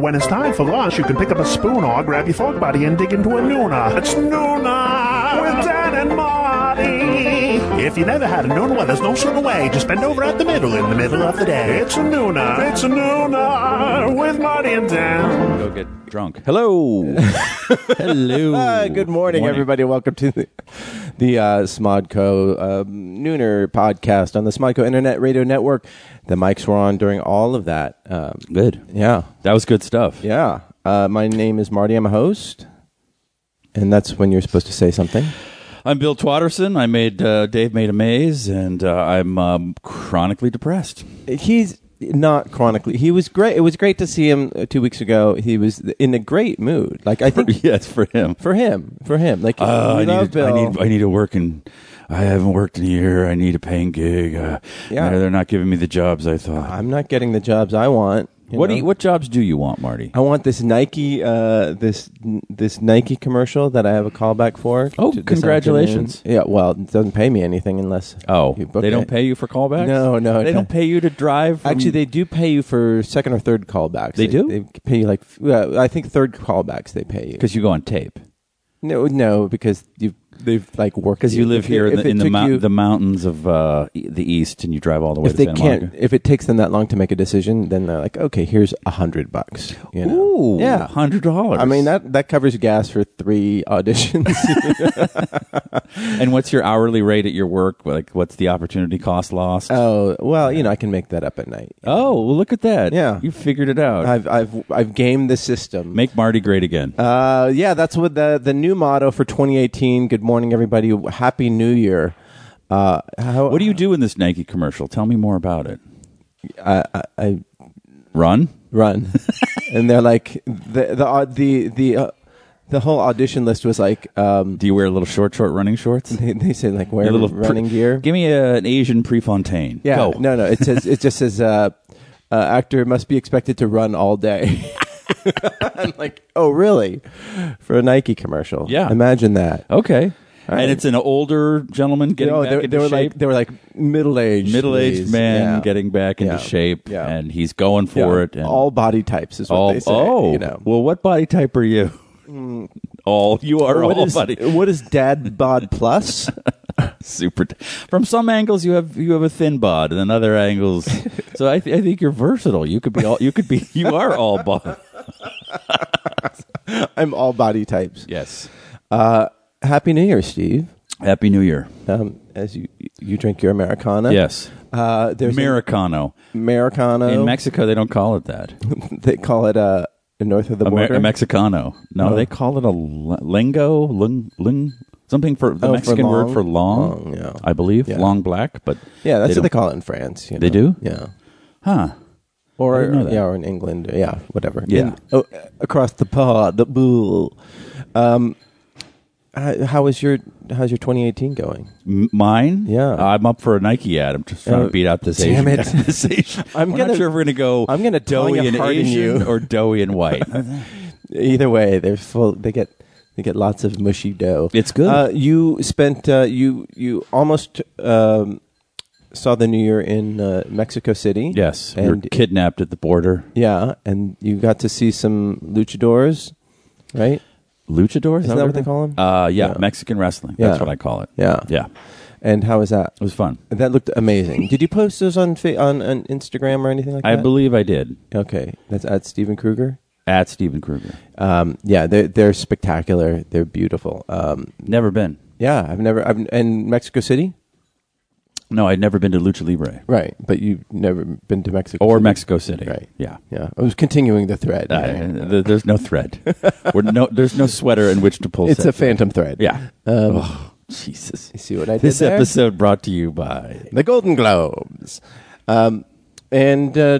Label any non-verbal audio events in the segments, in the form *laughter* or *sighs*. when it's time for lunch, you can pick up a spoon or grab your fork buddy and dig into a Nuna. It's Nuna with Dan and Marty. If you never had a Nuna, well, there's no sort of way. Just bend over at the middle in the middle of the day. It's a Nuna. It's a Nuna with Marty and Dan. Go get drunk. Hello. Hello. Uh, good morning, Morning. everybody. Welcome to the, the uh, Smodco um, Nooner podcast on the Smodco Internet Radio Network. The mics were on during all of that. Um, Good. yeah, That was good stuff. yeah. Uh, my name is Marty. I'm a host, and that's when you're supposed to say something. I'm Bill Twatterson. I made uh, Dave made a maze, and uh, I'm um, chronically depressed. *laughs* He's not chronically. He was great. It was great to see him uh, two weeks ago. He was in a great mood. Like I think yes, for him. for him, for him. Like Uh, we I, love need to, Bill. I need. I need to work, and I haven't worked in a year. I need a paying gig. Uh, Yeah. they're not giving me the jobs I thought. I'm not getting the jobs I want. what do know? Oh. you, What jobs do you want, Marty? I want this Nike, uh, this this Nike commercial that I have a callback for. Oh, to- this congratulations. afternoon. Yeah, well, it doesn't pay me anything unless Oh, you book they don't it. pay you for callbacks. No, no, they no. don't pay you to drive. From, Actually, they do pay you for second or third callbacks. They do? They pay you like f- well, I think third callbacks they pay you. because you go on tape. No, no, because you they've like worked Because you live If here it- in, if the, it in the, took mou- you- the mountains of uh, e- the east, and you drive all the way If to they Santa can't, Monica. if it takes them that long to make a decision, then they're like, okay, here's a hundred bucks. You know? Ooh, yeah, hundred dollars. I mean that that covers gas for three *laughs* *laughs* auditions. And what's your hourly rate at your work? Like, what's the opportunity cost lost? oh well, you know I can make that up at night. oh, well, look at that. Yeah. you figured it out. I've I've I've gamed the system. Make Marty great again. uh, yeah, that's what the the new motto for 2018. Good morning, everybody. Happy New Year. Uh, how, what do you do in this Nike commercial? Tell me more about it. I, I, I Run. run, *laughs* and they're like the the au- the the uh, the whole audition list was like um, Do you wear little short, short running shorts? *laughs* they, they say like wear Your little pre- running gear. Give me a, an Asian Prefontaine. yeah, Go. no, no. It says it just says uh, uh, actor must be expected to run all day. *laughs* I'm like, oh really? For a Nike commercial? Yeah. imagine that. Okay. All right. And it's an older gentleman getting no, back they, into they were shape. like they were like middle aged, Middle-aged man getting back into Yeah. shape, Yeah. and he's going for it. And all body types is what all- they say. oh, you know. Mm. well, what body type are you? all you are What all is- body. what is dad bod plus? *laughs* super. T- from some angles, you have you have a thin bod, and then other *laughs* angles. so I, th- I think you're versatile. You could be all. You could be. *laughs* You are all bod. I'm all body types. Yes. Uh, Happy New Year, Steve. Happy New Year. Um, as you you drink your Americana, Yes. Uh, there's an Americano. Americano. In Mexico, they don't call it that. they call it uh, north of the Amer- border. a Mexicano. No, Oh. they call it a l- lingo, ling, ling, something for the Oh, for Mexican word long? for long, Long, yeah. I believe, Yeah. long black. But yeah, that's what they don't- call it in France. you They know. do? Yeah. Huh. I Or didn't know that. yeah, or in England, yeah, whatever. Yeah. In- oh, across the pond, the pool. Um, how, how is your how's your 2018 going? M- mine? Yeah. I'm up for a Nike ad. I'm just trying Oh, to beat out this damn Asian. *laughs* it. this Asian. *laughs* I'm We're gonna- not sure if we're gonna go. I'm gonna doughy tongue and harden Asian you. or doughy and *laughs* white. Either way, they're full. They get they get lots of mushy dough. It's good. Uh, you spent uh, you you almost um, saw the New Year in uh, Mexico City. yes, we were and kidnapped at the border. yeah, and you got to see some luchadors, right? Luchadors. Isn't that what they call 'em? Uh, yeah, Yeah. Mexican wrestling. That's Yeah. what I call it. Yeah, yeah. And how was that? It was fun. That looked amazing. Did you post those on fa- on, on Instagram or anything like I that? believe I did Okay, that's at Steven Kruger. at Steven Kruger. Um, yeah, they're they're spectacular. They're beautiful. Um, Never been. yeah, I've never. I've in Mexico City, No, I'd never been to Lucha Libre right? But you've never been to Mexico or City. Mexico City. Right. Yeah. Yeah, I was continuing the thread. Uh, th- there's no thread. We're no, there's no sweater in which to pull. it's a set. phantom thread. Yeah. Um, oh, Jesus. You see what I did This there? episode brought to you by. The Golden Globes. Um, and uh,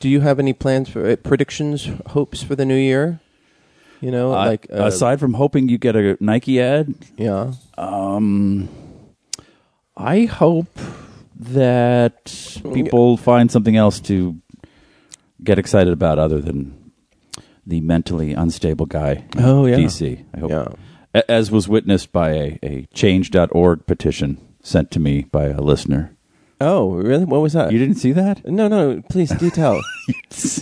do you have any plans for uh, predictions, hopes for the new year? You know, Uh, like uh, aside from hoping you get a Nike ad, Yeah. um, I hope that people find something else to get excited about other than the mentally unstable guy. in Oh, yeah. DC. I hope. Yeah. A- As was witnessed by a, a change.org petition sent to me by a listener. Oh, really? What was that? You didn't see *laughs* that? no, no. Please *laughs* do tell.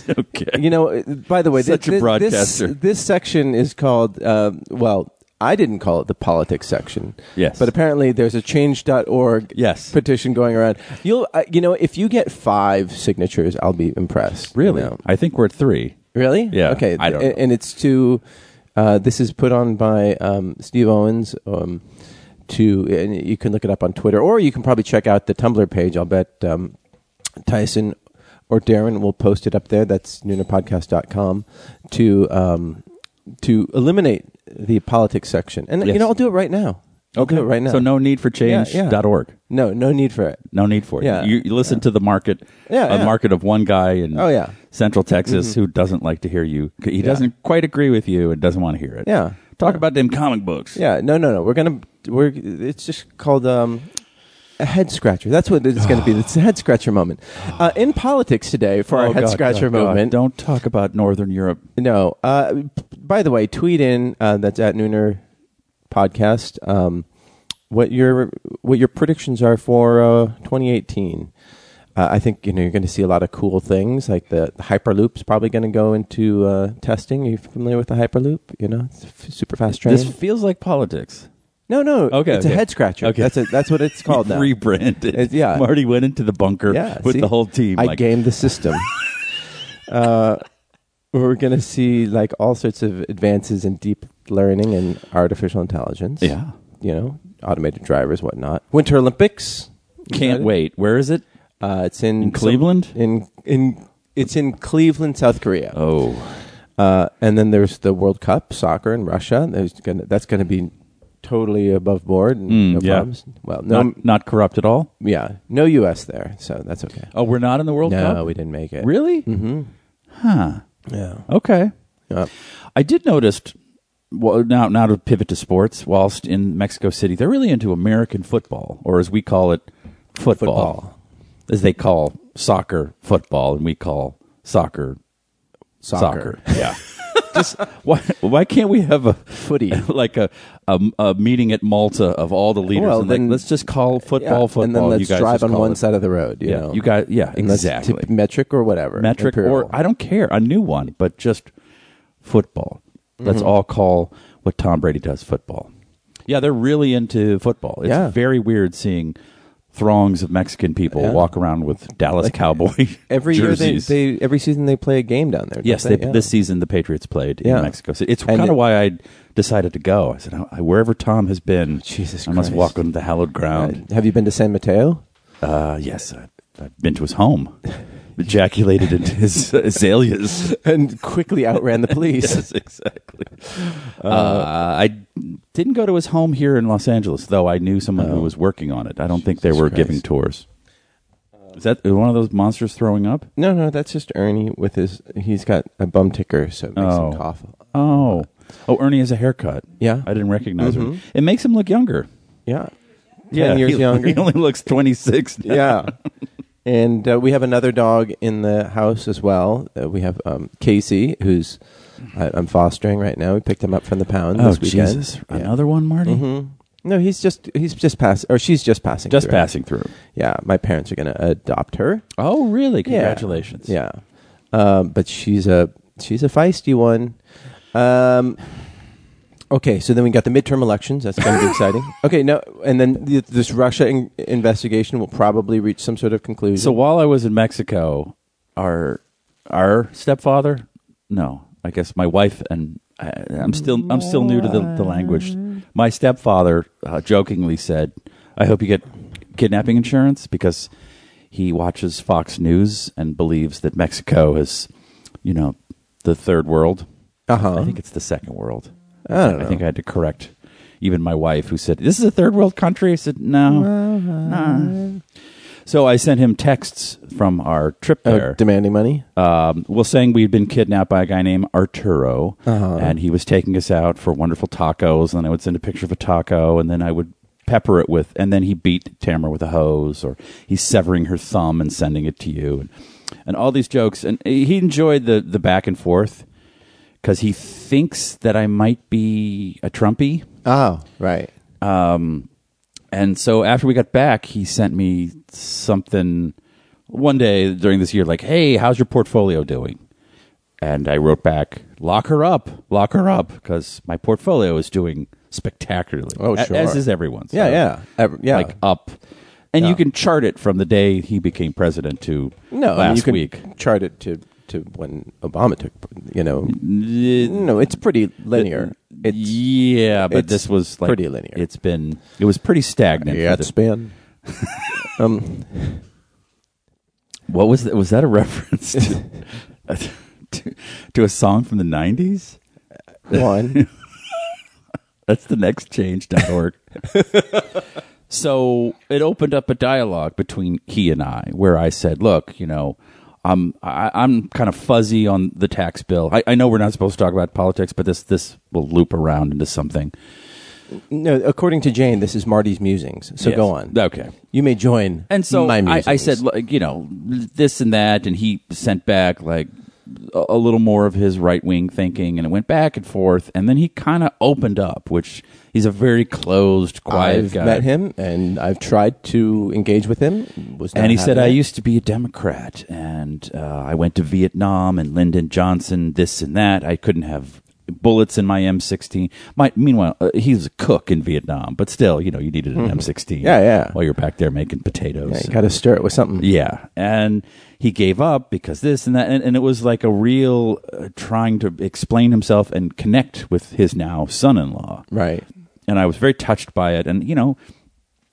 okay. you know, uh, by the way, thi- Such a thi- broadcaster. This, this section is called. um well, I didn't call it the politics section. Yes. but apparently there's a change.org Yes. petition going around. You'll, uh, you know, if you get five signatures, I'll be impressed. you really? know. I think we're at three. Really? Yeah, Okay. I don't And, know. and it's to. Uh, this is put on by um, Steve Owens. Um, to and you can look it up on Twitter, or you can probably check out the Tumblr page. I'll bet um, Tyson or Darren will post it up there. That's nunapodcast.com to um, to eliminate the politics section. And you Yes. know, I'll do it right now. I'll do it right now. So no need for Yeah, change.org. yeah. No, no need for it. No need for it. Yeah. You, you listen to the market, Yeah, a yeah. market of one guy in Oh, yeah. Central Texas who doesn't like to hear you. He doesn't quite agree with you and doesn't want to hear it. Yeah. Talk about them comic books. Yeah, no, no, no. We're gonna we're it's just called um, a head scratcher. That's what it's gonna be. *sighs* It's a head scratcher moment uh, in politics today for our Oh, head God, scratcher God, God. moment. Don't talk about Northern Europe. No. Uh, by the way, tweet in uh, that's at Nooner Podcast. Um, what your what your predictions are for uh, 2018? Uh, I think you know you're going to see a lot of cool things, like the Hyperloop's probably going to go into uh, testing. Are you familiar with the Hyperloop? You know, it's a f- super fast train. This feels like politics. No, no. Okay, it's a okay. head scratcher. Okay. that's a, that's what *laughs* it's called now. Rebranded. It- yeah. *laughs* Marty went into the bunker yeah, with see? the whole team. I like, gamed *laughs* the system. uh, we're gonna see like all sorts of advances in deep learning and artificial intelligence. Yeah. you know, automated drivers, whatnot. Winter Olympics. Can't wait. Where is it? Uh, it's in, In Cleveland? In in it's in Cleveland, South Korea. Oh, Uh, and then there's the World Cup soccer in Russia. There's gonna, that's going to be totally above board. And Mm, no yeah. problems. Well, no, not, not corrupt at all. yeah, no U.S. there, so that's okay. Oh, we're not in the World no, Cup. we didn't make it. Really? Mm-hmm. Huh. Yeah. Okay. Yeah. I did notice. Well, now now to pivot to sports. Whilst in Mexico City, they're really into American football, or as we call it, football, Football. as they call soccer football, and we call soccer soccer. Soccer. Yeah. *laughs* Just why why can't we have a Footy. like a a, a meeting at Malta of all the leaders Well, and like, then- let's just call *laughs* Yeah, football football. And then let's you guys drive just on call one it side of the road. You Yeah, know, you guys- yeah, And let's exactly. tip- metric or whatever. metric imperial. or I don't care a new one, but just football. Let's Mm-hmm. all call what Tom Brady does football. Yeah, they're really into football. It's Yeah. very weird seeing throngs of Mexican people Yeah. walk around with Dallas Like, Cowboy *laughs* every jerseys. year they, they every season they play a game down there. don't Yes, they, they, Yeah. this season the Patriots played Yeah. in Mexico City. It's And kind it- of why I decided to go. I said, I, wherever Tom has been, Jesus I must Christ. walk on the hallowed ground. Have you been to San Mateo? Uh, yes, I, I've been to his home, *laughs* ejaculated into his uh, azaleas. *laughs* And quickly outran *laughs* the police. yes, exactly. Uh, I didn't go to his home here in Los Angeles, though. I knew someone who was working on it. I don't think they Oh. Jesus were Christ. giving tours. Is that one of those monsters throwing up? No, no, that's just Ernie with his. He's got a bum ticker, so it makes him Oh. cough. Oh, oh, Ernie has a haircut. Yeah. I didn't recognize her. It makes him look younger. Yeah, ten years he, *laughs* younger. He only looks 26 now. yeah. *laughs* And uh, we have another dog in the house as well. Uh, we have um, Casey, who's I, I'm fostering right now. We picked him up from the pound Oh, this weekend. Jesus. Yeah. Mm-hmm. Another one, Marty? No, he's just he's just pass or she's just passing. Just through. passing through. Yeah, my parents are going to adopt her. Oh, really? Yeah. Congratulations. Yeah, Um, but she's a she's a feisty one. Um, okay, so then we got the midterm elections. That's *laughs* going to be exciting. Okay, no, and then the, this Russia in- investigation will probably reach some sort of conclusion. So while I was in Mexico, our our stepfather, no, I guess my wife and I, I'm still I'm still new to the, the language. My stepfather uh, jokingly said, "I hope you get kidnapping insurance because he watches Fox News and believes that Mexico is, you know, the third world. Uh-huh. I think it's the second world. I don't I think I had to correct even my wife, who said, "This is a third world country." I said, "No, no." So I sent him texts from our trip uh, there. demanding money. um, well, saying we'd been kidnapped by a guy named Arturo, Uh-huh. and he was taking us out for wonderful tacos. And then I would send a picture of a taco, and then I would pepper it with, and then he beat Tamara with a hose, or he's severing her thumb and sending it to you, and, and all these jokes. And he enjoyed the the back and forth because he thinks that I might be a Trumpy Oh, right. And so after we got back, he sent me something one day during this year, like, "Hey, how's your portfolio doing?" And I wrote back, "Lock her up, lock her up," because my portfolio is doing spectacularly. Oh, a- sure. as is everyone's. Yeah, So, yeah. Ever- yeah. like up. And Yeah. you can chart it from the day he became president to no, I mean, last you can week. chart it to to when Obama took. You know, N- uh, no, it's pretty linear. It's yeah, but it's this was like pretty linear. It's been it was pretty stagnant. for the- span. um, what was that? Was that a reference to, to, to a song from the nineties? *laughs* one. That's the next change.org. so it opened up a dialogue between he and I, where I said, "Look, you know, I'm I, I'm kind of fuzzy on the tax bill. I, I know we're not supposed to talk about politics, but this this will loop around into something." No, according to Jane, this is Marty's musings. So Yes. go on. Okay. You may join. And so I, my I musings. said, like, you know, this and that, and he sent back like a, a little more of his right wing thinking, and it went back and forth, and then he kind of opened up, which he's a very closed, quiet I've guy. met him and I've tried to engage with him. Was not And he said, having I it. used to be a Democrat, and uh, I went to Vietnam and Lyndon Johnson, this and that. I couldn't have bullets in my M16. My, meanwhile, uh, he was a cook in Vietnam, but still, you know, you needed an M16. Mm-hmm. Yeah, yeah. While you're back there making potatoes. Yeah, you got to stir it with something. Yeah, and he gave up because this and that, and, and it was like a real uh, trying to explain himself and connect with his now son-in-law. Right. And I was very touched by it, and you know,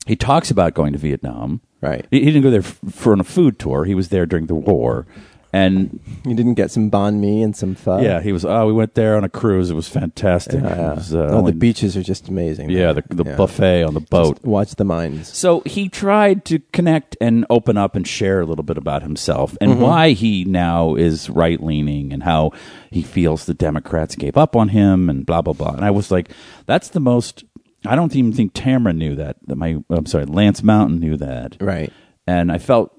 he talks about going to Vietnam. Right. He, he didn't go there f- for on a food tour. He was there during the war, and You didn't get some banh mi and some pho. yeah, he was. Oh, we went there on a cruise. It was fantastic. Yeah. It was, uh, oh, only- the beaches are just amazing. Yeah, the, there. the Yeah. buffet on the boat. Just watch the mines. So he tried to connect and open up and share a little bit about himself and why he now is right leaning and how he feels the Democrats gave up on him and blah blah blah. And I was like, that's the most. I don't even think Tamara knew that. That my I'm sorry, Lance Mountain knew that. Right. And I felt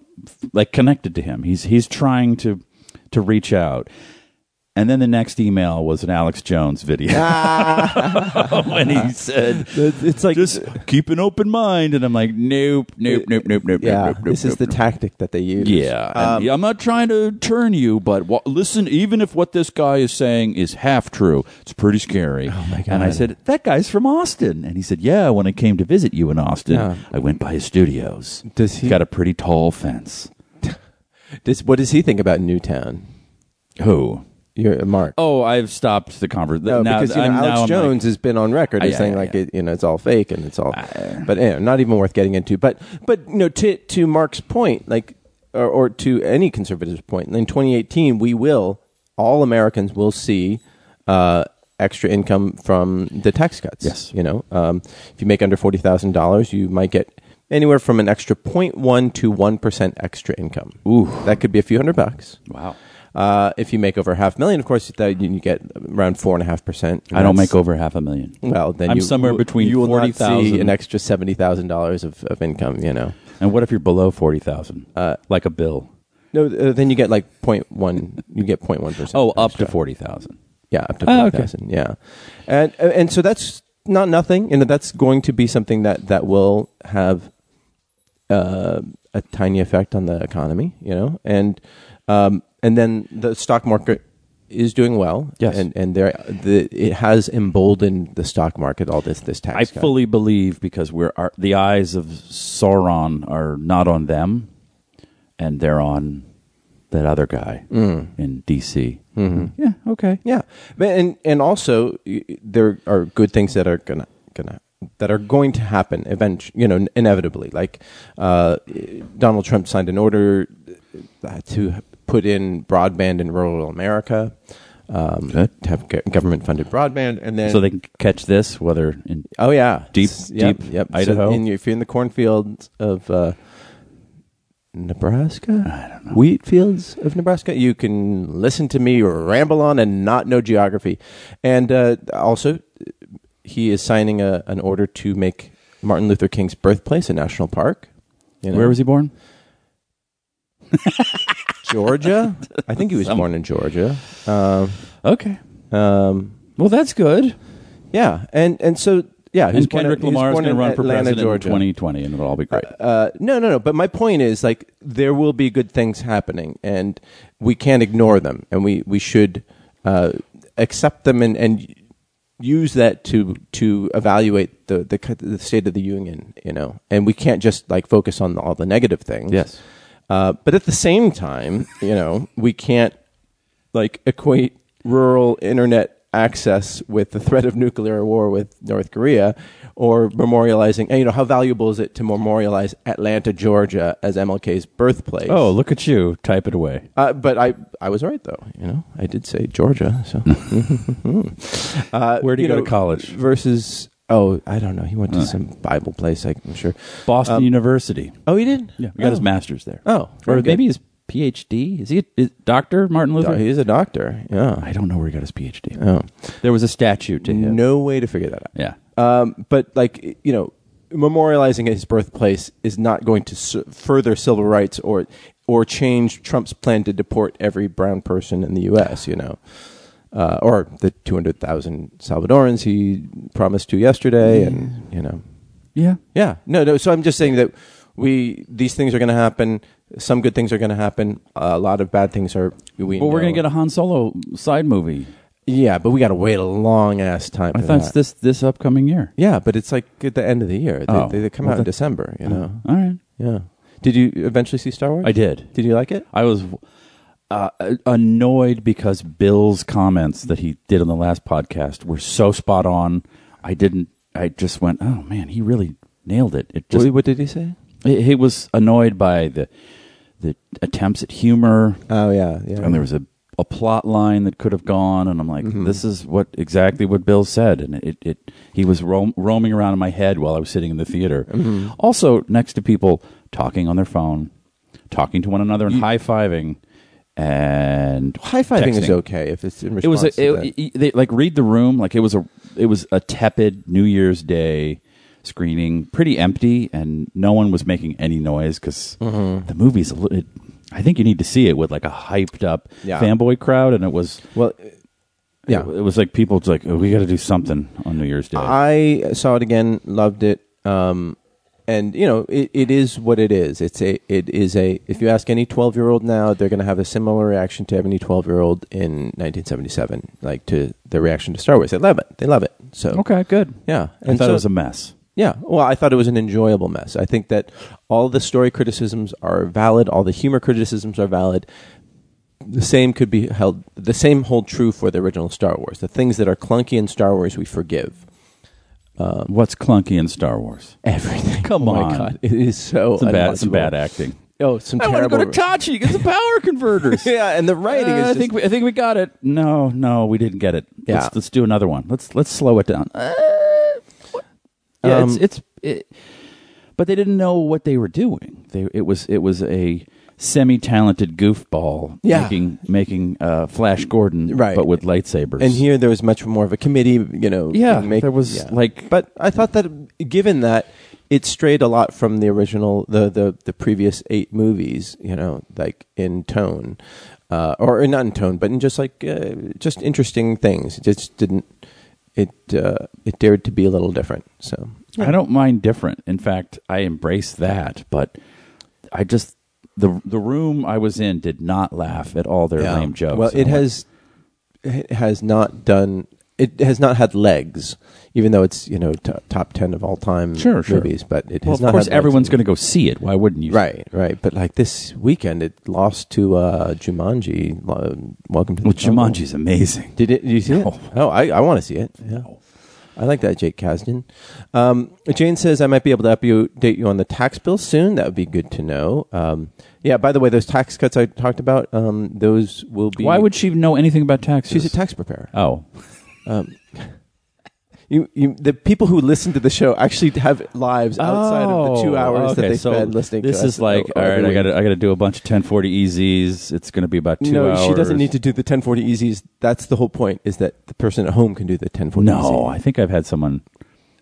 like connected to him. He's he's trying to to reach out. And then the next email was an Alex Jones video. Ah. *laughs* when he said, It's like just keep an open mind. And I'm like, nope, nope, nope, nope, nope, yeah. nope, nope, this nope, is the nope. tactic that they use. yeah. And Um, I'm not trying to turn you, but wha- listen, even if what this guy is saying is half true, it's pretty scary. Oh my God. And I said, that guy's from Austin. And he said, yeah, when I came to visit you in Austin, Yeah. I went by his studios. Does He's he- got a pretty tall fence. Does, what does he think about Newtown? Who? You're Mark. Oh, I've stopped the conversation. No, because you know, Alex Jones has been on record Ah, as yeah, saying yeah, like yeah. It, you know it's all fake and it's all, but you know, not even worth getting into. But but you know to to Mark's point, like or, or to any conservative's point, in 2018 we will all Americans will see uh, extra income from the tax cuts. Yes. you know um, if you make under forty thousand dollars, you might get anywhere from an extra 0.1 to one percent extra income. Ooh. that could be a few hundred bucks. Wow. Uh, if you make over half million, of course, that you you get around four and a half percent. I don't make over half a million. Well, then I'm you, somewhere you- between you will not see 40,000. an extra seventy thousand dollars of of income. You know, And what if you're below 40,000? Uh, like a bill. no, uh, then you get like point one. You get point one percent. Oh, up to 40,000. yeah, up to Oh, forty okay. thousand. Yeah, and uh, and so that's not nothing. You know, that's going to be something that that will have uh, a tiny effect on the economy. You know, and um, and then the stock market. Is doing well, Yes. and and there the, it has emboldened the stock market. All this this tax. I cut. fully believe because we're our, the eyes of Sauron are not on them, and they're on that other guy Mm. in DC. Mm-hmm. Yeah. Okay. Yeah, But- and and also y- there are good things that are gonna gonna that are going to happen eventually. You know, inevitably. Like uh, Donald Trump signed an order uh, to put in broadband in rural America. Um, Good. To have government funded broadband, and then So they can catch this whether in Oh yeah, Deep- S- yep, deep yep. So Idaho? in your- if you're in the cornfields of uh, Nebraska, I don't know wheat fields of Nebraska, you can listen to me ramble on and not know geography. And uh, also, he is signing a, an order to make Martin Luther King's birthplace a national park. You know, where was he born? *laughs* Georgia? I think he was Some- born in Georgia. Um, Okay. um, Well, that's good. Yeah, and and so Yeah, he was and born Kendrick in- he was Lamar's going born to in run for Atlanta, president Georgia. in 2020, and it'll all be great. Uh, no, no, no. But my point is, like, there will be good things happening, and we can't ignore them, and we we should uh, accept them and and use that to to evaluate the, the c- the state of the union, you know. And we can't just like focus on all the negative things. Yes. Uh, but at the same time, you know, we can't like equate rural internet access with the threat of nuclear war with North Korea or memorializing and, you know how valuable is it to memorialize Atlanta Georgia as MLK's birthplace oh, look at you! Type it away. uh, but I I was right though you know I did say Georgia *laughs* so uh, Where'd he you go to know, college? versus oh I don't know he went to some Bible place I'm sure Boston University. oh he did Yeah, we got Uh, oh. his master's there. Oh, or very good. maybe his PhD. Is he a, is Doctor Martin Luther? Oh, he's a doctor yeah I don't know where he got his PhD. oh There was a statue to him. no way to figure that out Yeah. Um, but like you know, memorializing his birthplace is not going to s further civil rights or or change Trump's plan to deport every brown person in the U.S. You know, uh, or the two hundred thousand Salvadorans he promised to yesterday, Mm. and you know, Yeah. yeah, no, no. So I'm just saying that we these things are going to happen. Some good things are going to happen. a lot of bad things are. We Well, we're know. gonna get a Han Solo side movie. yeah, but we got to wait a long ass time. I for thought it's that. this this upcoming year. Yeah, but it's like at the end of the year. They, Oh. they, they come Well, out in that- December, you know. All right. yeah. Did you eventually see Star Wars? I did. Did you like it? I was uh, annoyed because Bill's comments that he did on the last podcast were so spot on. I didn't. I just went, oh man, he really nailed it. It just what, what did he say? he, he was annoyed by the the attempts at humor, Oh yeah, yeah. and there was a a plot line that could have gone, and I'm like, this is what exactly what Bill said, and it it he was roam, roaming around in my head while I was sitting in the theater. Also, next to people talking on their phone, talking to one another, and high fiving, and high fiving is texting. okay if it's in It was response a, to that. it- it- they, like read the room like it was a it was a tepid New Year's Day screening, pretty empty, and no one was making any noise because the movie's a little. It, I think you need to see it with like a hyped up Yeah. fanboy crowd, and it was well, yeah. it, was like people just like oh, we got to do something on New Year's Day. I saw it again, loved it. Um, and you know, it, it is what it is. It's a it is a if you ask any twelve year old now, they're gonna have a similar reaction to any twelve year old in nineteen seventy seven, like to the reaction to Star Wars. They love it. They love it. So okay, good. yeah. I thought so- it was a mess. Yeah. Well, I thought it was an enjoyable mess. I think that all the story criticisms are valid, all the humor criticisms are valid. The same could be held the same hold true for the original Star Wars. The things that are clunky in Star Wars we forgive. What's clunky in Star Wars? Everything. Come Oh my on. God. It is so Some bad, some unwatchable. bad acting. Oh, some I want to terrible. go to Tachi. Get some power converters. yeah, and the writing Uh, is I just think we, I think we got it. No, no, we didn't get it. Yeah. Let's, let's do another one. Let's let's slow it down. Uh, what? yeah, Um, it's it's. It, but they didn't know what they were doing. They it was it was a semi-talented goofball Yeah. making making uh, Flash Gordon, Right. But with lightsabers. and here there was much more of a committee, you know. Yeah, make- there was, like- But I thought that given that it strayed a lot from the original, the the the previous eight movies, you know, like in tone, uh, or not in tone, but in just like uh, just interesting things. It just didn't. It uh, it dared to be a little different. So I don't mind different. In fact, I embrace that. But I just the the room I was in did not laugh at all their lame jokes. Well, And it I'm like, has it has not done. It has not had legs, even though it's you know t- top ten of all time Sure, sure. movies. But it Well, has of not. course, had legs. everyone's going to go see it. Why wouldn't you? Right, right. But like this weekend, it lost to uh, Jumanji. uh, Welcome to the Well, Jungle. Jumanji's amazing. Did it? Did you see No. it? Oh, I, I want to see it. Yeah. I like that, Jake Kasdan. Um, Jane says I might be able to update you on the tax bill soon. That would be good to know. Um, yeah. By the way, those tax cuts I talked about, um, those will be. Why would she know anything about taxes? she's a tax preparer? oh, You, you, the people who listen to the show actually have lives outside of the two hours that they Oh, so spend listening. This to is us like, o- all right, every I got week. to I got to do a bunch of 1040 EZs. It's going to be about two no, hours. she doesn't need to do the 1040 easies. That's the whole point. Is that the person at home can do the 1040? No, I think I've had someone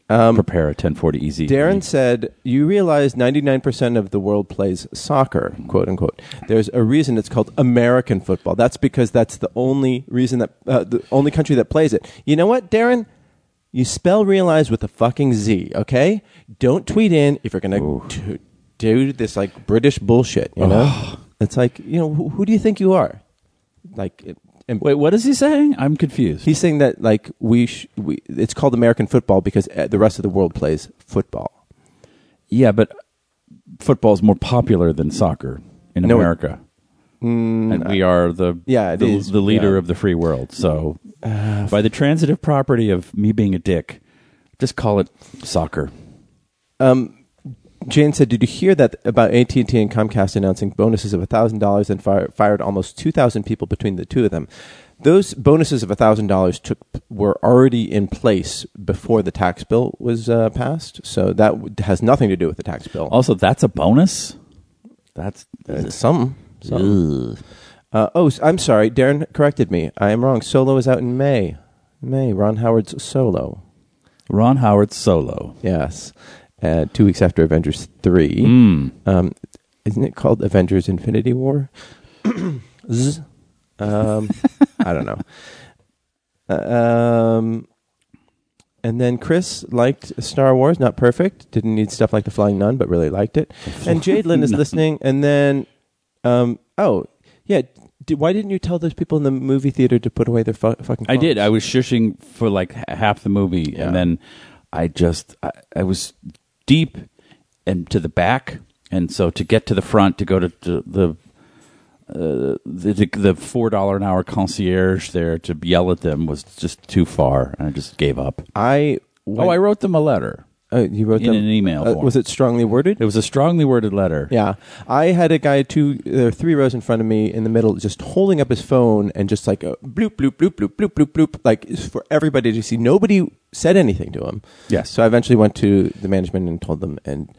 prepare a E 1040 EZ. Darren said, "You realize 99% of the world plays soccer, quote unquote. There's a reason it's called American football. That's because that's the only reason that uh, the only country that plays it. You know what, Darren? You spell realize with a fucking Z, okay? Don't tweet in if you're gonna do, do this like British bullshit. You know, it's like you know who, who do you think you are? Like, it- and Wait, what is he saying? I'm confused. He's saying that like we, sh- we it's called American football because uh, the rest of the world plays football. yeah, but football's more popular than soccer in No, it- Hmm, America. and we are the Yeah, it the, is, the leader yeah. Uh, of the free world. So, by the transitive property of me being a dick, just call it soccer. Jane said, "Did you hear that about AT and T and Comcast announcing bonuses of thousand dollars and fire, fired almost two thousand people between the two of them? Those bonuses of thousand dollars took were already in place before the tax bill was uh, passed, so that w- has nothing to do with the tax bill. Also, that's a bonus. That's Uh, some, some. Uh, oh, s- I'm sorry, Darren corrected me. I am wrong. Solo is out in May. May Ron Howard's solo. Ron Howard's solo. Yes. Uh, two weeks after Avengers 3. Mm. Hmm. Um, isn't it called Avengers Infinity *clears throat* War? Zzz. um, I *laughs* don't know. Uh, um, and then Chris liked Star Wars, not perfect. Didn't need stuff like The Flying Nun, but really liked it. And Jade Lynn is listening. And then, um, oh, yeah. d why didn't you tell those people in the movie theater to put away their fu- fucking I did. phones? I was shushing for like h- half the movie, Yeah. and then I just I, I was deep and to the back, and so to get to the front to go to, to the. Uh, the the- the four dollar an hour concierge there to yell at them was just too far, and I just gave up. I. went- Oh, I wrote them a letter. Oh, you wrote In them- an email Uh, form. was it strongly worded? It was a strongly worded letter. yeah, I had a guy two, uh, three rows in front of me in the middle, just holding up his phone and just like a bloop bloop bloop bloop bloop bloop bloop, like it's for everybody to see. Nobody said anything to him. Yes. So I eventually went to the management and told them, and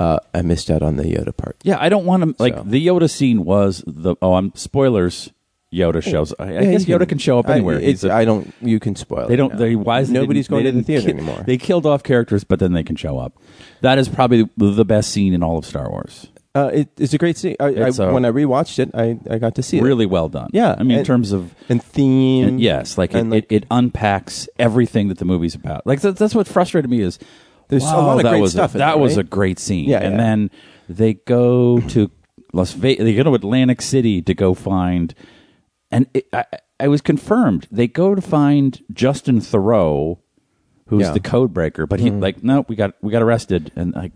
uh, I missed out on the Yoda part. Yeah, I don't want to like So. the Yoda scene was the oh I'm spoilers. Yoda shows. I, I Yeah, guess you Yoda can show up I- anywhere. it's- He's a- I don't. You can spoil. they it don't. now. They why is nobody's they didn't- going they to the didn't theater ki- anymore? They killed off characters, but then they can show up. That is probably the best scene in all of Star Wars. uh, it, it's a great scene. I, I, It's a- when I rewatched it, I, I got to see it. Really well done. Yeah, I mean in and- terms of and theme. and yes, like, and, it, it, it unpacks everything that the movie's about. Like that, that's what frustrated me is There's a wow, lot of that great was stuff A, in that there, was right? a great scene. Yeah, and yeah. then they go to Las Vegas. They go to Atlantic City to go find, and it, I, I was confirmed they go to find Justin Thoreau, who's Yeah. Mm-hmm. the code breaker. But he like no, we got we got arrested, and like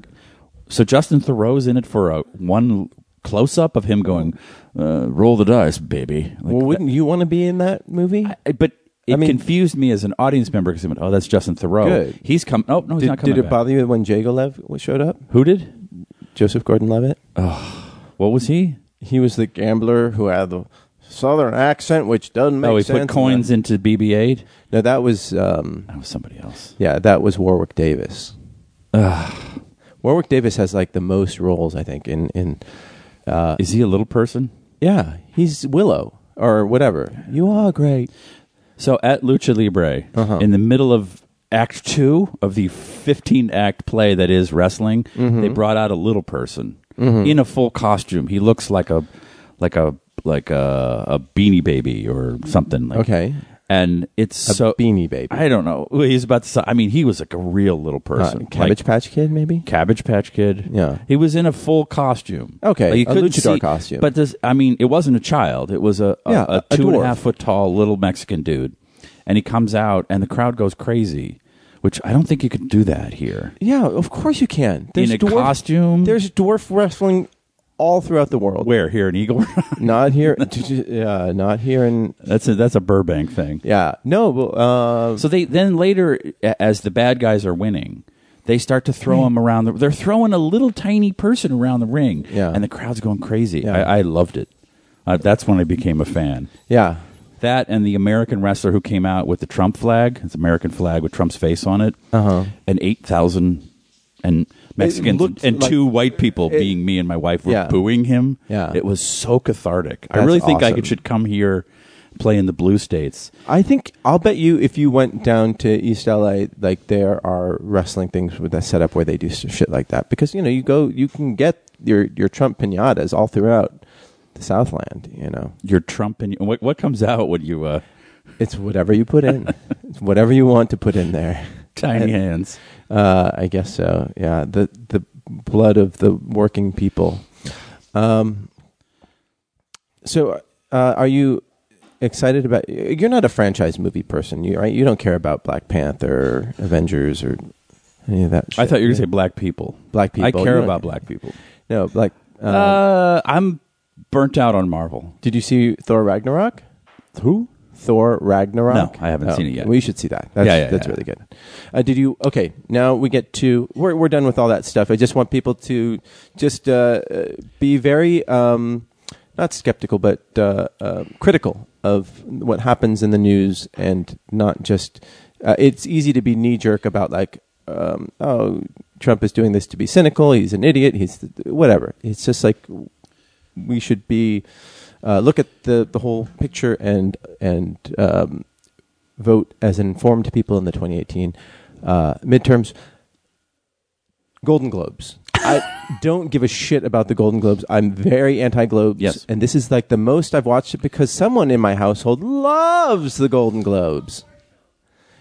so Justin Thoreau's in it for a one close up of him going, uh, roll the dice, baby. Like, well, wouldn't you want to be in that movie? I- but it I mean- confused me as an audience member because I went, "Oh, that's Justin Thoreau. Good. He's coming. Oh no, he's did, not coming." did it back. bother you when Jagolev showed up? Who did? Joseph Gordon-Levitt. What was he? He was the gambler who had the southern accent, which doesn't make oh, he sense. put coins into BB-8. No, that was um, That was somebody else. yeah, that was Warwick Davis. Warwick Davis has like the most roles, I think. In in Uh, Is he a little person? yeah, he's Willow or whatever. You are great. So at Lucha Libre, Uh-huh. in the middle of Act Two of the 15 act play that is wrestling, Mm-hmm. they brought out a little person in a full costume. He looks like a like a like a, a beanie baby or something. Like, Okay. and it's A so Beanie Baby. I don't know. Well, He's about the si- I mean, he was like a real little Uh, person. Cabbage Like, Patch Kid, maybe. Cabbage Patch Kid. Yeah. He was in a full costume. Okay, Like, you a couldn't luchador see- costume. But this, I mean, it wasn't a child. It was a, a, Yeah, a a two and a dwarf. half foot tall little Mexican dude. And he comes out and the crowd goes crazy, which I don't think you could do that here. Yeah, of course you can. There's a dwarf, costume? There's dwarf wrestling all throughout the world. Where? Here in Eagle Not here. *laughs* yeah, not here in. *laughs* That's a, that's a Burbank thing. Yeah, no. But, uh, So they then later, a- as the bad guys are winning, they start to throw him around. The, they're throwing a little tiny person around the ring, Yeah. and the crowd's going crazy. Yeah. I, I loved it. Uh, that's when I became a fan. yeah, That and the American wrestler who came out with the Trump flag, it's American flag with Trump's face on it, Uh-huh. and eight thousand and Mexicans looked and like- two white people, it- being me and my wife, were Yeah. booing him. Yeah. it was so cathartic. I That's really think I awesome. could, should come here, play in the blue states. I think I'll bet you if you went down to East LA, like there are wrestling things with that set up where they do some shit like that because you know you go you can get your your Trump pinatas all throughout the Southland. You know, Your Trump and what, what comes out when you uh, It's whatever you put in. it's whatever you want to put in there. Tiny hands. Uh, I guess so. Yeah, the the blood of the working people. Um, so, uh, are you excited about? You're not a franchise movie person, you right? You don't care about Black Panther, Avengers, or any of that. I shit, thought you were going to right? say black people. black people. I You care don't- about black people. No, black. Uh, Uh, I'm burnt out on Marvel. did you see Thor Ragnarok? Who? Thor Ragnarok. No, Oh, I haven't seen it yet. We should see that. That's, Yeah, yeah, that's yeah. really good. Uh, did you? Okay, now we get to we're we're done with all that stuff. I just want people to just uh, uh, be very um, not skeptical, but uh, uh, critical of what happens in the news, and not just. Uh, it's easy to be knee jerk about like, um, oh, Trump is doing this to be cynical. He's an idiot. He's whatever. It's just like we should be uh, look at the, the whole picture and and um, vote as informed people in the 2018 uh, midterms. Golden Globes. I don't give a shit about the Golden Globes. I'm very anti Globes. Yes. And this is like the most I've watched it because someone in my household loves the Golden Globes.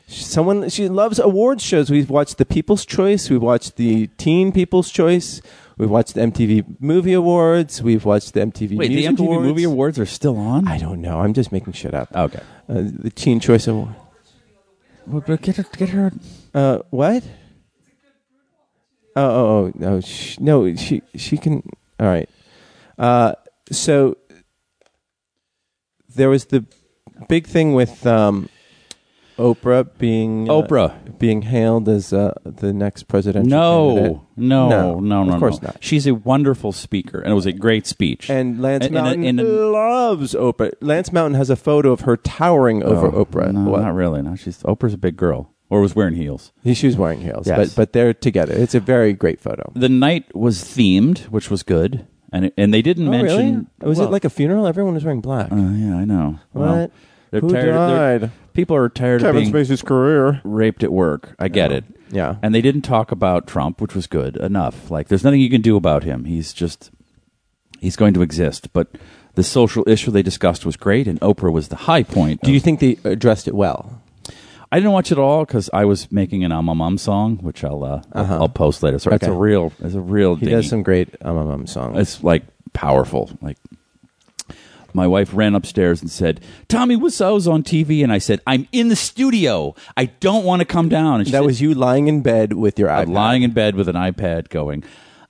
Someone she loves awards shows. We've watched the People's Choice. We've watched the Teen People's Choice. We've watched the MTV Movie Awards. We've watched the MTV Wait, Music the MTV Awards. Movie Awards are still on? I don't know. I'm just making shit up. Okay. Uh, the Teen Choice Award. Well, but get her. Get her. Uh, what? Oh, oh, oh no, sh- no, she she can. All right. Uh, so there was the big thing with um, Oprah being uh, Oprah. being hailed as uh, the next presidential. candidate. No, no, no, No, no, of no. course not. She's a wonderful speaker, and it was a great speech. And Lance And- and a- Mountain and a- loves Oprah. Lance Mountain has a photo of her towering over Oh, Oprah. No, What? not really. No, she's Oprah's a big girl, or was wearing heels. He- She was wearing heels, Yes. but but they're together. It's a very great photo. The night was themed, which was good, and it, and they didn't mention. Was Oh, well, Oh, it like a funeral? Everyone was wearing black. Uh, yeah, I know. Well, What? they're Who tired. they're- died? People are tired of being Spacey's career. raped at work. I get it. Yeah. And they didn't talk about Trump, which was good enough. Like, there's nothing you can do about him. He's just, he's going to exist. But the social issue they discussed was great, and Oprah was the high point. Do you of- think they addressed it well? I didn't watch it all because I was making an "I'm a Mom" song, which I'll uh, I'll, I'll post later. So it's Uh-huh. Okay. a real, it's a real. He dinghy. does some great um um um songs. It's like powerful. Like my wife ran upstairs and said, "Tommy Wiseau's on TV," and I said, "I'm in the studio. I don't want to come down." And she that said, was you lying in bed with your iPad. I'm lying in bed with an iPad going,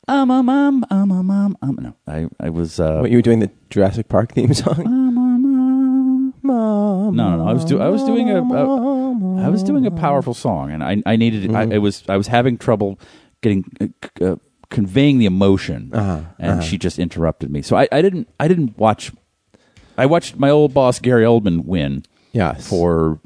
um, um, um, um, um, um, um. No, I, I was. Uh, What you were doing the Jurassic Park *laughs* theme song? um, um, um. No, no, no. I was do. I was doing a. a I was doing a powerful song, and I, I needed. Mm-hmm. I, I was. I was having trouble getting. Uh, c- uh, conveying the emotion Uh-huh, and she just interrupted me so I, I didn't i didn't watch i watched my old boss gary oldman win Yes. for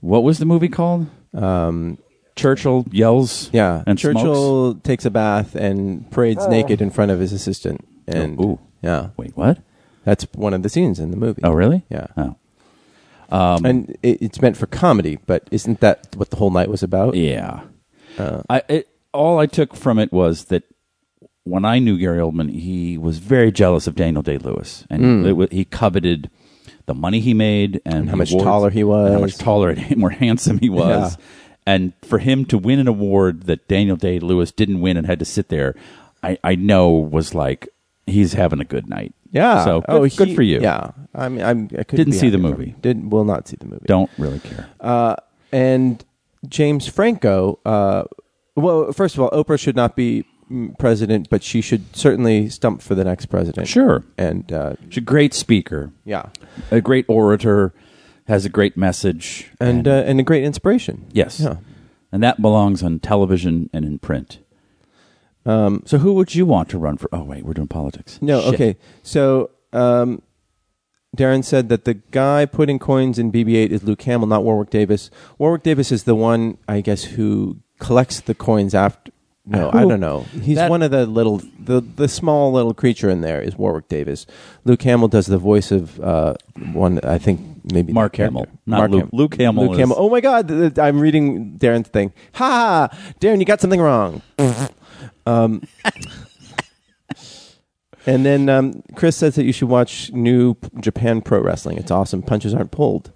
what was the movie called um churchill yells yeah. and smokes. Churchill takes a bath and parades naked in front of his assistant. And Oh, ooh. yeah, wait what that's one of the scenes in the movie. oh really Yeah. oh and it, it's meant for comedy, but isn't that what the whole night was about? Yeah. Uh. I it, all I took from it was that when I knew Gary Oldman, he was very jealous of Daniel Day Lewis, and it wa- he coveted the money he made and, Hmm. how the much taller he and how was. much taller and *laughs* more handsome he was, Yeah. and for him to win an award that Daniel Day Lewis didn't win and had to sit there, I, I know was like he's having a good night. Yeah. So good, oh, good he- for you. Yeah. I mean, I'm, I couldn't Didn't be see the happier for movie. him. Didn't will not see the movie. Don't really care. Uh, and James Franco. Uh, well, first of all, Oprah should not be mm, president, but she should certainly stump for the next president. Sure. And uh, She's a great speaker, yeah, a great orator, has a great message, and uh, and a great inspiration. Yes. Yeah. And that belongs on television and in print. Um, so who would you want to run for? Oh wait, we're doing politics. No. Shit. Okay. So. Um, Darren said that the guy putting coins in BB-8 is Luke Hamill, not Warwick Davis. Warwick Davis is the one, I guess, who collects the coins after. No, I Who- don't know. He's that- one of the little, the the small little creature in there is Warwick Davis. Luke Hamill does the voice of uh, one, I think maybe Mark the character. Hamill, not Luke- Luke Hamill Luke is- Hamill. Oh my God, th- th- I'm reading Darren's thing. Ha ha, Darren, you got something wrong. Um, And then um, Chris says that you should watch New P- Japan Pro Wrestling. It's awesome. Punches aren't pulled.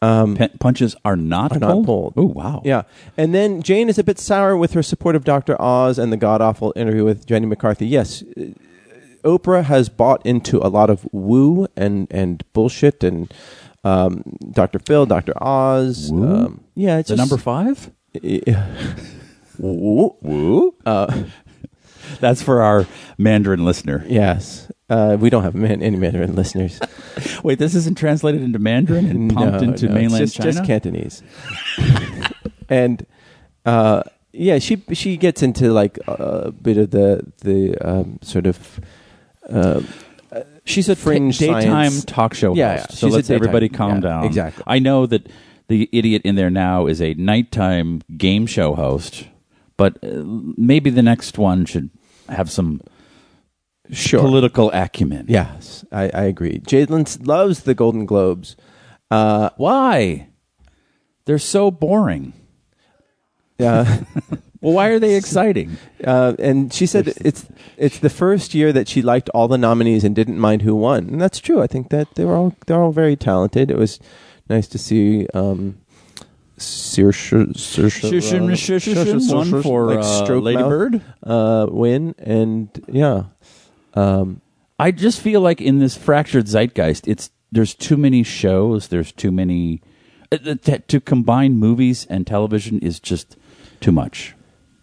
Pen- punches are not Are not pulled. pulled. Oh wow. Yeah. And then Jane is a bit sour with her support of Dr. Oz and the god awful interview with Jenny McCarthy. Yes, uh, Oprah has bought into a lot of woo and, and bullshit and um, Dr. Phil, Dr. Oz. Woo? Um, yeah, it's The just- number *laughs* five. woo. Woo. Uh, That's for our Mandarin listener. yes. Uh, we don't have man, any Mandarin listeners. Wait, this isn't translated into Mandarin and pumped No, into no, it's mainland just, China. Just Cantonese. *laughs* and uh, yeah, she she gets into like a bit of the the um, sort of. Uh, she's a fringe Ta- daytime science- talk show Yeah, host. yeah, So she's a let's daytime- everybody calm yeah, down. exactly. I know that the idiot in there now is a nighttime game show host, but uh, maybe the next one should have some Sure. political acumen. yes, I, I agree. Jalen loves the Golden Globes. Uh, Why? They're so boring. uh, *laughs* Well, why are they exciting? Uh, and she said it's it's the first year that she liked all the nominees and didn't mind who won, and that's true. I think that they were all they're all very talented. It was nice to see. Um, Saoirse Saoirse- Shushin, shushin, shushin, one for like uh, stroke Lady mouth, Bird. uh, win, and yeah, um, I just feel like in this fractured zeitgeist, it's there's too many shows, there's too many uh, uh, t- to combine movies and television is just too much.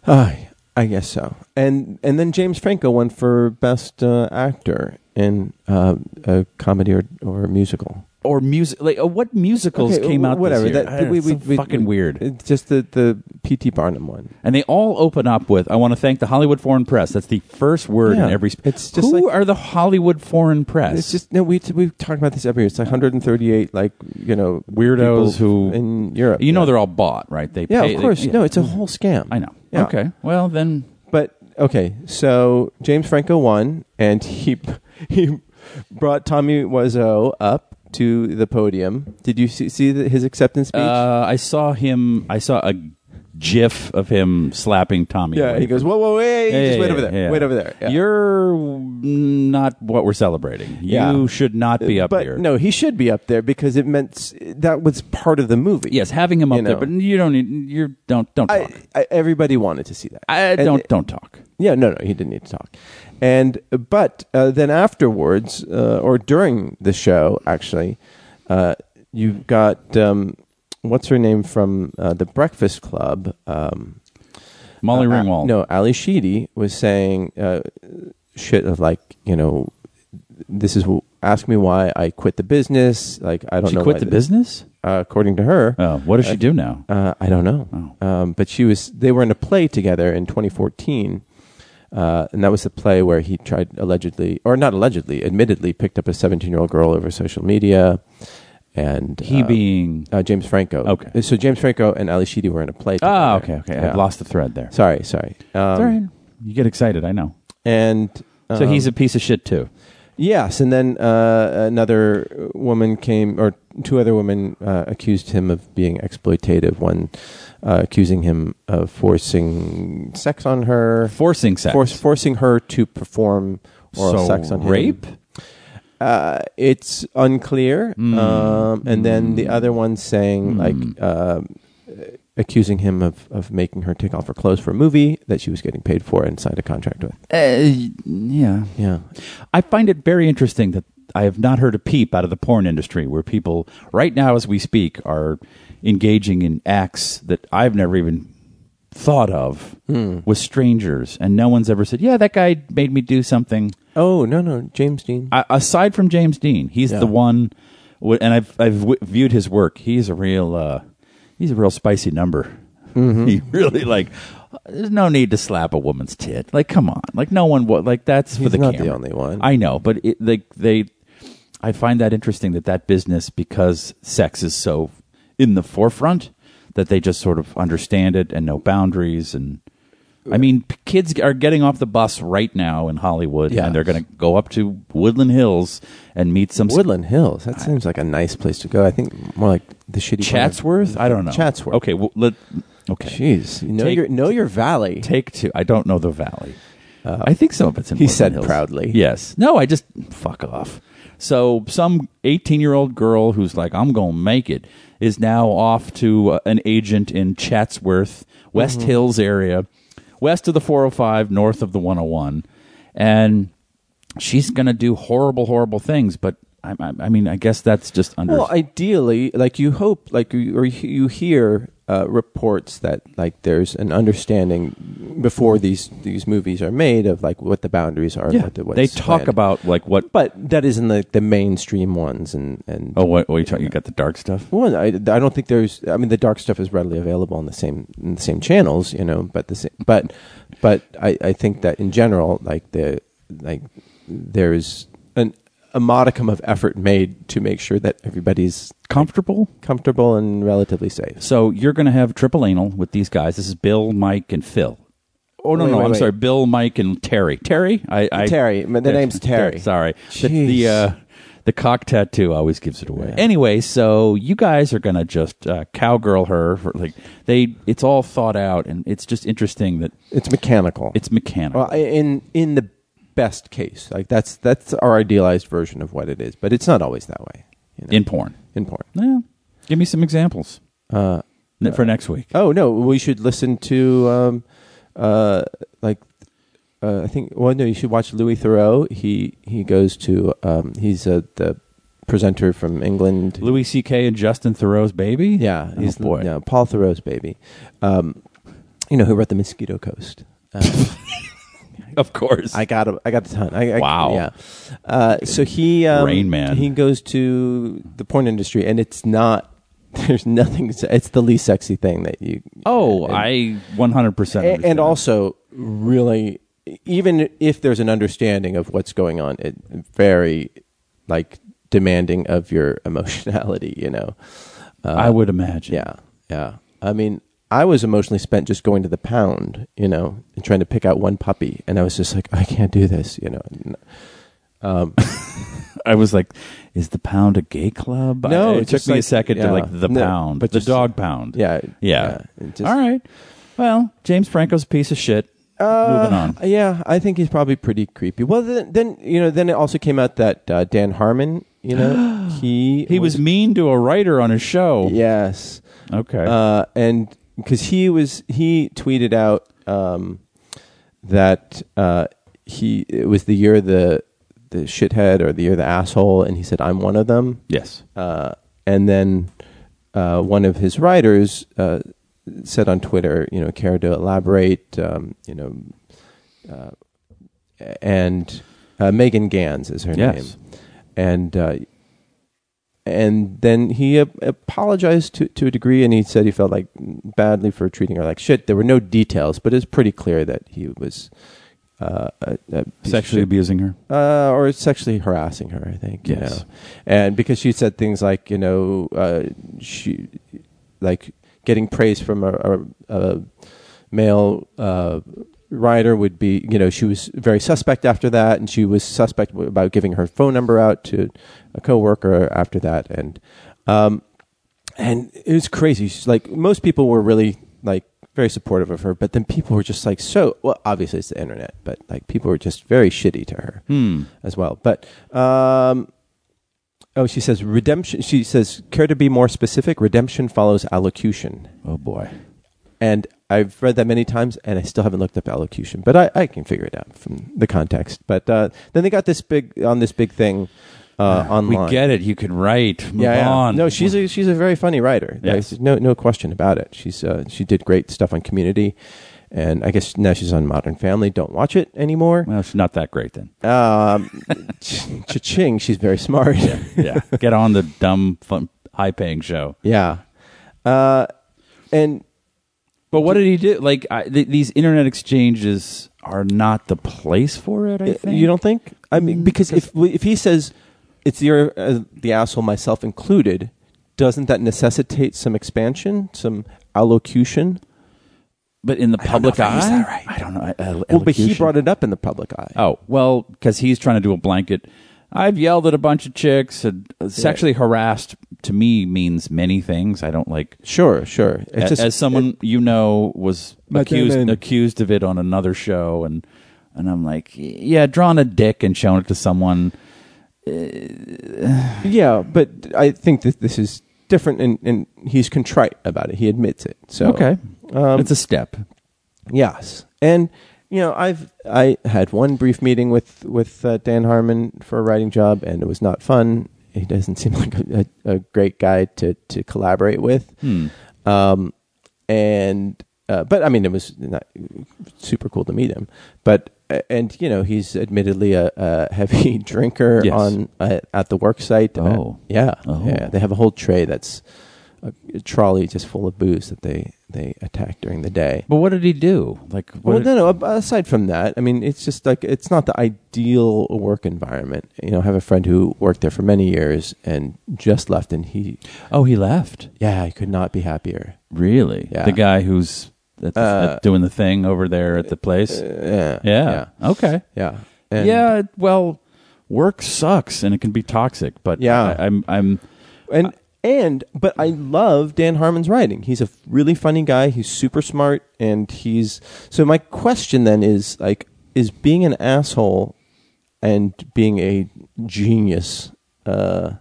I I guess so. And and then James Franco won for best uh, actor in uh, a comedy or, or musical. Or music, like uh, what musicals Okay, came w- out? this Whatever. year? That, I don't know, we, it's we, so we- fucking weird. It's just the the P.T. Barnum one. and they all open up with, "I want to thank the Hollywood Foreign Press." That's the first word Yeah, in every. Sp- it's just who like- are the Hollywood Foreign Press? It's just no. We we talk about this every year. It's like 138 like you know Weirdos people who- in Europe. you know Yeah. they're all bought, right? They yeah, pay- of they- course. yeah. No, it's a whole scam. I know. Yeah. Okay, well then, But okay, so James Franco won, and he *laughs* he brought Tommy Wiseau up to the podium. Did you see, see the, his acceptance speech? uh, I saw him. I saw a gif of him slapping Tommy. yeah, Wiseau. he goes, whoa, whoa, Yeah, wait, just yeah, wait yeah, over there, yeah. wait over there. Yeah. You're not what we're celebrating. You Yeah. should not be up Uh, but here. no, he should be up there because it meant s- that was part of the movie. Yes, having him up You there, know. but you don't need. You don't don't I, talk. I, everybody wanted to see that. I, And- don't don't talk. Yeah, no, no, he didn't need to talk. And but uh, then afterwards, uh, or during the show, actually, uh, you've got um, what's her name from uh, the Breakfast Club. Um, Molly uh, Ringwald. No, Ali Sheedy was saying uh, shit of like you know, this is wh- ask me why I quit the business. Like I don't she know. quit why the this- business. uh, according to her. Oh, what does she do now? Uh, I don't know. Oh. Um, but she was. They were in a play together in 2014, uh, and that was the play where he tried allegedly, or not allegedly, admittedly, picked up a 17 year old girl over social media, and He uh, being uh, James Franco. Okay. So James Franco and Ali Sheedy were in a play. Together. ah okay okay. Yeah. I've lost the thread there. Sorry, sorry. Um, It's all right. You get excited. I know. And so um, he's a piece of shit too. Yes, and then uh, another woman came, or two other women uh, accused him of being exploitative. One uh, accusing him of forcing sex on her, Forcing sex. force forcing her to perform so oral sex on him. rape. Uh, it's unclear. Hmm. Um, and then the other one saying like. um accusing him of, of making her take off her clothes for a movie that she was getting paid for and signed a *laughs* contract with. Uh, yeah. Yeah. I find it very interesting that I have not heard a peep out of the porn industry where people, right now as we speak, are engaging in acts that I've never even thought of with strangers. And no one's ever said, Yeah, that guy made me do something. Oh, no, no. James Dean. I, aside from James Dean, he's Yeah. the one, w- and I've, I've w- viewed his work. He's a real, uh, he's a real spicy number. Mm-hmm. *laughs* he really like. There's no need to slap a woman's tit. Like, come on. Like, no one would. Like, that's for He's the not the camera. only one. I know, but it, like they, I find that interesting that that business because sex is so in the forefront that they just sort of understand it and know boundaries and. I mean, p- kids are getting off the bus right now in Hollywood, Yeah. and they're going to go up to Woodland Hills and meet some Woodland Hills. That seems like a nice place to go. I think more like the shitty part of- Chatsworth. I don't know Chatsworth. Okay, well, let, okay. Jeez, you know Take- your know your valley. Take two. I don't know the valley. I think some of it's in. He Woodland said Hills. proudly. Yes. No, I just fuck off. So some 18 year old girl who's like, I'm going to make it, is now off to uh, an agent in Chatsworth, Mm-hmm. West Hills area, west of the 405, north of the 101. And she's going to do horrible, horrible things. But I, I, I mean, I guess that's just under. Well, ideally, like you hope, like you, or you you hear uh, reports that like there's an understanding before these these movies are made of like what the boundaries are. yeah, what the, what's they talk planned. about like what. but that isn't the the mainstream ones, and and Oh, what, what are you talking? You got the dark stuff. Well, I, I don't think there's. I mean, the dark stuff is readily available on the same in the same channels, you know. But the same, but but I, I think that in general, like the like there's an a modicum of effort made to make sure that everybody's Comfortable. comfortable and relatively safe. So you're going to have triple anal with these guys. This is Bill, Mike, and Phil. Oh no, Wait, no, wait, I'm wait. sorry, Bill, Mike, and Terry. Terry, I, I Terry. My- their name's Terry. Sorry, the Jeez. the, uh, the cock tattoo always gives it away. Anyway, so you guys are going to just uh, cowgirl her for like they. It's all thought out, and it's just interesting that It's mechanical. it's mechanical. well, I- in in the best case, like that's that's our idealized version of what it is, but it's not always that way. You know? in porn. in porn. Yeah. Give me some examples Uh, Ne- for next week. Oh no, we should listen to um, uh, like uh, I think. Well, no, you should watch Louis Thoreau. He he goes to um, he's uh, the presenter from England. Louis C.K. and Justin Thoreau's baby. yeah, Oh, he's boy. yeah, Paul Thoreau's baby. Um, you know who wrote the Mosquito Coast? Uh, Of course. I got a, I got a ton. I, I, Wow. Yeah. Uh, so he um, Rain Man. He goes to the porn industry, and it's not. *laughs* There's nothing. It's the least sexy thing that you. oh, and- I 100 percent. and, and also really even if there's an understanding of what's going on it very like demanding of your *laughs* emotionality you know I would imagine. Uh, yeah yeah i mean i was emotionally spent just going to the pound you know and trying to pick out one puppy and i was just like i can't do this you know N- I was like, "Is the pound a gay club?" I- No, it it's took just me a like- second yeah. to like the No, pound, but the just- dog pound. yeah yeah. it just- All right. Well, James Franco's a piece of shit. Uh, Moving on. yeah i think he's probably pretty creepy well then, then you know then it also came out that uh, dan harmon *gasps* you know he He was mean to a writer on his show. yes Okay. uh, and because he was he tweeted out um, that uh, he it was the year of the the shithead or the year of the asshole, and he said I'm one of them. yes. Uh, and then uh, one of his writers uh, said on Twitter, you know, care to elaborate, um, you know, uh, and uh, Megan Gans is her Yes. name, and uh, and then he ap- apologized to to a degree, and he said he felt like badly for treating her like shit. There were no details, but it's pretty clear that he was. Uh, a, a piece of Sexually shit abusing her. uh, or sexually harassing her. I think. You Yes. know? And because she said things like, you know, uh, she like getting praise from a, a, a male uh, writer would be, you know, she was very suspect after that, and she was suspect w- about giving her phone number out to a coworker after that, and um, and it was crazy. She's like most people were really like very supportive of her, but then people were just like so. Well, obviously it's the internet, but like people were just very shitty to her Hmm. as well. But um, oh, she says redemption. She says, care to be more specific? Redemption follows allocution, Oh boy. and I've read that many times, and I still haven't looked up allocution, but I, I can figure it out from the context. But uh, then they got this big on this big thing uh, online. Ah, We get it. You can write. Move Yeah, yeah. on. No, she's a she's a very funny writer. Yes. There's no no question about it. She's uh, she did great stuff on Community, and I guess now she's on Modern Family. Don't watch it anymore. Well, she's not that great then. *laughs* Um, cha-ching, she's very smart. Yeah. *laughs* Yeah. Get on the dumb, fun, high-paying show. Uh, and But what did he do? Like I, th- these internet exchanges are not the place for it. I think you don't think? I mean, because if if he says it's the uh, the asshole, myself included, doesn't that necessitate some expansion, some allocution? But in the public know if I eye, used that right. I don't know. I- I- Well, but he elocution. brought it up in the public eye. Oh well, because he's trying to do a blanket. I've yelled at a bunch of chicks and uh, sexually harassed. To me, means many things. I don't like. Sure, sure. It's a- as someone you know was But then- accused then- accused of it on another show, and and I'm like, yeah, drawing a dick and showing it to someone. yeah, but I think that this is different, and, and he's contrite about it. He admits it. So okay, um, it's a step. Yes, and you know, I've I had one brief meeting with with uh, Dan Harmon for a writing job, and it was not fun. He doesn't *laughs* seem like a, a, a great guy to to collaborate with. Hmm. Um, and uh, but I mean, it was not super cool to meet him. But uh, and you know, he's admittedly a, a heavy *laughs* drinker Yes. on uh, at the work site. Uh, Oh. yeah, Oh. yeah. They have a whole tray that's a trolley just full of booze that they they attack during the day. But what did he do? Like, what Well, no, no. ab- Aside from that, I mean, it's just like it's not the ideal work environment. You know, I have a friend who worked there for many years and just left, and he, oh, he left. yeah, I could not be happier. Really? Yeah. The guy who's at the, Uh, at doing the thing over there at the place. Yeah, yeah. Okay. yeah, And- yeah. it- Well, work sucks and it can be toxic, but Yeah. I, I'm I'm and and but I love Dan Harmon's writing. He's a really funny guy. He's super smart, and he's so. My question then is like, is being an asshole and being a genius, uh,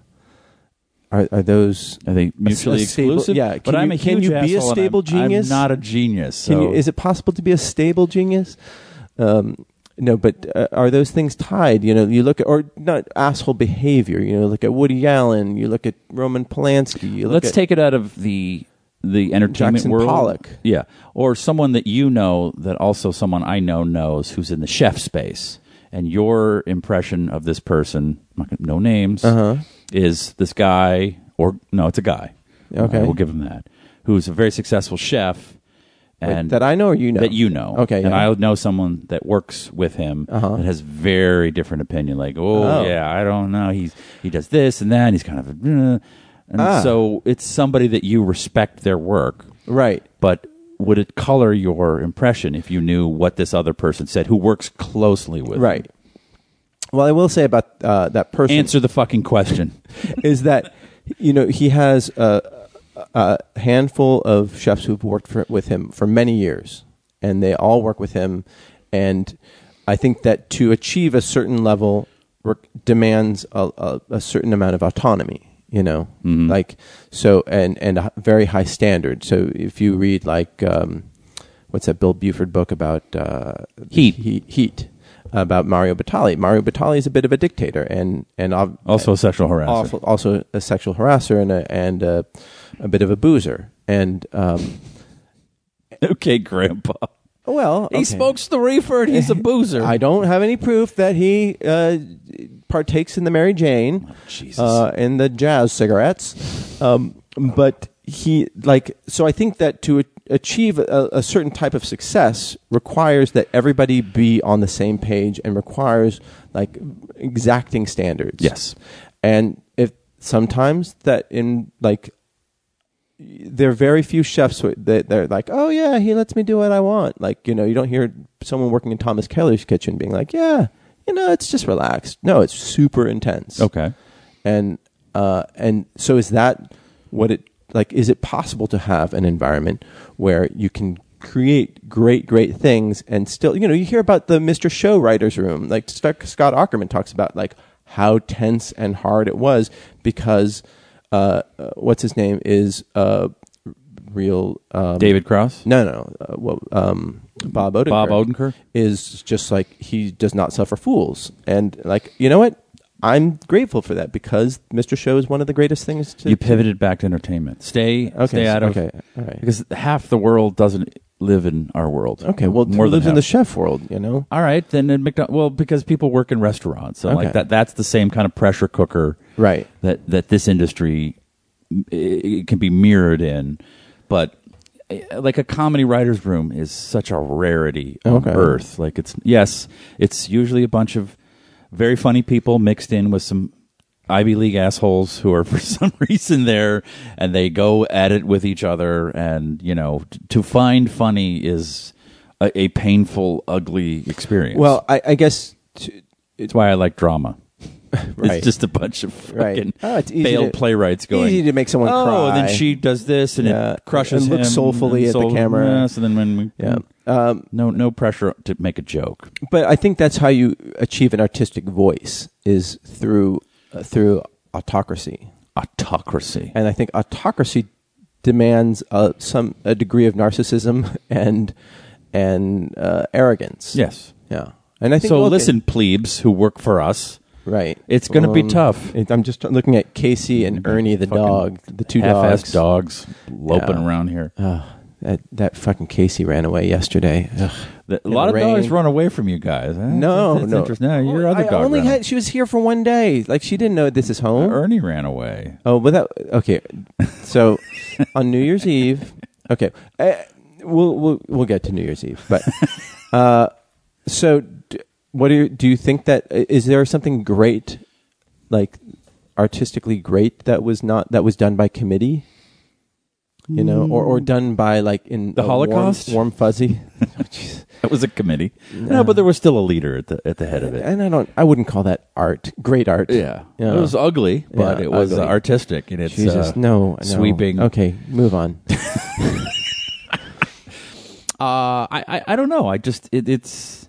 are are those? are they mutually a stable- exclusive? yeah. but Can I'm you- a can huge you be a asshole and stable I'm- I'm genius? not a genius. So Can you, is it possible to be a stable genius? Um, no, but uh, are those things tied? You know, you look at or not asshole behavior. You know, look at Woody Allen. You look at Roman Polanski. You look let's at, take it out of the the entertainment Jackson world. Pollock. Yeah. Or someone that you know that also someone I know knows who's in the chef space. And your impression of this person, I'm not gonna- no names, Uh-huh. is this guy or no, it's a guy. Okay. Uh, we'll give him that. Who's a very successful chef Wait, and that I know or you know that you know. Okay, And yeah. Uh-huh. I know someone that works with him that has very different opinion. Like, oh, Oh. yeah, I don't know. He's he does this and that. And he's kind of, a, and Ah. so it's somebody that you respect their work, right. but would it color your impression if you knew what this other person said who works closely with? him? Right. Well, I will say about uh, that person Answer the fucking *laughs* question. is that you know he has a, a handful of chefs who've worked for, with him for many years, and they all work with him. And I think that to achieve a certain level re- demands a, a, a certain amount of autonomy. You know, like so, and and a very high standard. So if you read like um, what's that Bill Buford book about uh, Heat. heat, heat about Mario Batali. Mario Batali is a bit of a dictator, and and ob- Also, a sexual harassment. awful, also a sexual harasser and a and a, a bit of a boozer. And um, *laughs* oh, Okay, Grandpa. well, He okay. smokes the reefer and *laughs* he's a boozer. I don't have any proof that he uh, partakes in the Mary Jane, Jesus. uh, and the jazz cigarettes. Um, but he like so. I think that to a- achieve a, a certain type of success requires that everybody be on the same page and requires like exacting standards. Yes. and if sometimes that in like there are very few chefs who- that they're like, oh yeah, he lets me do what I want. Like you know, you don't hear someone working in Thomas Keller's kitchen being like, yeah, you know, it's just relaxed. No, it's super intense. Okay. and uh, and so is that what it like? Is it possible to have an environment where you can create great, great things and still, you know, you hear about the Mister Show writers' room. Like Sc- Scott Ackerman talks about like how tense and hard it was because uh, uh, what's his name is uh, real um, David Cross. no, no. Uh, well, um, Bob Odenkirk. Bob Odenkirk? is just like he does not suffer fools, and like you know what, I'm grateful for that because Mr. Show is one of the greatest things to. you pivoted back to entertainment. Stay, Okay, stay out of okay, all right. because half the world doesn't live in our world. okay, well, more than who lives in the half. chef world, you know. All right, then in McDonald. Well, because people work in restaurants, so like Okay. that. That's the same kind of pressure cooker, Right. That that this industry it, it can be mirrored in, but eh, like a comedy writer's room is such a rarity on Okay. earth. Like it's yes, it's usually a bunch of very funny people mixed in with some Ivy League assholes who are *laughs* for some reason there, and they go at it with each other. And you know, t- to find funny is a, a painful, ugly experience. Well, I, I guess. To, That's why I like drama. Right. It's just a bunch of Right. fucking Oh, it's easy failed to- playwrights going. easy to make someone oh, cry." then she does this, and Yeah. it crushes And him. look soulfully at the soul- camera. Yeah, so then when we, yeah. Um, no, no pressure to make a joke. but I think that's how you achieve an artistic voice is through uh, through autocracy, Autocracy. and I think autocracy demands uh, some a degree of narcissism *laughs* and and uh, arrogance. Yes. yeah. And I think So well, listen, plebes who work for us, right? it's going to be Um, tough. Mm-hmm. it- I'm just looking at Casey and Ernie the Fucking dog, the two half-assed dogs. dogs loping Yeah. around here. Ah, that that fucking Casey ran away yesterday. Ugh. The- a lot of rain. dogs run away from you guys. Huh? No, That's- that's no. interesting. No, your Oh, other I dog only ran had. She was here for one day. Like she didn't know this is home. away. Ernie ran away. *laughs* Oh, but that okay. So on New Year's Eve, okay, uh, we'll we'll we'll get to New Year's Eve. *laughs* But uh, so, d- what do you, do you think that is there something great, like artistically great that was not that was done by committee? You know, or, or done by like in Mm. The a warm- Holocaust? warm, *laughs* fuzzy. *laughs* Oh, jeez. That was a committee. No, but there was still a leader at the at the head of it. and I don't, I wouldn't call that art. Great art. Yeah. Yeah. It was uh, ugly, but Yeah, it was uh, ugly. artistic and it's Jesus, uh, no, no, sweeping. Okay, move on. Uh, I, I I don't know. I just it, it's.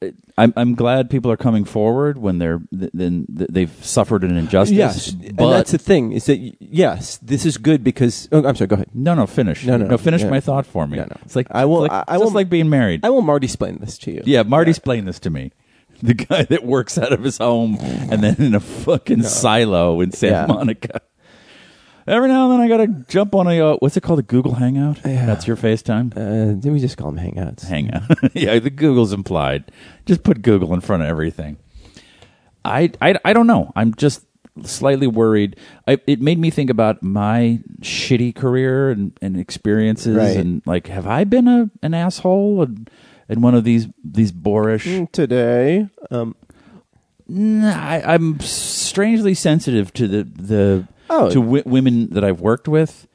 It, I'm I'm glad people are coming forward when they're th- then th- they've suffered an injustice. Yes, but and that's the thing is that y- yes, this is good because oh, I'm sorry. Go ahead. no, no, finish. No, no, no. finish Yeah. my thought for me. No, no. It's like I will- it's Like, I- I just will- like being married. I will Marty explain this to you. yeah, Marty explained this to me. *laughs* The guy that works out of his home and then in a fucking silo in Santa Yeah. Monica. Every now and then I gotta jump on a uh, what's it called a Google Hangout. Yeah. That's your FaceTime. Uh, then we just call them hangouts. hang out. *laughs* yeah, the Google's implied. Just put Google in front of everything. I I, I don't know. I'm just slightly worried. I, it made me think about my shitty career and, and experiences Right. and like, have I been a an asshole and and one of these these boorish? Today, um, Nah, I, I'm strangely sensitive to the the Oh. to w- women that I've worked with.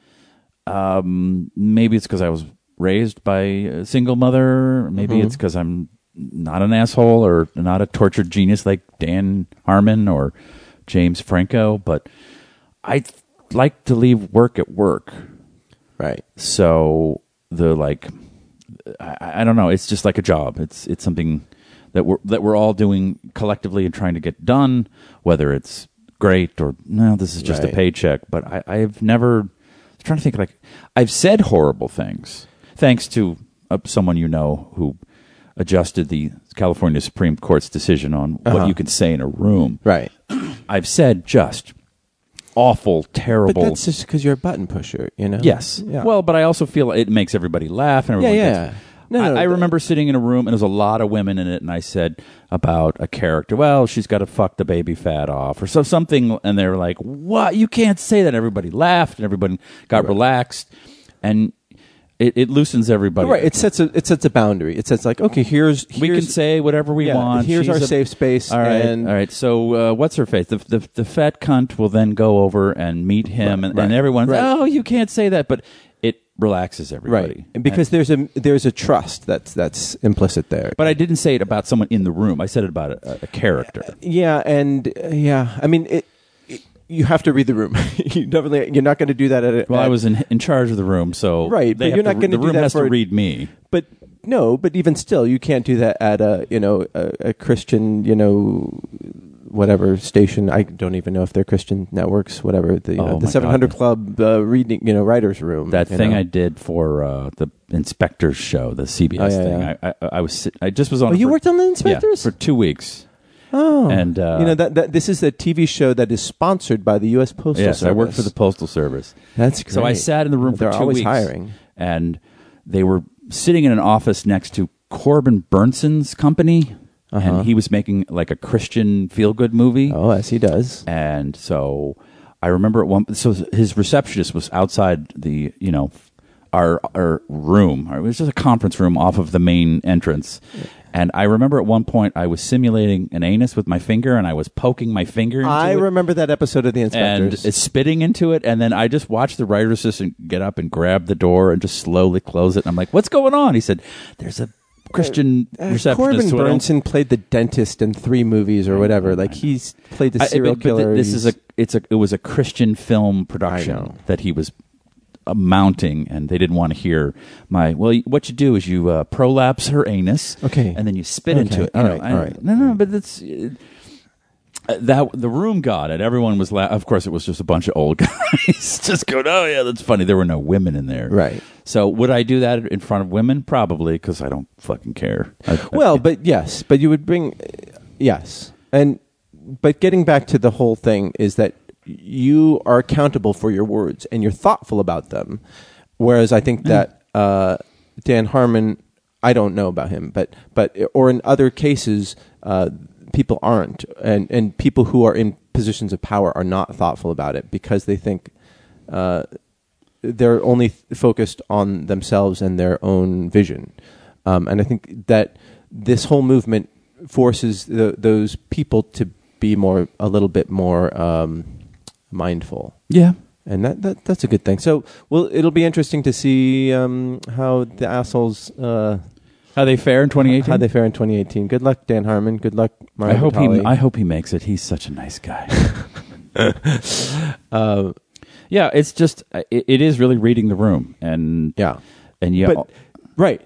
Um, maybe it's because I was raised by a single mother. Maybe it's because I'm not an asshole or not a tortured genius like Dan Harmon or James Franco. But I th- like to leave work at work. right? So the like, I, I don't know. It's just like a job. It's it's something that we're that we're all doing collectively and trying to get done. Whether it's great or no, this is just a Right. paycheck. But I, I've never I'm trying to think like I've said horrible things thanks to uh, someone you know who adjusted the California Supreme Court's decision on what you can say in a room. Uh-huh. Right. I've said just awful, But terrible. that's just because you're a button pusher, you know. Yes. Yeah. Well, but I also feel it makes everybody laugh and everyone Yeah, gets- yeah. No, I, no, I the- remember sitting in a room and there was a lot of women in it, and I said about a character, well, she's got to fuck the baby fat off or so something, and they were like, "What? You can't say that!" Everybody laughed and everybody got relaxed, and it, it loosens everybody. right. It sets a it sets a boundary. It sets like okay, here's, here's we can say whatever we yeah, want. Here's She's our a- safe space. All right, and- all right. So, uh, what's her face? The, the the fat cunt will then go over and meet him, and, right, and everyone's right. oh, you can't say that, but it relaxes everybody. right. And because there's a there's a trust that's that's implicit there. But I didn't say it about someone in the room. I said it about a, a character. Yeah, and uh, yeah, I mean, it, it, you have to read the room. *laughs* you definitely you're not going to do that at. a- Well, I at- was in, in charge of the room, so Right, they but have you're not re- gonna the do room that has to for- read me. But no, but even still, you can't do that at a you know a, a Christian you know whatever station. I don't even know if they're Christian networks, whatever the you Oh, know, the my 700 God. Club uh, reading you know writers room. That you thing know. I did for uh, the inspector's show, the CBS Oh, yeah, thing. yeah. I, I I was sit- I just was on. Oh, it you for- worked on the yeah, inspectors. for two weeks. oh, and, uh, you know that, that this is a TV show that is sponsored by the U.S. Postal yes, Service. I worked for the postal service. That's great. So I sat in the room for They're two always weeks, hiring. and they were sitting in an office next to Corbin Burnson's company, and he was making like a Christian feel-good movie. Uh-huh. Oh, as he does. And so I remember at one. So his receptionist was outside the you know our our room. It was just a conference room off of the main entrance. And I remember at one point I was simulating an anus with my finger, and I was poking my finger. Into I it remember that episode of the and inspectors. it's spitting into it. And then I just watched the writer's assistant get up and grab the door and just slowly close it. And I'm like, "What's going on?" He said, "There's a Christian Uh, receptionist." Corbin who I don't- Burnson played the dentist in three movies or whatever. Like he's played the I- serial but- but killer. This is a He's- it's a it was a Christian film I know. production that he was uh, mounting, and they didn't want to hear my. Well, y- what you do is you uh, prolapse her anus, Okay. and then you spit into Okay. it. you All know, right. I- All right. No, no, but that's. uh, Uh, that the room got it. Everyone was la- of course it was just a bunch of old *laughs* guys just going, "Oh yeah, that's funny." There were no women in there. Right. So would I do that in front of women? Probably cuz I don't fucking care. I- I- Well, but yes, but you would bring uh, yes, and but getting back to the whole thing is that you are accountable for your words and you're thoughtful about them, whereas I think that Mm-hmm. uh, Dan Harmon, I don't know about him, but but or in other cases, uh, people aren't, and and people who are in positions of power are not thoughtful about it because they think. Uh, they're only th- focused on themselves and their own vision. Um, and I think that this whole movement forces th those people to be more, a little bit more um, mindful. yeah. And that, that that's a good thing. So, well, it'll be interesting to see um, how the assholes uh, How they fare in 2018? how they fare in 2018. Good luck, Dan Harmon. Good luck, Mario I hope Batali. he I hope he makes it. He's such a nice *laughs* guy. Uh, Um, yeah, it's just it, it is really reading the room and yeah. and yeah. But right,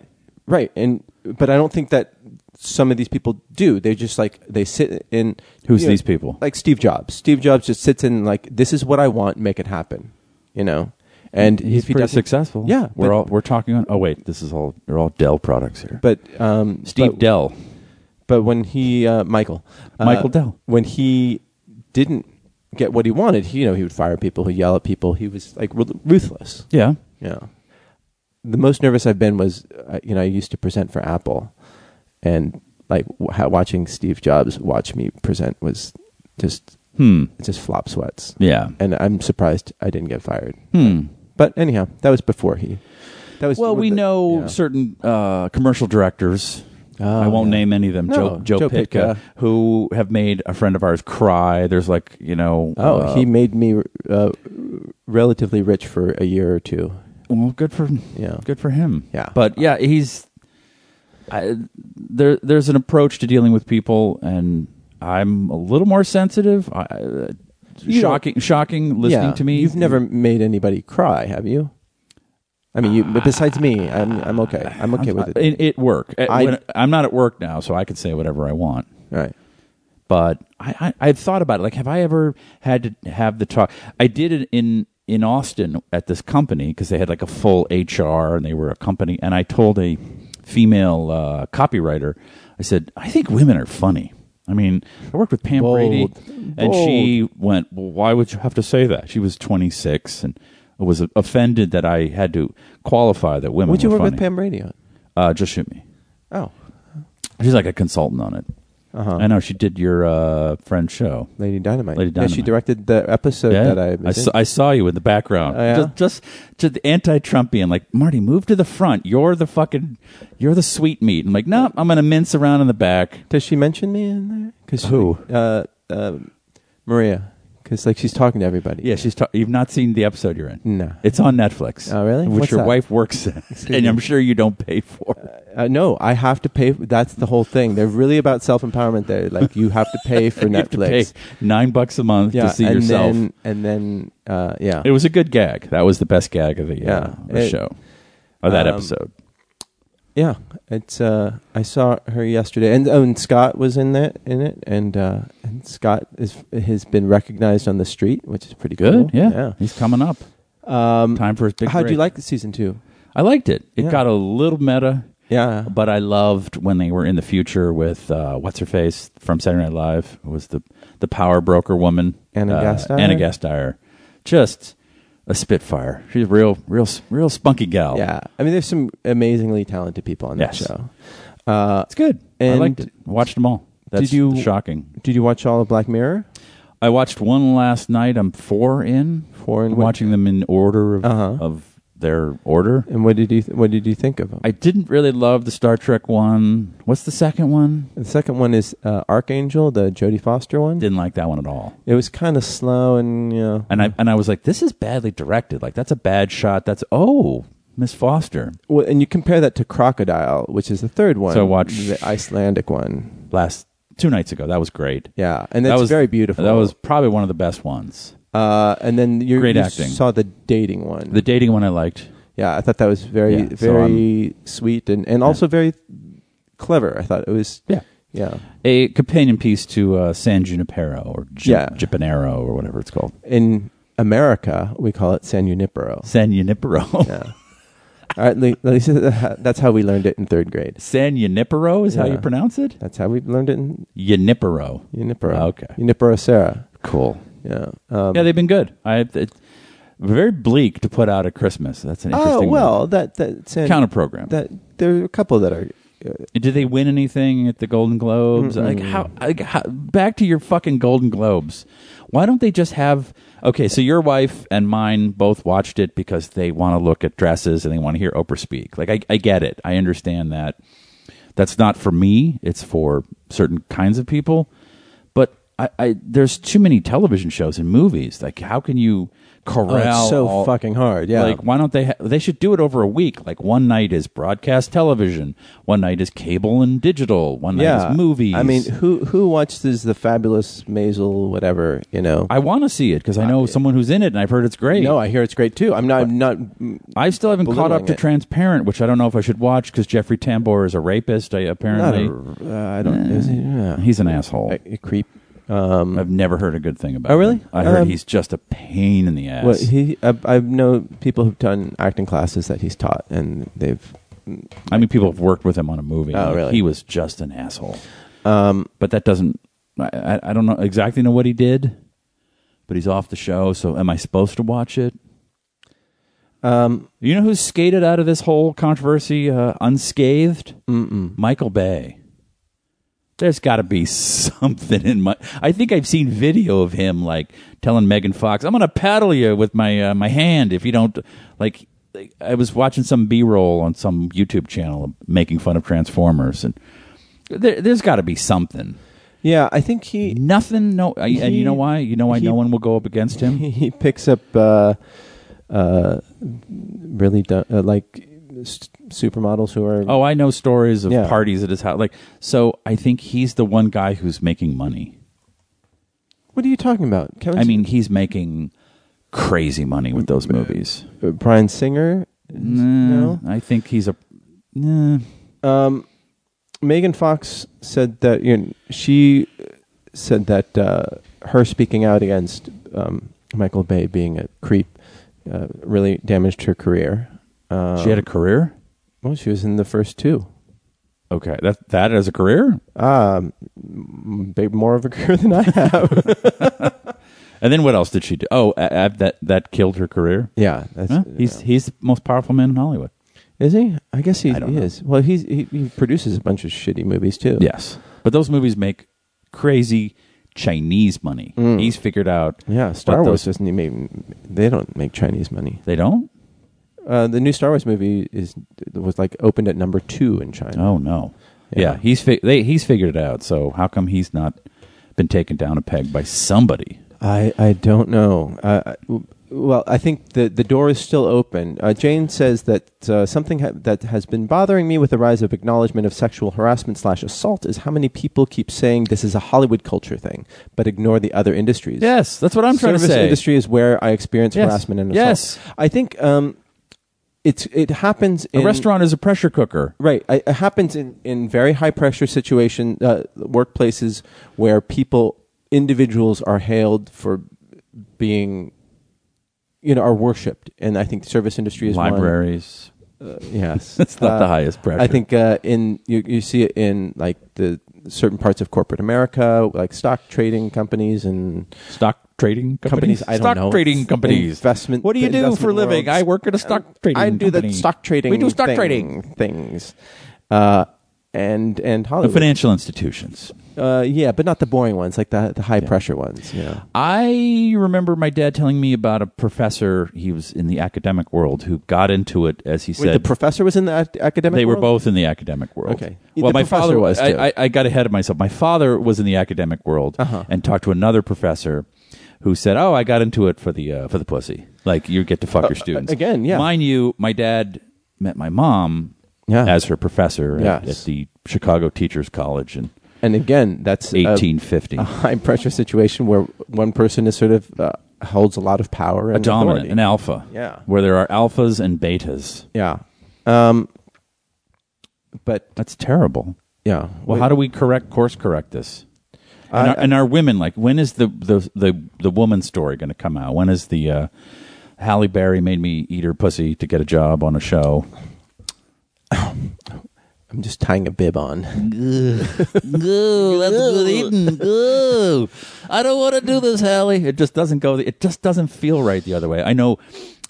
right, and but I don't think that some of these people do. They just like they sit in. Who's you know, these people? Like Steve Jobs. Steve Jobs just sits in like this is what I want. Make it happen. You know, and he's if he pretty doesn't- successful. Yeah, we're but- all we're talking on. Oh wait, this is all they're all Dell products here. But um, Steve but, Dell, But when he uh, Michael uh, Michael Dell. when he didn't get what he wanted, he, you know, he would fire people, he'd yell at people. He was like ru- ruthless. yeah, Yeah. The most nervous I've been was, uh, you know, I used to present for Apple, and like w- how- watching Steve Jobs watch me present was just hmm, just flop sweats. yeah, And I'm surprised I didn't get fired. hmm. But anyhow, that was before he. That was Well, we the- know yeah. certain uh, commercial directors. Oh, I won't yeah. name any of them. No, Joe, Joe, Joe Pitka, Pitka. who have made a friend of ours cry. There's like you know, Oh, uh, he made me uh, relatively rich for a year or two. Well, good for Yeah. good for him. Yeah. but yeah, he's I, there. There's an approach to dealing with people, and I'm a little more sensitive. I, uh, You don't- shocking, shocking. Listening Yeah. to me, You've never made anybody cry, have you? I mean, you, but besides me, I'm I'm okay. I'm okay with it. In, at work. At, I- I, when, I'm not at work now, so I could say whatever I want. All right. But I, I, I've thought about it. Like, have I ever had to have the talk? I did it in in Austin at this company because they had like a full HR and they were a company. And I told a female uh, copywriter, I said, I think women are funny. I mean, I worked with Pam Bold. Brady, and Bold. she went, Well, why would you have to say that? She was 26 and was offended that I had to qualify that women Would you were work funny. with Pam Brady on? Uh, just shoot me. Oh, She's like a consultant on it. Uh-huh. I know she did your uh, friend's show. Lady Dynamite. Lady Yeah, she Dynamite. directed the episode that I. was saw, in. I saw you in the background. Oh, yeah? Just, just to the anti-Trumpian, like Marty, move to the front. You're the fucking, you're the sweet meat. I'm like, no, I'm gonna mince around in the back. Does she mention me in there? Cause she- Who? uh, uh, Maria. Because like she's talking to everybody. Yeah, she's. Ta- you've not seen the episode you're in. No. it's on Netflix. Oh, really? Which What's your that? wife works *laughs* in, and I'm sure you don't pay for. Uh, no, I have to pay. That's the whole thing. They're really about self empowerment. There, like you have to pay for *laughs* You have to pay Netflix. nine bucks a month Yeah, to see and yourself. Then, and then, uh, yeah. it was a good gag. That was the best gag of the, Yeah. uh, of the It- show, of that um, episode. Yeah, it's. Uh, I saw her yesterday, and oh, and Scott was in that in it, and uh, and Scott is has been recognized on the street, which is pretty Good. Cool. Yeah. He's coming up. yeah. Um, Time for his big How do you break. like the season two? I liked it. It Yeah. got a little meta, Yeah, but I loved when they were in the future with uh, what's her face from Saturday Night Live. It was the the power broker woman, uh, Anna Gasteyer? Anna Gasteyer, just a spitfire. She's a real, real, real spunky gal. yeah. I mean, there's some amazingly talented people on that Yes. show. Uh, it's good. I And liked it. Watched them all. That's did you- shocking. did you watch all of Black Mirror? I watched one last night. I'm four in. Four in what- Watching them in order of, Uh-huh. of their order. And what did you th- what did you think of them? I didn't really love the Star Trek one. What's the second one? the second one is uh, Archangel, the Jodie Foster one. Didn't like that one at all. it was kind of slow and you know. And I and I was like, this is badly directed. Like that's a bad shot. That's oh, Miss Foster Well, and you compare that to Crocodile, which is the third one. So watch- the Icelandic one. last two nights ago. That was great. Yeah, and that that's was very beautiful. That was probably one of the best ones. uh, and then you, Great you acting. saw the dating one. The dating one I liked. yeah, I thought that was very Yeah, so very sweet and, and also very clever. I thought it was Yeah. you Yeah. a companion piece to uh, San Junipero or J- Yeah. Jipinero or whatever it's called. In America, we call it *laughs* San Junipero. San Junipero. *laughs* Yeah. All right, Le- Lisa, *laughs* that's how we learned it in third grade. *laughs* San Junipero is how Yeah. you pronounce it. That's how we learned it in Junipero. Junipero. Okay. Junipero Serra. Cool. Yeah. Um, Yeah, they've been good. I it, very bleak to put out at Christmas. That's an oh, interesting well, that, that San, counter program. That, there are a couple that are. Uh, Did they win anything at the Golden Globes? Like how, like how? Back to your fucking Golden Globes. Why don't they just have? Okay, so your wife and mine both watched it because they want to look at dresses and they want to hear Oprah speak. Like I, I get it. I understand that. That's not for me. It's for certain kinds of people. But I, I there's too many television shows and movies. Like how can you corral? Oh, so all- fucking hard. Yeah. Like, why don't they? Ha- they should do it over a week. Like, one night is broadcast television, one night is cable and digital, one night yeah. is movies. I mean, who who watches the fabulous Maisel, whatever, you know? I want to see it because I know someone who's in it, and I've heard it's great. no, I hear it's great too. I'm not, I'm not mm, I still haven't caught up belittling to it. Transparent, which I don't know if I should watch because Jeffrey Tambor is a rapist. I apparently Not a, uh, I don't. is he- yeah. he's an asshole. a, a creep. Um, I've never heard a good thing about. Oh, really? him. I heard Um, he's just a pain in the ass. well, he. I, I know people who've done acting classes that he's taught, and they've. I mean, people have worked with him on a movie. Oh, Like, really? He was just an asshole. Um, but that doesn't. I, I- I don't know exactly know what he did, but he's off the show. So am I supposed to watch it? Um, You know who's skated out of this whole controversy uh, unscathed? Mm-mm. Michael Bay. There's got to be something in my. I think I've seen video of him like telling Megan Fox, "I'm gonna paddle you with my uh, my hand if you don't like." like, I was watching some B-roll on some YouTube channel making fun of Transformers, and there, there's got to be something. yeah, I think he Nothing. No, I- and you know why? You know why He- no one will go up against him. he picks up uh, uh, really du- uh, like s- supermodels who are. Oh, I know stories of Yeah. parties at his house. Like, so I think he's the one guy who's making money. What are you talking about? Kevin I mean, he's making crazy money with those movies. uh, Brian Singer. Nah, I think he's a. Nah. Um, Megan Fox said that you know, she said that uh, her speaking out against um, Michael Bay being a creep uh, really damaged her career. Um, she had a career. well, she was in the first two. Okay, that that as a career, Um, m- big- more of a *laughs* career than I have. and then what else did she do? Oh, a- a- that that killed her career. yeah, that's, Huh? He's he's the most powerful man in Hollywood. is he? I guess he I don't know. is. Well, he's he, he produces a bunch of shitty movies too. Yes, but those movies make crazy Chinese money. He's figured out. Mm. yeah. Star what Wars those- doesn't even they don't make Chinese money. They don't. Uh, the new Star Wars movie is was like opened at number two in China. Oh no. Yeah. Yeah, he's fi- they, he's figured it out. So how come he's not been taken down a peg by somebody? I, I don't know. Uh, I- w- well, I think the the door is still open. Uh, Jane says that uh, something ha- that has been bothering me with the rise of acknowledgement of sexual harassment slash assault is how many people keep saying this is a Hollywood culture thing, but ignore the other industries. Yes, that's what I'm trying Service to say. industry is where I experience Yes. harassment and assault. Yes. I think um, it's it happens A in restaurant is a pressure cooker. Right. I- It happens in, in very high pressure situation uh, workplaces where people, individuals are hailed for being, you know, are worshipped. And I think the service industry is one. Libraries. Yes. *laughs* It's not Uh, the highest pressure. I think uh, in you, you see it in like the certain parts of corporate America, like stock trading companies and stock trading companies. companies. I don't stock know. trading companies. Investment- What do you do investment for a living? worlds. I work at a stock trading. I do company. the stock trading. We do stock thing- trading. things. Uh, and and The Hollywood. financial institutions. Uh, yeah, but not the boring ones, like the the high pressure ones. Yeah. I remember my dad telling me about a professor. He was in the academic world who got into it, as he Wait, said. the professor was in the ac- academic. they were world? both in the academic world. Okay. Well, The my professor father was, I, too. I, I got ahead of myself. My father was in the academic world Uh-huh. and talked to another professor who said, "Oh, I got into it for the uh, for the pussy. Like you get to fuck your students Uh, again, yeah. Mind you, my dad met my mom Yeah. as her professor at- at, Yes. the Chicago Teachers College in And again, that's a- 1850. A, high pressure situation where one person is sort of uh, holds a lot of power. And a dominant, authority. an alpha. Yeah. Where there are alphas and betas. Yeah. Um. But That's terrible. Yeah. Well, how do we correct course correct this? And, I- our, and our women, like, when is the the the, the woman story going to come out? When is the uh, Halle Berry made me eat her pussy to get a job on a show? I'm just tying a bib on. *laughs* Goo, that's good eating. Goo. I don't want to do this, Hallie. It just doesn't go. It just doesn't feel right the other way. I know.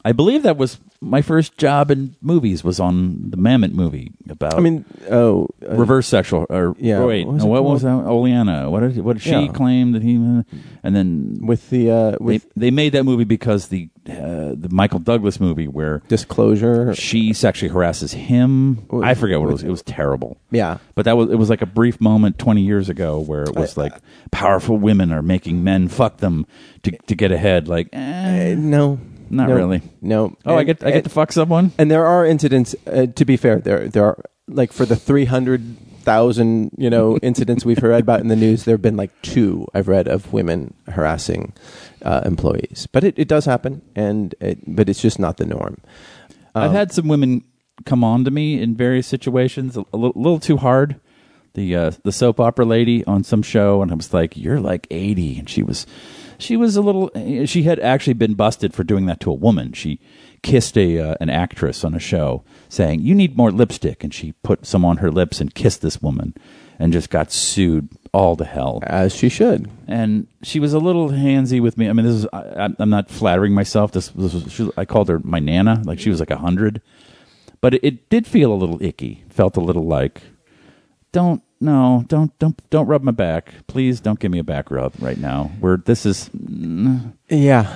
I believe that was my first job in movies was on the Mammoth movie about. I mean, oh, uh, reverse sexual or Yeah, wait what was no, it what was that Oleana what did, what did she Yeah. claim that he and then with the uh, they, with they made that movie because the uh, the Michael Douglas movie where disclosure. she sexually harasses him I forget what it was it was terrible Yeah. but that was it was like a brief moment 20 years ago where it was like powerful women are making men fuck them to to get ahead like eh. Uh, no, Not no, really. No. oh I get I get to fuck someone And there are incidents. Uh, to be fair, there there are like for the three hundred thousand you *laughs* know incidents we've heard about in the news. There have been like two I've read of women harassing uh, employees, but it, it does happen, and it, but it's just not the norm. I've had some women come on to me in various situations a, a li- little too hard. The uh, the soap opera lady on some show, and I was like, "You're like 80," and she was, she was a little. eh, She had actually been busted for doing that to a woman. She kissed a uh, an actress on a show, saying, "You need more lipstick," and she put some on her lips and kissed this woman, and just got sued all to hell As she should. and she was a little handsy with me. I mean, this is I, I'm- I'm not flattering myself. This, this was she, I called her my nana, like she was like a hundred, but it, it did feel a little icky. Felt a little like, don't no, don't don't don't rub my back, please. Don't give me a back rub right now. Where this is, mm, Yeah,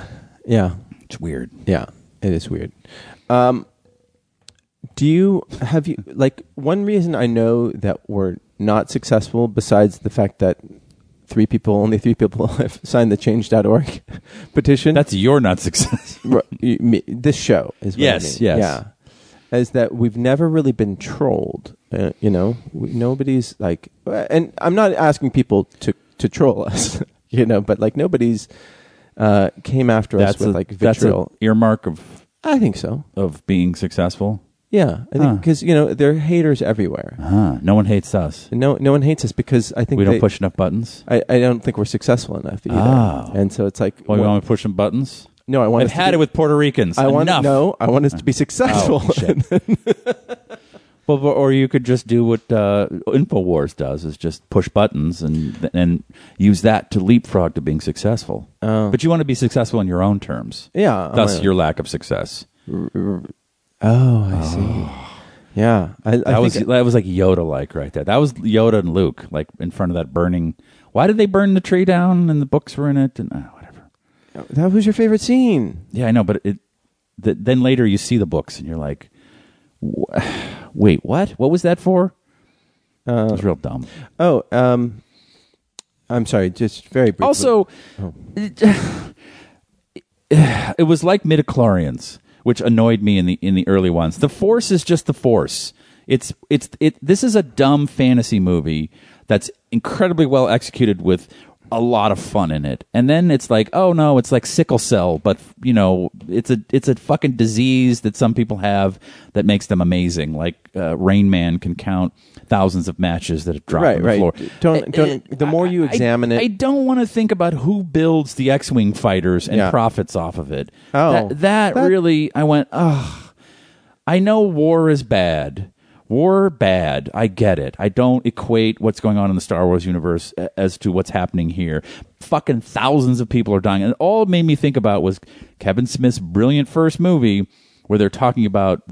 yeah, it's weird. yeah. It is weird. Um, do you have you like one reason I know that we're not successful besides the fact that three people only three people *laughs* have signed the change.org *laughs* petition That's your not *laughs* success. Ru- you- me- this show is what I Yes, mean. yes. yeah is that we've never really been trolled uh, you know we, nobody's like uh, and i'm not asking people to to troll *laughs* us you know but like nobody's uh came after us with like vitriol that's a earmark of i think so of being successful. yeah i think Huh. because you know there are haters everywhere Huh. No one hates us. And no no one hates us because i think We don't they- push enough buttons. I, I don't think we're successful enough either Oh. and so it's like Why we well, only push some buttons? no i want I've us to had be- it with Puerto Ricans. i want Enough. no i want us to be successful *laughs* Oh, shit. well, but- or you could just do what uh, Infowars does: is just push buttons and and use that to leapfrog to being successful. Oh. But you want to be successful on your own terms. yeah I'm Thus, a- your lack of success. Oh, I see. Yeah, I, I That think was that was like Yoda like right there. That was Yoda and Luke like in front of that burning. Why did they burn the tree down and the books were in it and uh, whatever? that was your favorite scene. Yeah, I know, but it. Th- then later you see the books and you're like, "Wh- *sighs* wait, what? What was that for? Uh, it was real dumb. Oh, um, I'm sorry, just very briefly. Also, oh. *sighs* it, it was like midichlorians, which annoyed me in the in the early ones. The Force is just the Force. It's it's it. This is a dumb fantasy movie that's incredibly well executed with a lot of fun in it. And then it's like, oh no, it's like sickle cell, but you know, it's a it's a fucking disease that some people have that makes them amazing. Like uh, Rain Man can count thousands of matches that have dropped Right, on the right. floor. Uh, Don't- don't- the more you I- examine it- I don't want to think about who builds the X-wing fighters and Yeah. profits off of it. Oh. that, that That- really, I went. Ugh. I know war is bad. War bad. I get it. I don't equate what's going on in the Star Wars universe a- as to what's happening here. Fucking thousands of people are dying, and all it made me think about was Kevin Smith's brilliant first movie, where they're talking about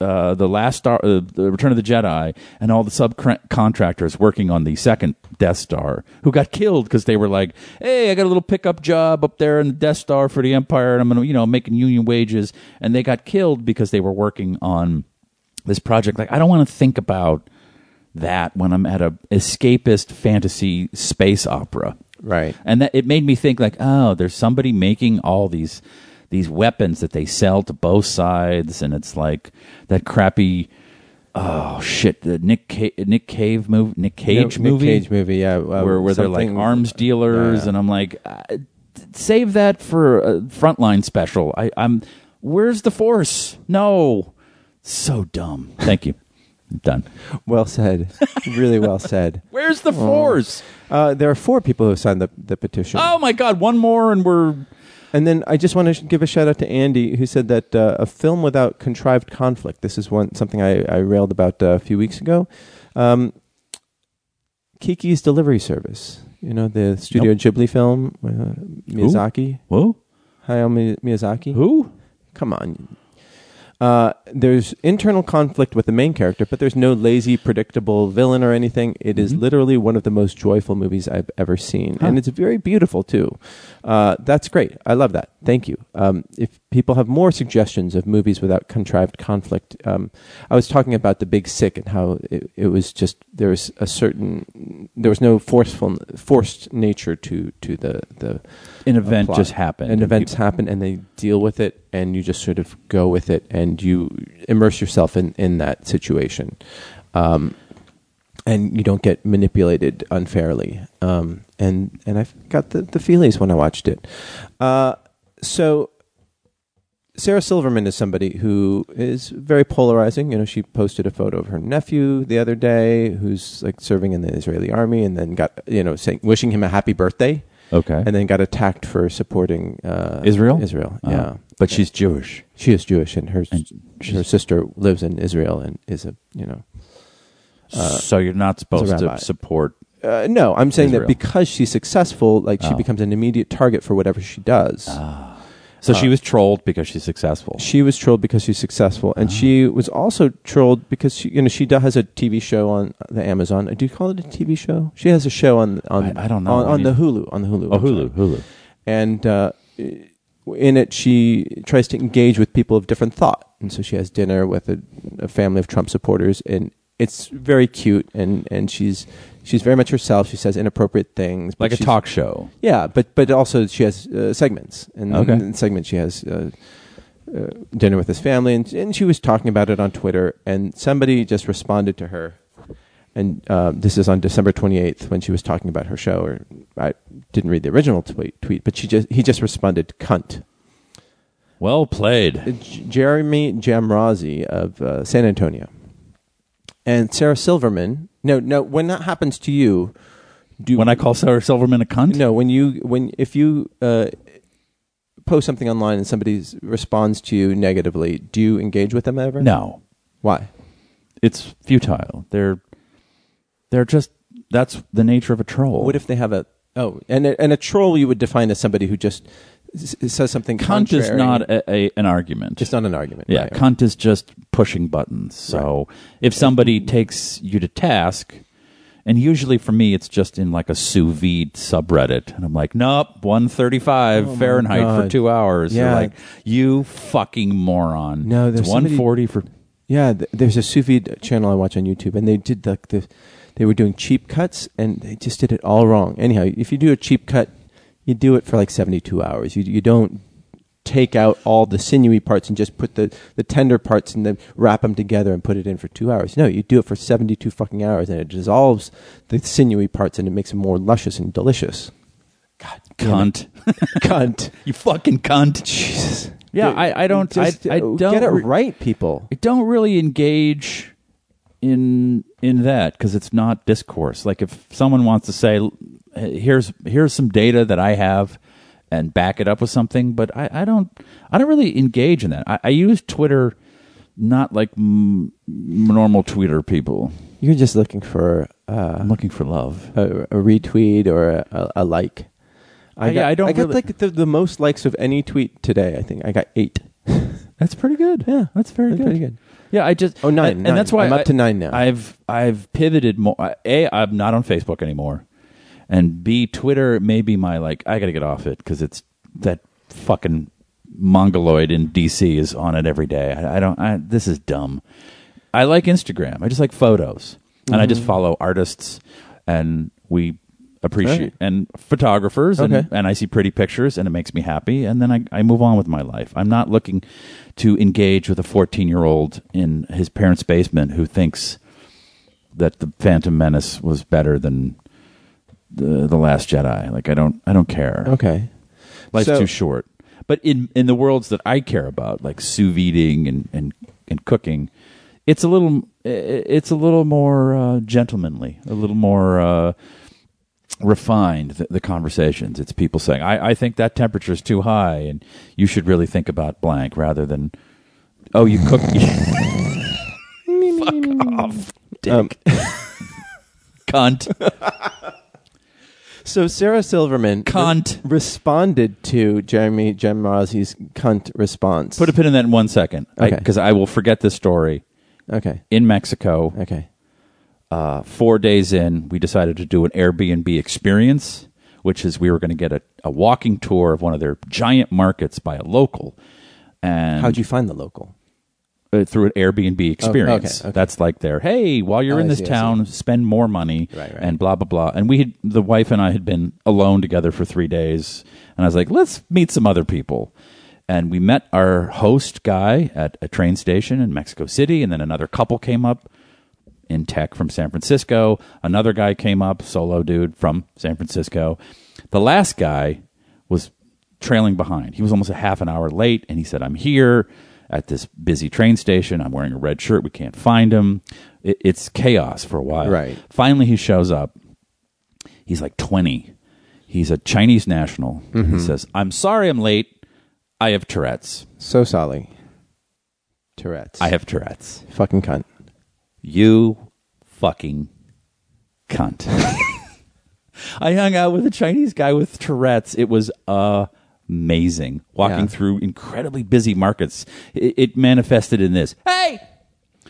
uh, the last star, uh, the Return of the Jedi, and all the subcontractors working on the second Death Star who got killed because they were like, "Hey, I got a little pickup job up there in the Death Star for the Empire, and I'm gonna, you know, making union wages," and they got killed because they were working on this project. Like, I don't want to think about that when I'm at a escapist fantasy space opera Right. and that it made me think like oh there's somebody making all these these weapons that they sell to both sides and it's like that crappy oh shit the nick Ca- nick cave movie nick cage Nick movie Cage movie, yeah, uh, where, where they're like something- arms dealers Yeah. and i'm like uh, d- save that for a frontline special I, i'm where's the force no so dumb thank you Done. Well said. really *laughs* well said. Where's the fours? Uh, there are four people who signed the, the petition. Oh my God! One more, and we're And then I just want to give a shout out to Andy, who said that uh, a film without contrived conflict. This is one something I, I railed about uh, a few weeks ago. Um, Kiki's Delivery Service. You know the Studio Ghibli film, uh, Miyazaki, whoa. Hayao Mi- Miyazaki. Who? Come on. Uh, there's internal conflict with the main character, but there's no lazy, predictable villain or anything. It is literally one of the most joyful movies I've ever seen, and it's very beautiful too. Uh, that's great. I love that. Thank you. Um, if people have more suggestions of movies without contrived conflict, um, I was talking about The Big Sick and how it, it was just there was a certain there was no forceful forced nature to to the the An event plot. just happened. An and event happened, and they deal with it, and you just sort of go with it, and you immerse yourself in in that situation, um, and you don't get manipulated unfairly. Um, and and I got the the feelies when I watched it. Uh, so Sarah Silverman is somebody who is very polarizing. You know, she posted a photo of her nephew the other day, who's like serving in the Israeli army, and then got you know saying wishing him a happy birthday Okay. and then got attacked for supporting uh, Israel? Israel, Uh, yeah. But she's Jewish. She is Jewish, and her And her she's- sister lives in Israel and is a you know. Uh, so you're not supposed rabbi. to support. Uh, no, I'm saying Israel. that because she's successful, like she Oh. Ah. becomes an immediate target for whatever she does. So she was trolled because she's successful. She was trolled because she's successful, and Ah. she was also trolled because she, you know she does, has a TV show on the Amazon. Do you call it a TV show? She has a show on on I- I don't know. on, I on the need- Hulu on the Hulu oh, I'm Hulu, sorry. Hulu. and uh, in it she tries to engage with people of different thought and so she has dinner with a, a family of trump supporters and it's very cute and, and she's she's very much herself she says inappropriate things but Like a she's- talk show. yeah but but also she has uh, segments and Okay. in segments she has uh, uh, dinner with his family and, and she was talking about it on twitter and somebody just responded to her and uh, this is on December 28th when she was talking about her show. Or I didn't read the original tweet, tweet but she just he just responded, "Cunt." Uh, Well played. J- Jeremy Jamrazi of uh, San Antonio and Sarah Silverman. No, no. When that happens to you, do When I call Sarah Silverman a cunt? no when you when if you uh, post something online and somebody responds to you negatively, do you engage with them ever? No. Why? It's futile. They're they're just that's the nature of a troll. What if they have a oh and a, and a troll you would define as somebody who just s- says something cunt contrary. is not a, a, an argument? it's not an argument. yeah, right? cunt is just pushing buttons. So if somebody takes you to task, and usually for me it's just in like a sous vide subreddit, and I'm like, nope, 135 Fahrenheit for Oh God. two hours. You're Yeah. like, you fucking moron. No, it's there's somebody- 140 for. Yeah, th- there's a sous vide channel I watch on YouTube, and they did like the, they were doing cheap cuts, and they just did it all wrong. Anyhow, if you do a cheap cut, you do it for like 72 hours. You you don't take out all the sinewy parts and just put the, the tender parts and then wrap them together and put it in for two hours. No, you do it for 72 fucking hours, and it dissolves the sinewy parts and it makes them more luscious and delicious. *laughs* God, damn it. Cunt. *laughs* cunt. you fucking cunt. Jesus. Yeah, I- I don't- I- I don't get it re- right, people. I don't really engage in in that because it's not discourse. Like if someone wants to say, "Here's here's some data that I have," and back it up with something, but I, I don't I don't really engage in that. I, I use Twitter not like m- normal Twitter people. You're just looking for. Uh, I'm looking for love. a, a retweet or a, a, a like. I- yeah, I don't I got really- like the, the most likes of any tweet today. I think I got eight. That's pretty good. Yeah, that's very That's good. pretty good. Yeah, I just Oh, nine, and, nine. and that's why I'm up I- to nine now. I've I've pivoted more. A, I'm not on Facebook anymore, and B, Twitter may be my like. I got to get off it because it's that fucking mongoloid in DC is on it every day. I, I don't. I, this is dumb. I like Instagram. I just like photos, and I just follow artists, and we appreciate Mm-hmm. Right. and photographers Okay. and, and I see pretty pictures and it makes me happy and then I, I move on with my life. I'm not looking to engage with a 14 year old in his parents' basement who thinks that the Phantom Menace was better than the the Last Jedi. Like I don't I don't care. Okay. Life's So- too short. But in in the worlds that I care about, like sous videing and, and, and cooking, it's a little i- it's a little more uh, gentlemanly, a little more uh, refined. The, the conversations, it's people saying, I, "I think that temperature is too high, and you should really think about blank," rather than, "Oh, you cook." *laughs* Fuck off, dick, Um, cunt, So Sarah Silverman Cunt. re- responded to Jeremy Jamrosi's cunt response. Put a pin in that in one second, Okay. because I will forget this story. okay, In Mexico, okay. uh, four days in, we decided to do an Airbnb experience, which is we were going to get a, a walking tour of one of their giant markets by a local. And How'd you find the local? uh, through an Airbnb experience. okay, okay. That's like their hey, while you're Oh, in I this see, I see. town, spend more money Right, right. and blah blah blah. And we had the wife and I had been alone together for three days, and I was like, let's meet some other people. And we met our host guy at a train station in Mexico City, and then another couple came up in tech from San Francisco. Another guy came up, solo dude from San Francisco. The last guy was trailing behind. He was almost a half an hour late, and he said, "I'm here at this busy train station. I'm wearing a red shirt. We can't find him. It, it's chaos for a while." Right. Finally, he shows up. He's like 20. He's a Chinese national. And he says, "I'm sorry, I'm late. I have Tourette's. So Solly. Tourette's. I have Tourette's. fucking cunt. You fucking cunt. *laughs* I hung out with a Chinese guy with Tourette's. It was amazing. Walking Yeah. through incredibly busy markets, it, it manifested in this. Hey!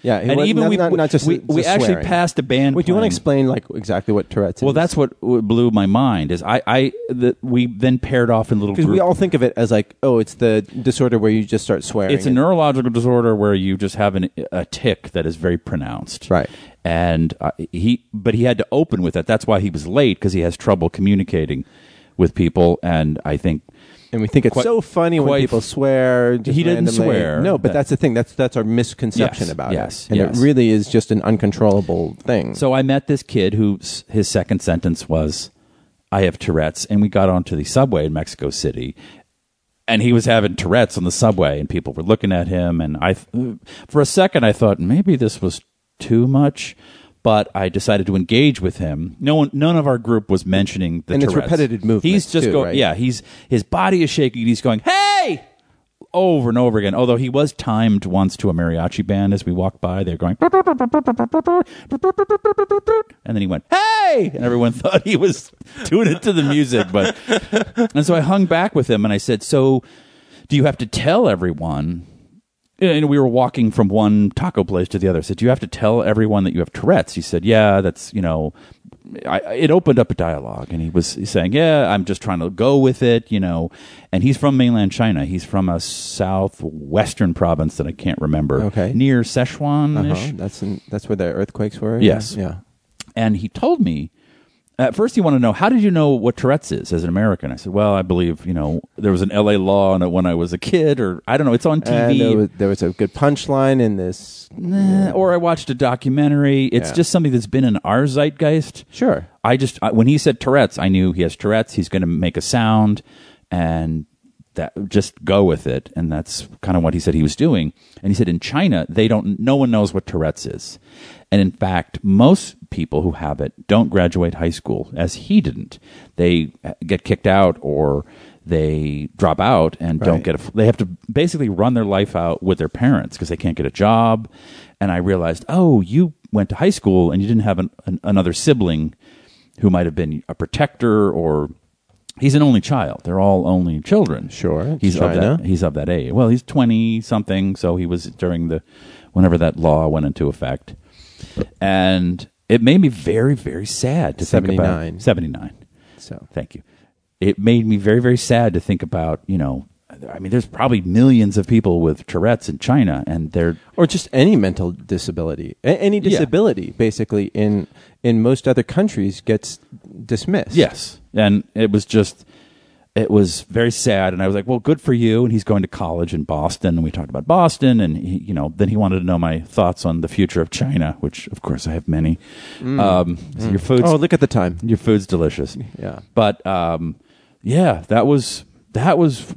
Yeah, it And wasn't- even not, we- not, not just we- we just actually swearing. passed a band Wait, do you want to playing. explain like exactly what Tourette's? Well, is? that's what w- blew my mind. Is I, I the, we then paired off in little because groups. we all think of it as like, oh, it's the disorder where you just start swearing. it's a neurological disorder where you just have an, a tick that is very pronounced Right. and uh, he but he had to open with that that's why he was late because he has trouble communicating with people and i think and we think it's Quite- so funny when quite- people swear. just He didn't randomly. swear. No, but That- that's the thing. That's that's our misconception Yes, about yes, it, and yes. it really is just an uncontrollable thing. so i met this kid who s- his second sentence was i have tourette's and we got onto the subway in mexico city and he was having tourette's on the subway and people were looking at him and i th- for a second i thought maybe this was too much but I decided to engage with him. No one, none of our group was mentioning the And it's Tourette's. repetitive movements, He's just too, going, right? yeah. He's his body is shaking. He's going, hey, over and over again. Although he was timed once to a mariachi band as we walked by, they're going, and then he went, hey, and everyone *laughs* thought he was doing it to the music. But and so I hung back with him and I said, so do you have to tell everyone? And we were walking from one taco place to the other. I said, do you have to tell everyone that you have Tourette's? He said, yeah, that's you know. I, I- it opened up a dialogue, and he was saying, "Yeah, I'm just trying to go with it," you know. And he's from mainland China. He's from a southwestern province that I can't remember, Okay. near Sichuan ish. Uh-huh. That's in, that's where the earthquakes were. Yes. Yeah. And he told me, at first, he wanted to know, how did you know what Tourette's is as an American? I said, well, I believe, you know, there was an LA law on it when I was a kid, or I don't know, it's on And there, TV. was, there was a good punchline in this. Nah, or I watched a documentary. It's Yeah. just something that's been in our zeitgeist. Sure. I just, I, when he said Tourette's, I knew he has Tourette's. He's going to make a sound and that just go with it. And that's kind of what he said he was doing. And he said in China, they don't, no one knows what Tourette's is. And in fact, most people who have it don't graduate high school as he didn't. They uh, get kicked out or they drop out and don't Right. get a, they have to basically run their life out with their parents because they can't get a job. And I realized, oh, you went to high school and you didn't have an, an, another sibling who might have been a protector or he's an only child. They're all only children. Sure, He's China. of that he's of that age. Well, he's 20 something, so he was during the whenever that law went into effect. And it made me very very sad to think 79. about 79. So Thank you. It made me very, very sad to think about, you know, I mean, there's probably millions of people with Tourette's in China, and they're or just any mental disability, A- any Yeah. disability, basically in in most other countries gets dismissed. Yes. And it was just, it was very sad. And I was like, well, good for you. And he's going to college in Boston. And we talked about Boston. And, he, you know, then he wanted to know my thoughts on the future of China, which, of course, I have many. Um, so Your food's, Oh, look at the time. your food's delicious. Yeah. But, um, yeah, that was, that was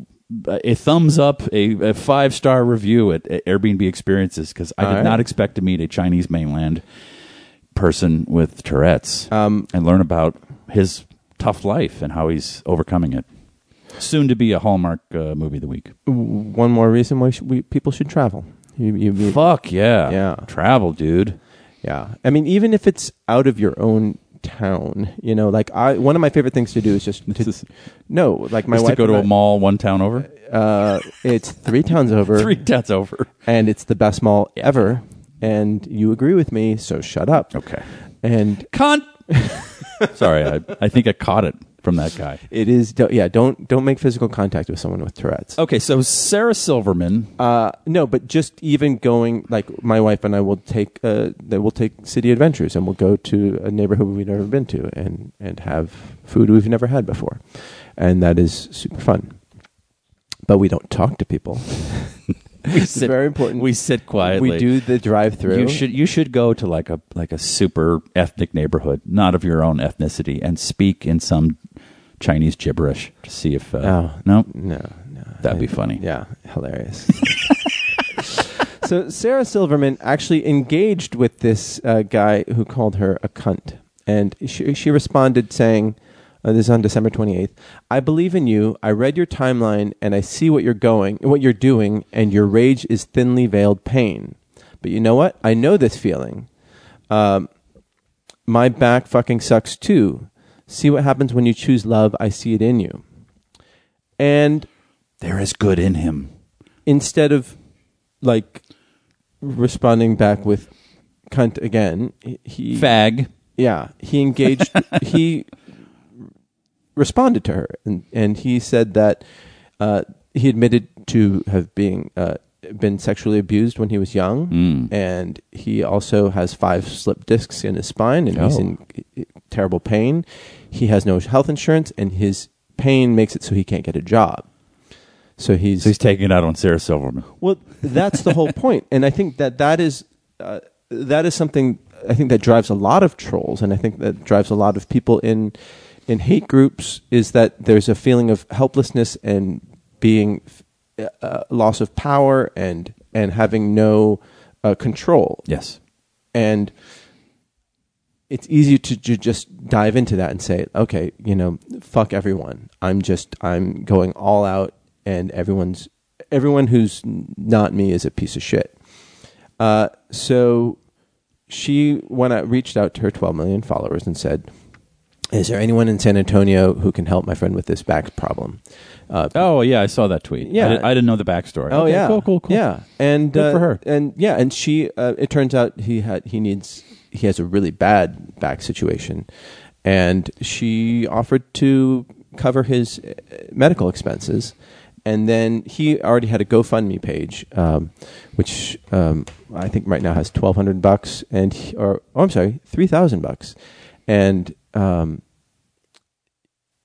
a thumbs up, a, a five star review at, at Airbnb Experiences because I did All right. not expect to meet a Chinese mainland person with Tourette's Um, and learn about his tough life and how he's overcoming it. Soon to be a Hallmark uh, movie of the week. One more reason why sh- we, people should travel. You, you, you- Fuck yeah, Yeah. Travel, dude. Yeah. I mean, even if it's out of your own town, you know, like I, one of my favorite things to do is just to, *laughs* This is- no, like my Just wife to go and to a I- mall one town over, Uh, it's three towns over, three towns over. and it's the best mall ever. And you agree with me, so shut up. Okay. And *laughs* Cunt. Sorry, I, I think I caught it from that guy. it is, do- yeah, don't don't make physical contact with someone with Tourette's. Okay, so Sarah Silverman. Uh, no, but just even going like my wife and I will take uh, that we'll take city adventures and we'll go to a neighborhood we've never been to and and have food we've never had before, and that is super fun. But we don't talk to people. *laughs* we sit, very important. We sit quietly. We do the drive-through. You should you should go to like a like a super ethnic neighborhood, not of your own ethnicity, and speak in some Chinese gibberish to see if uh, Oh. no No, no. That'd be funny. Yeah, hilarious. *laughs* so Sarah Silverman actually engaged with this uh, guy who called her a cunt, and she she responded saying. Uh, this is on December 28th. I believe in you. I read your timeline and I see what you're going, what you're doing, and your rage is thinly veiled pain. But you know what? I know this feeling. Um, my back fucking sucks too. See what happens when you choose love. I see it in you. And there is good in him. instead of like responding back with cunt again, he- he Fag. yeah *laughs* he engaged he responded to her and and he said that uh, he admitted to have being uh, been sexually abused when he was young Mm. and he also has five slip discs in his spine and he's Oh. in uh, terrible pain he has no health insurance and his pain makes it so he can't get a job so he's So he's taking it out on Sarah Silverman. well, that's the whole point, and I think that that is uh, that is something I think that drives a lot of trolls, and I think that drives a lot of people in in hate groups is that there's a feeling of helplessness and being uh, uh, loss of power and and having no uh, control Yes. and it's easy to, ju- just dive into that and say, okay, you know, fuck everyone. I'm just I'm going all out, and everyone's everyone who's n- not me is a piece of shit. Uh, so she when I reached out to her 12 million followers and said. Is there anyone in San Antonio who can help my friend with this back problem? Uh, Oh yeah, I saw that tweet. Yeah. I, did, not know the backstory. Oh Okay, yeah, cool, cool, cool. Yeah, and Good uh, for her. And yeah, and she. Uh, it turns out he had he needs he has a really bad back situation, and she offered to cover his uh, medical expenses, and then he already had a GoFundMe page, um, which um, I think right now has twelve hundred bucks, and he- or oh, I'm sorry, three thousand bucks, and. Um,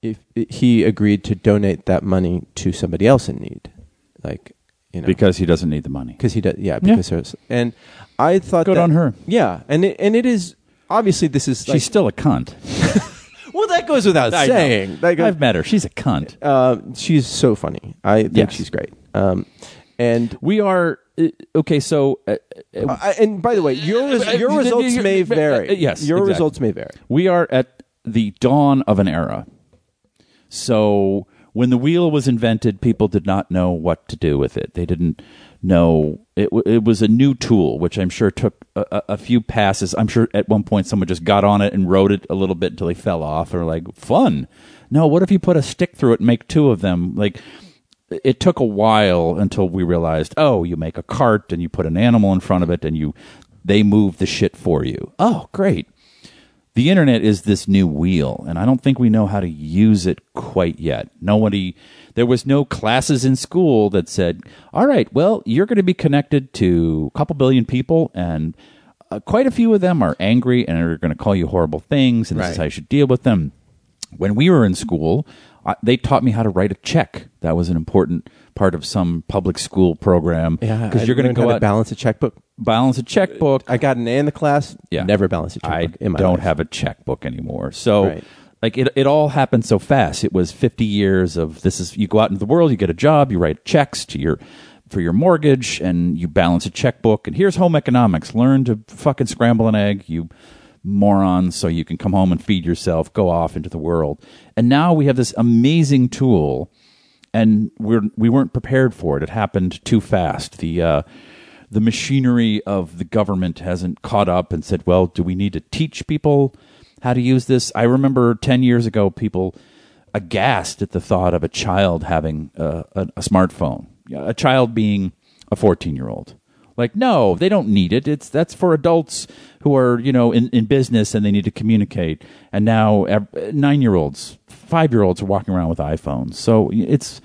if he agreed to donate that money to somebody else in need, like you know, because he doesn't need the money. because he does yeah because there's and i thought Good that- on her. yeah and it, and it is obviously this is like, She's still a cunt. *laughs* well that goes without I know. saying that goes, I've met her. She's a cunt. uh, she's so funny i think Yes. she's great um and We are uh, okay. So uh, uh, I, and by the way your res- Uh, your uh, results uh, may uh, vary uh, yes, your exactly. results may vary we are at the dawn of an era. So when the wheel was invented, people did not know what to do with it. They didn't know it. w- It was a new tool, which I'm sure took a, a, a few passes. I'm sure at one point someone just got on it and rode it a little bit until they fell off, or like fun. No, what if you put a stick through it and make two of them? Like it took a while until we realized, oh, you make a cart and you put an animal in front of it and you they move the shit for you. Oh, great the internet is this new wheel, and I don't think we know how to use it quite yet. Nobody, there was no classes in school that said, "All right, well, you're going to be connected to a couple billion people, and uh, quite a few of them are angry and are going to call you horrible things, and this is Right. how you should deal with them." When we were in school, I, they taught me how to write a check. That was an important part of some public school program because I you're going to learned go how out balance. balance a checkbook balance a checkbook. i got an a in the class Yeah. never balance a checkbook I in my don't life. have a checkbook anymore. So Right. like it, it all happened so fast. It was 50 years of this is you go out into the world, you get a job, you write checks to your for your mortgage and you balance a checkbook and here's home economics. Learn to fucking scramble an egg, you morons, so you can come home and feed yourself, go off into the world. And now we have this amazing tool and we're we weren't prepared for it. It happened too fast. The uh, the machinery of the government hasn't caught up and said, "Well, do we need to teach people how to use this?" I remember ten years ago, people aghast at the thought of a child having uh, a, a smartphone. A child being a fourteen year old. Like, no, they don't need it. It's that's for adults who are you know in, in business and they need to communicate. And now nine year olds, five year olds are walking around with iPhones. So it's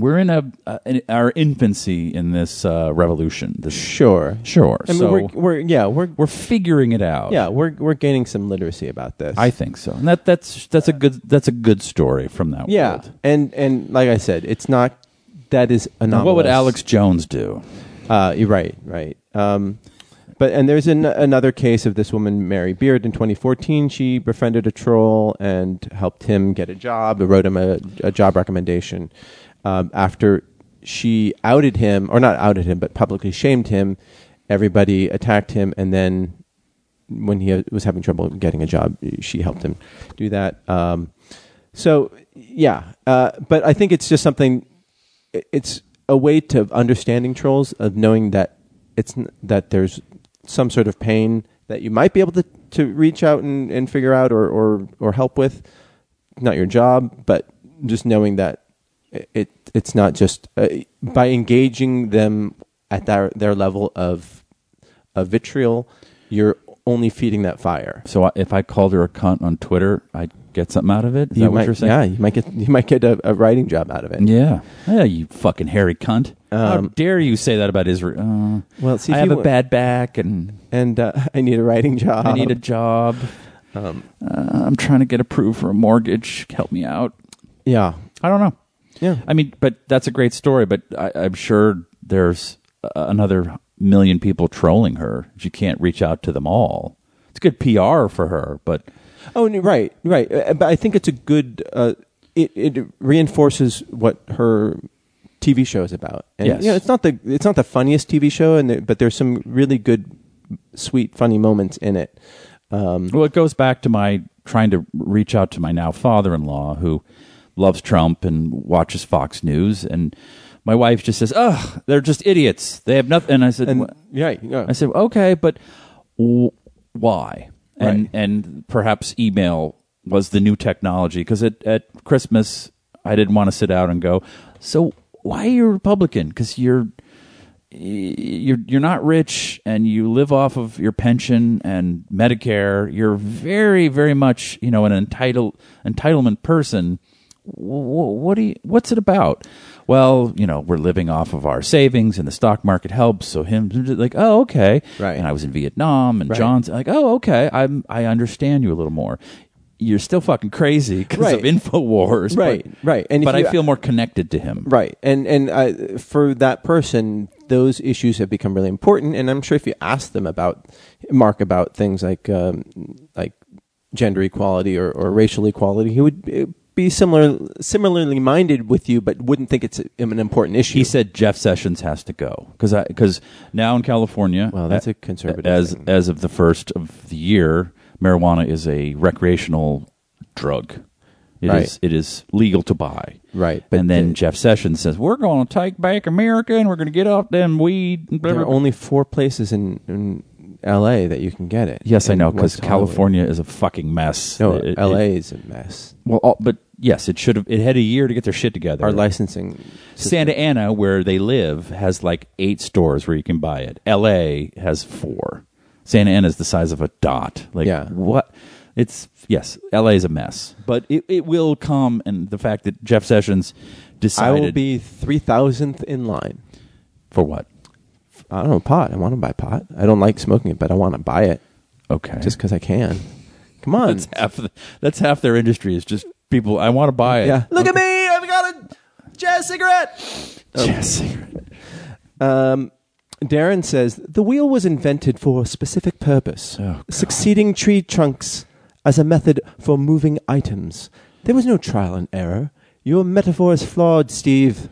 we're in a, uh, in our infancy in this uh, revolution. This, Sure. sure. I mean, so we're, we're, we're yeah we're, figuring it out. yeah we're we're gaining some literacy about this. I think so. And that that's that's a good that's a good story from that yeah, world. and and like I said, it's not that is anomalous. Now, what would Alex Jones do? Uh, you're right, right. Um, but and there's an, another case of this woman Mary Beard in 2014. She befriended a troll and helped him get a job. Wrote him a, a job recommendation um, after she outed him, or not outed him, but publicly shamed him. Everybody attacked him, and then when he was having trouble getting a job, she helped him do that. Um, so yeah, uh, but I think it's just something. it- It's a way to of understanding trolls of knowing that it's n- that there's some sort of pain that you might be able to, to reach out and, and figure out or, or or help with. Not your job, but just knowing that i- it it's not just uh, by engaging them at their their level of of vitriol, you're only feeding that fire. So I, if I called her a cunt on Twitter, I'd get something out of it. Is that what might, you're saying? Yeah, you might get *laughs* you might get a, a writing job out of it. Yeah. Yeah, you fucking hairy cunt. How dare you say that about Israel? Uh, Um, Well, see, if I have you a wa- bad back and And uh, *laughs* I need a writing job. I need a job. um, uh, I'm trying to get approved for a mortgage. Help me out. yeah, I don't know. yeah. I mean, but that's a great story. But I, I'm sure there's uh, another million people trolling her. She can't reach out to them all. It's good PR for her, but Oh, n- right, right. Uh, But I think it's a good. Uh, it it reinforces what her TV show is about. And, Yes. you know, it's not the it's not the funniest TV show, and there, but there's some really good, sweet, funny moments in it. Um, Well, it goes back to my trying to reach out to my now father in law who loves Trump and watches Fox News. And my wife just says, ugh, they're just idiots. They have nothing. And I said, and "Wha- yeah, yeah. I said, okay, but w- why? And Right. and perhaps email was the new technology because at, at Christmas I didn't want to sit out and go. So why are you Republican? Because you're y- you're you're not rich and you live off of your pension and Medicare. You're very very much you know an entitled entitlement person. Wh- what do you, what's it about? Well, you know, we're living off of our savings and the stock market helps. So him like, oh, okay. Right. And I was in Vietnam and Right. John's like, oh, okay. I'm, I understand you a little more. You're still fucking crazy because Right. of InfoWars. Right, But, right. And if but you- I feel more connected to him. Right, and and I, for that person, those issues have become really important. And I'm sure if you ask them about Mark about things like um, like gender equality or, or racial equality, he would uh, be similar similarly minded with you, but wouldn't think it's an important issue. He said Jeff Sessions has to go because because now in California, Wow, that's a a- conservative As thing. as of the first of the year, marijuana is a recreational drug. It is Right. it is legal to buy. Right, but and then the- Jeff Sessions says we're going to take back America and we're going to get off them weed. and Blah, there blah, are blah. only four places in, in L.A. that you can get it. yes, I And know because West Hollywood. California is a fucking mess. no, It- it- L.A. is a mess. well, all, but yes, it should have. It had a year to get their shit together. Our licensing Santa Ana, where they live, has like eight stores where you can buy it. L.A. has four. Santa Ana is the size of a dot. Like Yeah. what? It's yes. L.A. is a mess, but it, it will come. And the fact that Jeff Sessions I decided will be three thousandth in line. for what? I don't know pot. I want to buy pot. I don't like smoking it, but I want to buy it Okay, just because I can. Come on. that's half. The, that's half their industry is just people. I want to buy it. yeah. Look at me. I've got a jazz cigarette. Yes. Um, Darren says the wheel was invented for a specific purpose: Oh, God. succeeding tree trunks as a method for moving items. There was no trial and error. Your metaphor is flawed, Steve.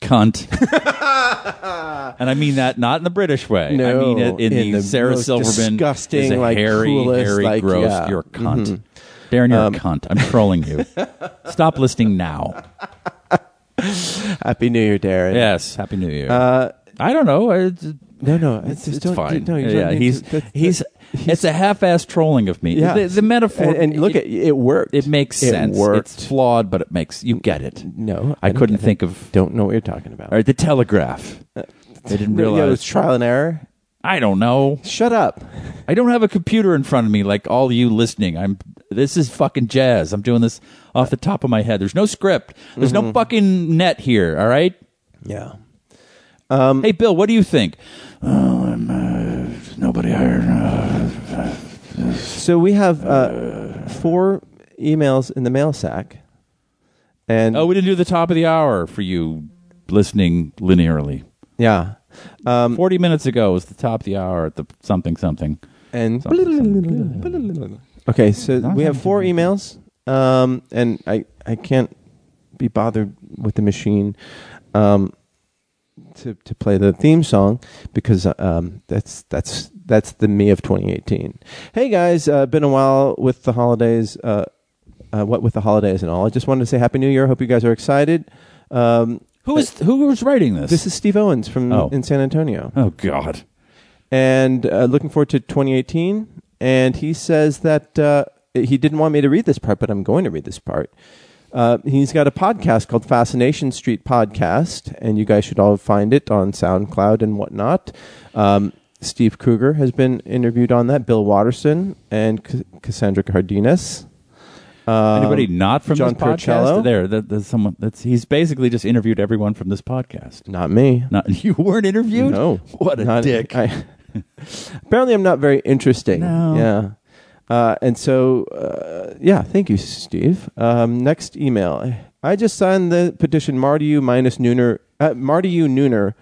Cunt. *laughs* and I mean that not in the British way. I mean No, it in, in the, the Sarah most Silverman disgusting, is a like, hairy, coolest, hairy, like, gross. yeah. Mm-hmm. Um, You're a cunt. Darren, you're a cunt. I'm trolling *laughs* you. Stop listening now. Happy New Year, Darren. Yes. Happy New Year. I don't know. It's, No, no, it's, it's, it's just Uh, don't, fine. No, you don't yeah, need he's, to- that's- he's, it's a half-ass trolling of me. yeah. The, the metaphor And, and look, it, it, it worked. it makes it sense. Worked. It's flawed, but it makes you get it. no, I, don't couldn't get it. think of Don't know what you're talking about. or the Telegraph. I didn't No, yeah, it was realize. trial and error. I don't know. Shut up. I don't have a computer in front of me like all you listening. I'm this is fucking jazz. I'm doing this off the top of my head. There's no script. There's Mm-hmm. no fucking net here, all right? Yeah. Um, hey Bill, what do you think? Oh, I'm, uh, nobody hired. Uh, So we have uh, four emails in the mail sack, and oh, we didn't do the top of the hour for you listening linearly. yeah, um, 40 minutes ago was the top of the hour at the something something. and Something, okay, so we have four emails, um, and I I can't be bothered with the machine. Um, to, to play the theme song because um, that's that's that's the me of 2018. Hey guys, uh, been a while with the holidays. Uh, uh, what with the holidays and all? I just wanted to say Happy New Year. Hope you guys are excited. Um, Who is who was writing this? This is Steve Owens from Oh. in San Antonio, Oh god. and uh, looking forward to 2018. And he says that uh, he didn't want me to read this part, but I'm going to read this part. Uh, he's got a podcast called Fascination Street Podcast, and you guys should all find it on SoundCloud and whatnot. Um, Steve Kruger has been interviewed on that, Bill Watterson, and C- Cassandra Cardenas. Um, Anybody not from John this podcast? Purcello? There, that, that's someone. That's he's basically just interviewed everyone from this podcast. Not me. Not *laughs* you weren't interviewed. No. what a Not- dick. I- apparently, I'm not very interesting. No. Yeah. Uh, and so, uh, yeah, thank you, Steve. Um, next email. I just signed the petition Marty U minus Nooner, uh, Marty U Nooner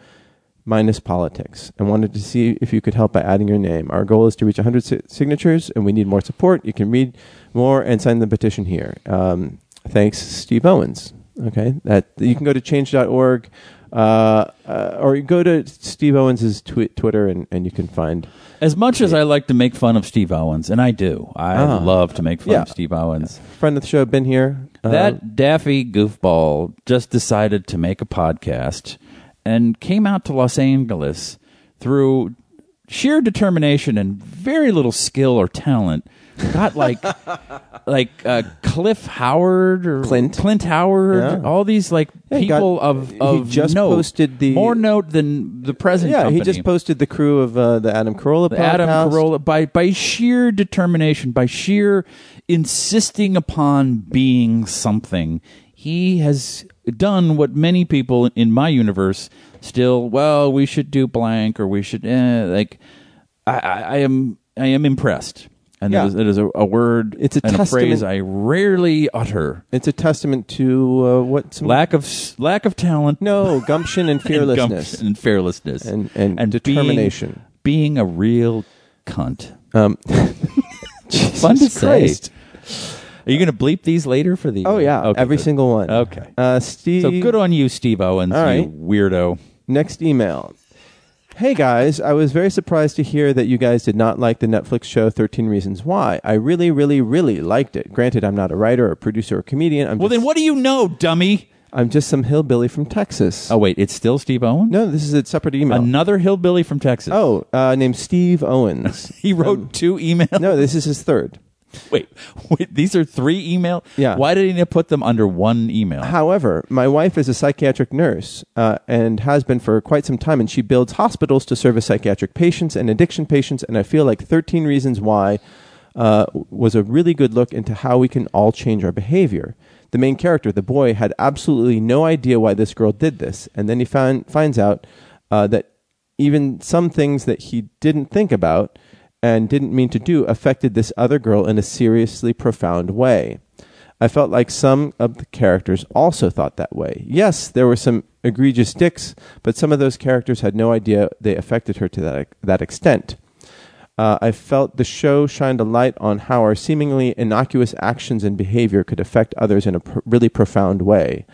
minus politics, and wanted to see if you could help by adding your name. Our goal is to reach 100 si- signatures, and we need more support. You can read more and sign the petition here. Um, thanks, Steve Owens. Okay, that you can go to change.org. Uh, uh, or you go to Steve Owens' twi- Twitter and, and you can find As much as I like to make fun of Steve Owens, and I do, I Ah. love to make fun Yeah. of Steve Owens. friend of the show, been here. Uh, that daffy goofball just decided to make a podcast and came out to Los Angeles through sheer determination and very little skill or talent. Got *laughs* like like uh, Cliff Howard or Clint. Clint Howard, Yeah. all these like Yeah, he got- people of he of just note. posted the- more note than the present. yeah, company. he just posted the crew of uh, the Adam Carolla The Adam podcast. Carolla by by sheer determination, by sheer insisting upon being something, he has done what many people in my universe still. Well, we should do blank, or we should eh, like. I, I, I am I am impressed, and Yeah. it is, it is a, a word. It's a and a phrase testament- I rarely utter. It's a testament to uh, what some Lack of s- lack of talent, no gumption *laughs* and and gumption fearlessness. and fearlessness, And- and being- determination. Being, a real cunt. *laughs* um, Fun to Jesus Christ. say. Are you going to bleep these later for the? Oh yeah, Okay, every good. single one. Okay. uh, Steve. So good on you, Steve Owens. All You right. weirdo. Next email. Hey guys, I was very surprised to hear that you guys did not like the Netflix show 13 Reasons Why. I really, really, really liked it. Granted, I'm not a writer or producer or comedian. I'm Well, just, then what do you know, dummy? I'm just some hillbilly from Texas. Oh wait, it's still Steve Owens. No, this is a separate email. Another hillbilly from Texas. oh, uh, named *laughs* Steve Owens. he wrote two emails. no, this is his third. *laughs* Wait, wait, these are three emails. Yeah. Why didn't he put them under one email? However, my wife is a psychiatric nurse uh, and has been for quite some time, and she builds hospitals to service psychiatric patients and addiction patients. And I feel like 13 Reasons Why uh, was a really good look into how we can all change our behavior. The main character, the boy, had absolutely no idea why this girl did this, and then he found, finds out uh, that even some things that he didn't think about and didn't mean to do affected this other girl in a seriously profound way. I felt like some of the characters also thought that way. Yes, there were some egregious dicks, but some of those characters had no idea they affected her to that, that extent. Uh, I felt the show shined a light on how our seemingly innocuous actions and behavior could affect others in a pr- really profound way.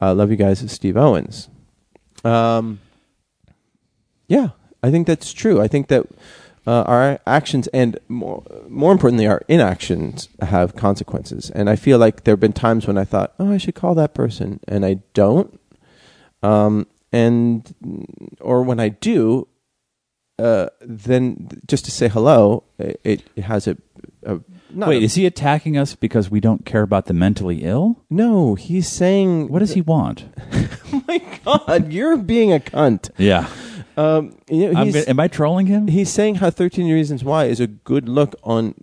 Uh, love you guys, Steve Owens. Um, yeah, I think that's true. I think that uh, our actions and more, more importantly, our inactions have consequences. And I feel like there have been times when I thought, oh, I should call that person, and I don't. Um, and or when I do, uh, then just to say hello, it, it has a, a not Wait, a- is he attacking us because we don't care about the mentally ill? no. He's saying, What does he want? Oh my God, *laughs* you're being a cunt. Yeah. Um, you know, I'm he's- gonna, am I trolling him? he's saying how 13 reasons why is a good look on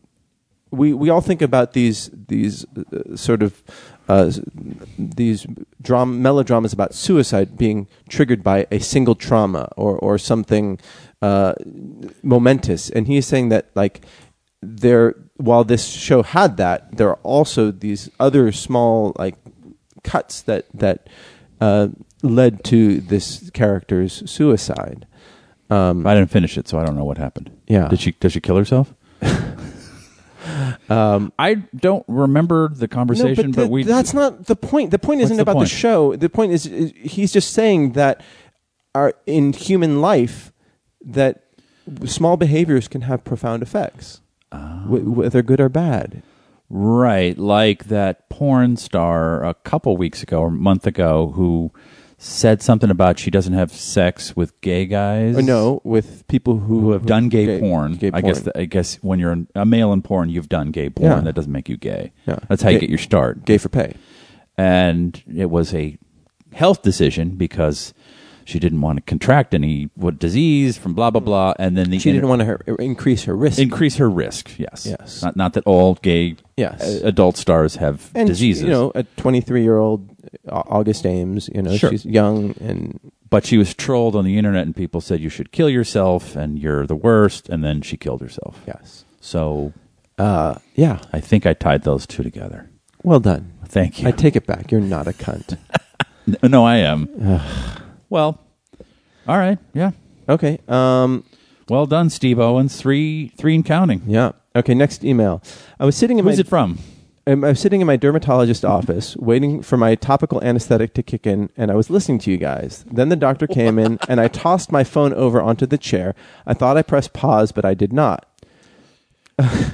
we we all think about these these uh, sort of uh, s- these dram- melodramas about suicide being triggered by a single trauma or or something uh, momentous and he is saying that like there while this show had that there are also these other small like cuts that that uh, led to this character's suicide um, I didn't finish it, so I don't know what happened. Yeah. Did she does she kill *laughs* herself? um, I don't remember the conversation, but, th- we that's not the point. The point What's isn't the about point? the show. The point is, is he's just saying that our, in human life that small behaviors can have profound effects, Ah. wh- whether good or bad. Right, like that porn star a couple weeks ago or a month ago who said something about she doesn't have sex with gay guys. Or Uh, no, with people who, who have done gay, porn. gay I guess porn. th- I guess when you're a male in porn, you've done gay porn. Yeah. That doesn't make you gay. Yeah. That's how you Gay- get your start. gay for pay. and it was a health decision because she didn't want to contract any what disease from blah blah blah, and then the Hmm. She didn't want to her, increase her risk. increase her risk. Yes, Yes. Not not that all gay Yes. uh, adult stars have and diseases, you know, a 23-year-old August Ames, you know, Sure. she's young and but she was trolled on the internet, and people said you should kill yourself, and you're the worst, and then she killed herself. yes. So Uh, yeah. I think I tied those two together. Well done. Thank you. I take it back. You're not *laughs* a cunt. N- *laughs* no, I *sighs* am. well, all right, yeah. Okay. Um, Well done, Steve Owens. Three, three and counting. Yeah. Okay. Next email. I was sitting in Who's my it from? um, I was sitting in my dermatologist office, waiting for my topical anesthetic to kick in, and I was listening to you guys. Then the doctor *laughs* came in, and I tossed my phone over onto the chair. I thought I pressed pause, but I did not.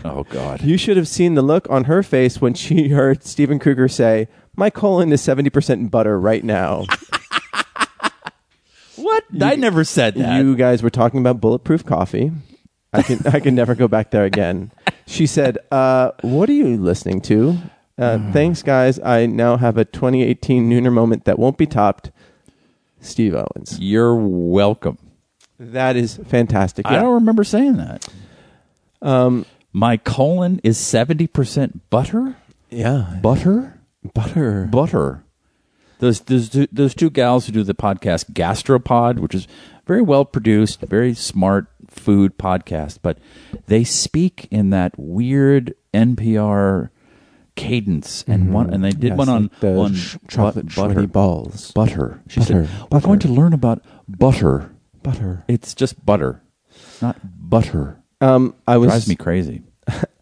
Oh God. You should have seen the look on her face when she *laughs* heard Stephen Kruger say, "My colon is seventy percent butter right now." What? I never said that. You guys were talking about bulletproof coffee. I can I can never go back *laughs* there again. She said, uh, "What are you listening to?" Uh, Mm. thanks, guys. I now have a 2018 Nooner moment that won't be topped. Steve Owens. are welcome. That is fantastic. I Yeah. don't remember saying that. Um, my colon is seventy percent butter. yeah. Butter. Butter. Butter. Those those two, those two gals who do the podcast Gastropod, which is very well produced, very smart food podcast, but they speak in that weird NPR cadence and one and they did Mm-hmm. Yes, one on like the on sh- bu- chocolate butter butter balls. butter. She Butter, said, "We're going to learn about butter. Butter. It's just butter, not butter." Um, I was Drives me crazy.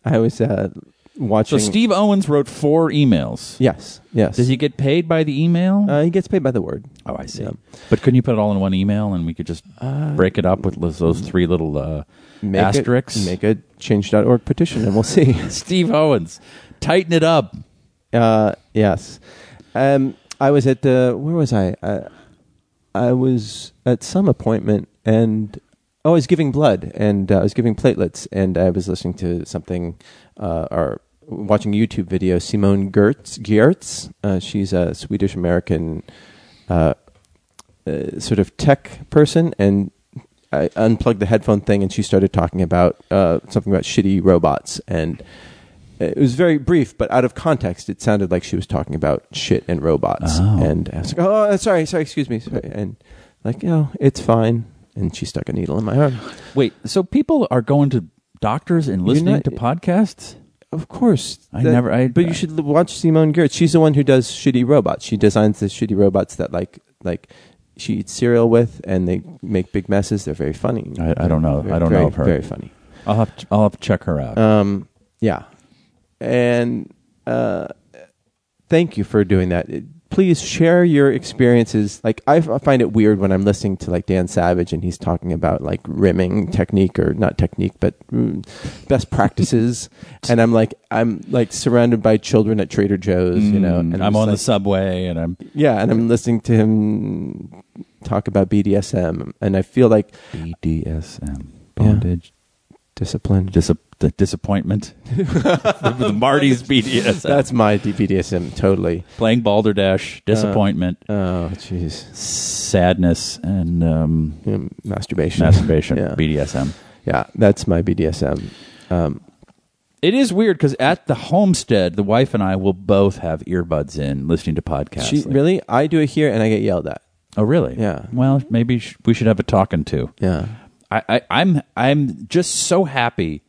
I was uh, So watching. Steve Owens wrote four emails. Yes. Yes. Does he get paid by the email? Uh, he gets paid by the word. oh, I see. yeah. But couldn't you put it all in one email, and we could just break it up with those- those three little uh, Make a- asterisks? make a change.org petition, and we'll see. *laughs* *laughs* Steve Owens, tighten it up. Uh, yes. Um, I was at the where was I? I, I was at some appointment and oh, I was giving blood and uh, I was giving platelets and I was listening to something uh, or watching a YouTube video. Simone Gertz, Giertz, uh, she's a Swedish American uh, uh, sort of tech person and. I unplugged the headphone thing, and she started talking about uh, something about shitty robots, and it was very brief, but out of context, it sounded like she was talking about shit and robots. Oh. And I was like, "Oh, sorry, sorry, excuse me." Sorry. And like, you know, it's fine. And she stuck a needle in my arm. Wait, so people are going to doctors and listening not- to podcasts? Of course, I never- I- but you should l- watch Simone Gertz. She's the one who does shitty robots. She designs the shitty robots that like like she eats cereal with, and they make big messes. They're very funny. I, I don't know. Very- I don't very- know of her. Very funny. I'll have to, I'll have to check her out. Um, yeah. And uh, thank you for doing that. It- Please share your experiences. Like I f- I find it weird when I'm listening to like Dan Savage and he's talking about like rimming technique or not technique, but mm, best *laughs* practices. and I'm like I'm like surrounded by children at Trader Joe's, you know. And Mm, I'm, on the just subway, and I'm like- yeah, and I'm listening to him talk about BDSM, and I feel like E BDSM bondage bondage, discipline. dis- the *laughs* disappointment. the Marty's BDSM. That's my BDSM totally. playing Balderdash, disappointment, Oh, jeez. sadness, and um, Yeah, Mm, masturbation. masturbation. *laughs* yeah. BDSM. yeah, that's my BDSM. Um, It is weird because at the homestead, the wife and I will both have earbuds in, listening to podcasts. she, Like- really, I do it here and I get yelled at. Oh, really? Yeah. Well, maybe sh- we should have a talking to. Yeah. I, I, I'm I'm just so happy.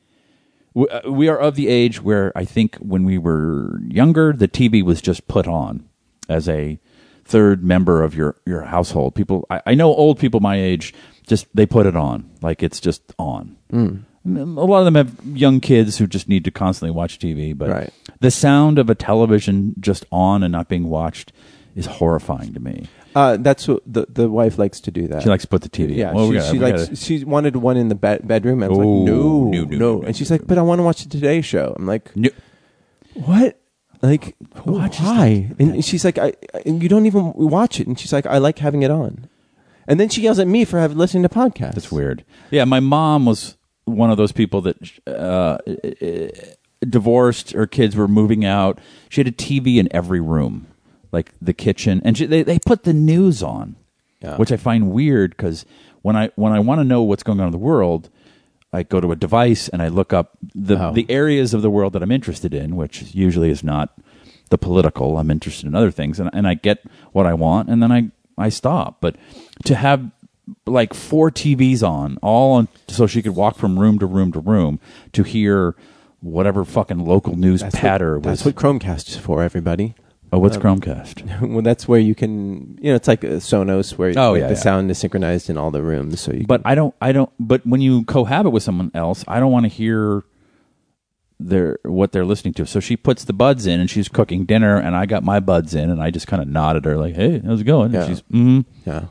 We, uh, we are of the age where I think when we were younger, the TV was just put on as a third member of your your household. People, I, I know old people my age just they put it on like it's just on. Hmm. Mm. A lot of them have young kids who just need to constantly watch TV, but Right. the sound of a television just on and not being watched is horrifying to me. Uh, that's what the the wife likes to do that. She likes to put the TV. Uh, Yeah, Well, she, we gotta- she we likes. gotta- She wanted one in the be- bedroom. I was Oh, like, no, no, no, no, no, And she's no, like, but I want to watch the Today Show. I'm like, No- what? Like, watches why? And she's like, I, I- and you don't even watch it. And she's like, I like having it on. And then she yells at me for having listening to podcasts. That's weird. Yeah, my mom was one of those people that uh, divorced. Her kids were moving out. She had a TV in every room, like the kitchen, and she, they they put the news on, Yeah. which I find weird because when I when I want to know what's going on in the world. I go to a device and I look up the Oh. the areas of the world that I'm interested in, which usually is not the political. I'm interested in other things, and, and I get what I want, and then I I stop. But to have like four TVs on, all on, so she could walk from room to room to room to hear whatever fucking local news That's patter what, was. that's what Chromecast is for, everybody. oh, what's Chromecast? *laughs* well, that's where you can, you know, it's like uh, Sonos where Oh, the yeah, yeah. sound is synchronized in all the rooms. So you But I don't, I don't. But when you cohabit with someone else, I don't want to hear their what they're listening to. So she puts the buds in, and she's cooking dinner, and I got my buds in, and I just kind of nodded her like, "Hey, how's it going?" Yeah. And she's, mm yeah,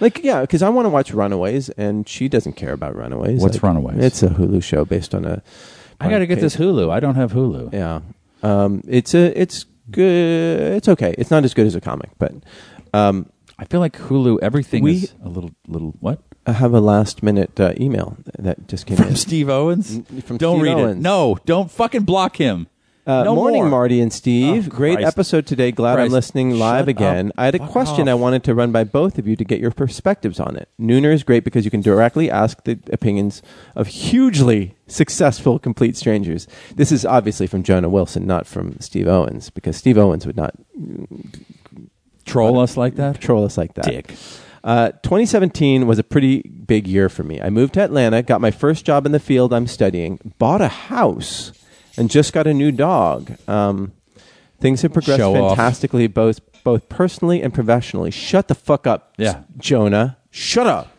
like yeah, because I want to watch Runaways, and she doesn't care about Runaways. What's Like, Runaways? It's a Hulu show based on a. "I got to get this Hulu. I don't have Hulu." Yeah, um, it's a it's good. It's okay. It's not as good as a comic, but um, I feel like Hulu. Everything We- is a little, little what *laughs* I have a last minute uh, email that just came *laughs* in. from Steve Owens. from don't Steve read it. Owens. No, don't fucking block him. Uh, no morning, more. Marty and Steve. Oh, Great Christ. episode today. Glad I'm Christ. listening live Shut again. up. I had a Fuck question off. I wanted to run by both of you to get your perspectives on it. Nooner is great because you can directly ask the opinions of hugely successful complete strangers. This is obviously from Jonah Wilson, not from Steve Owens, because Steve Owens would not Troll us like that, troll us like that. dick. Uh, 2017 was a pretty big year for me. I moved to Atlanta, got my first job in the field I'm studying, bought a house, and just got a new dog. Um, things have progressed Show off. fantastically, both both personally and professionally. Shut the fuck up, Yeah. Jonah. Shut up.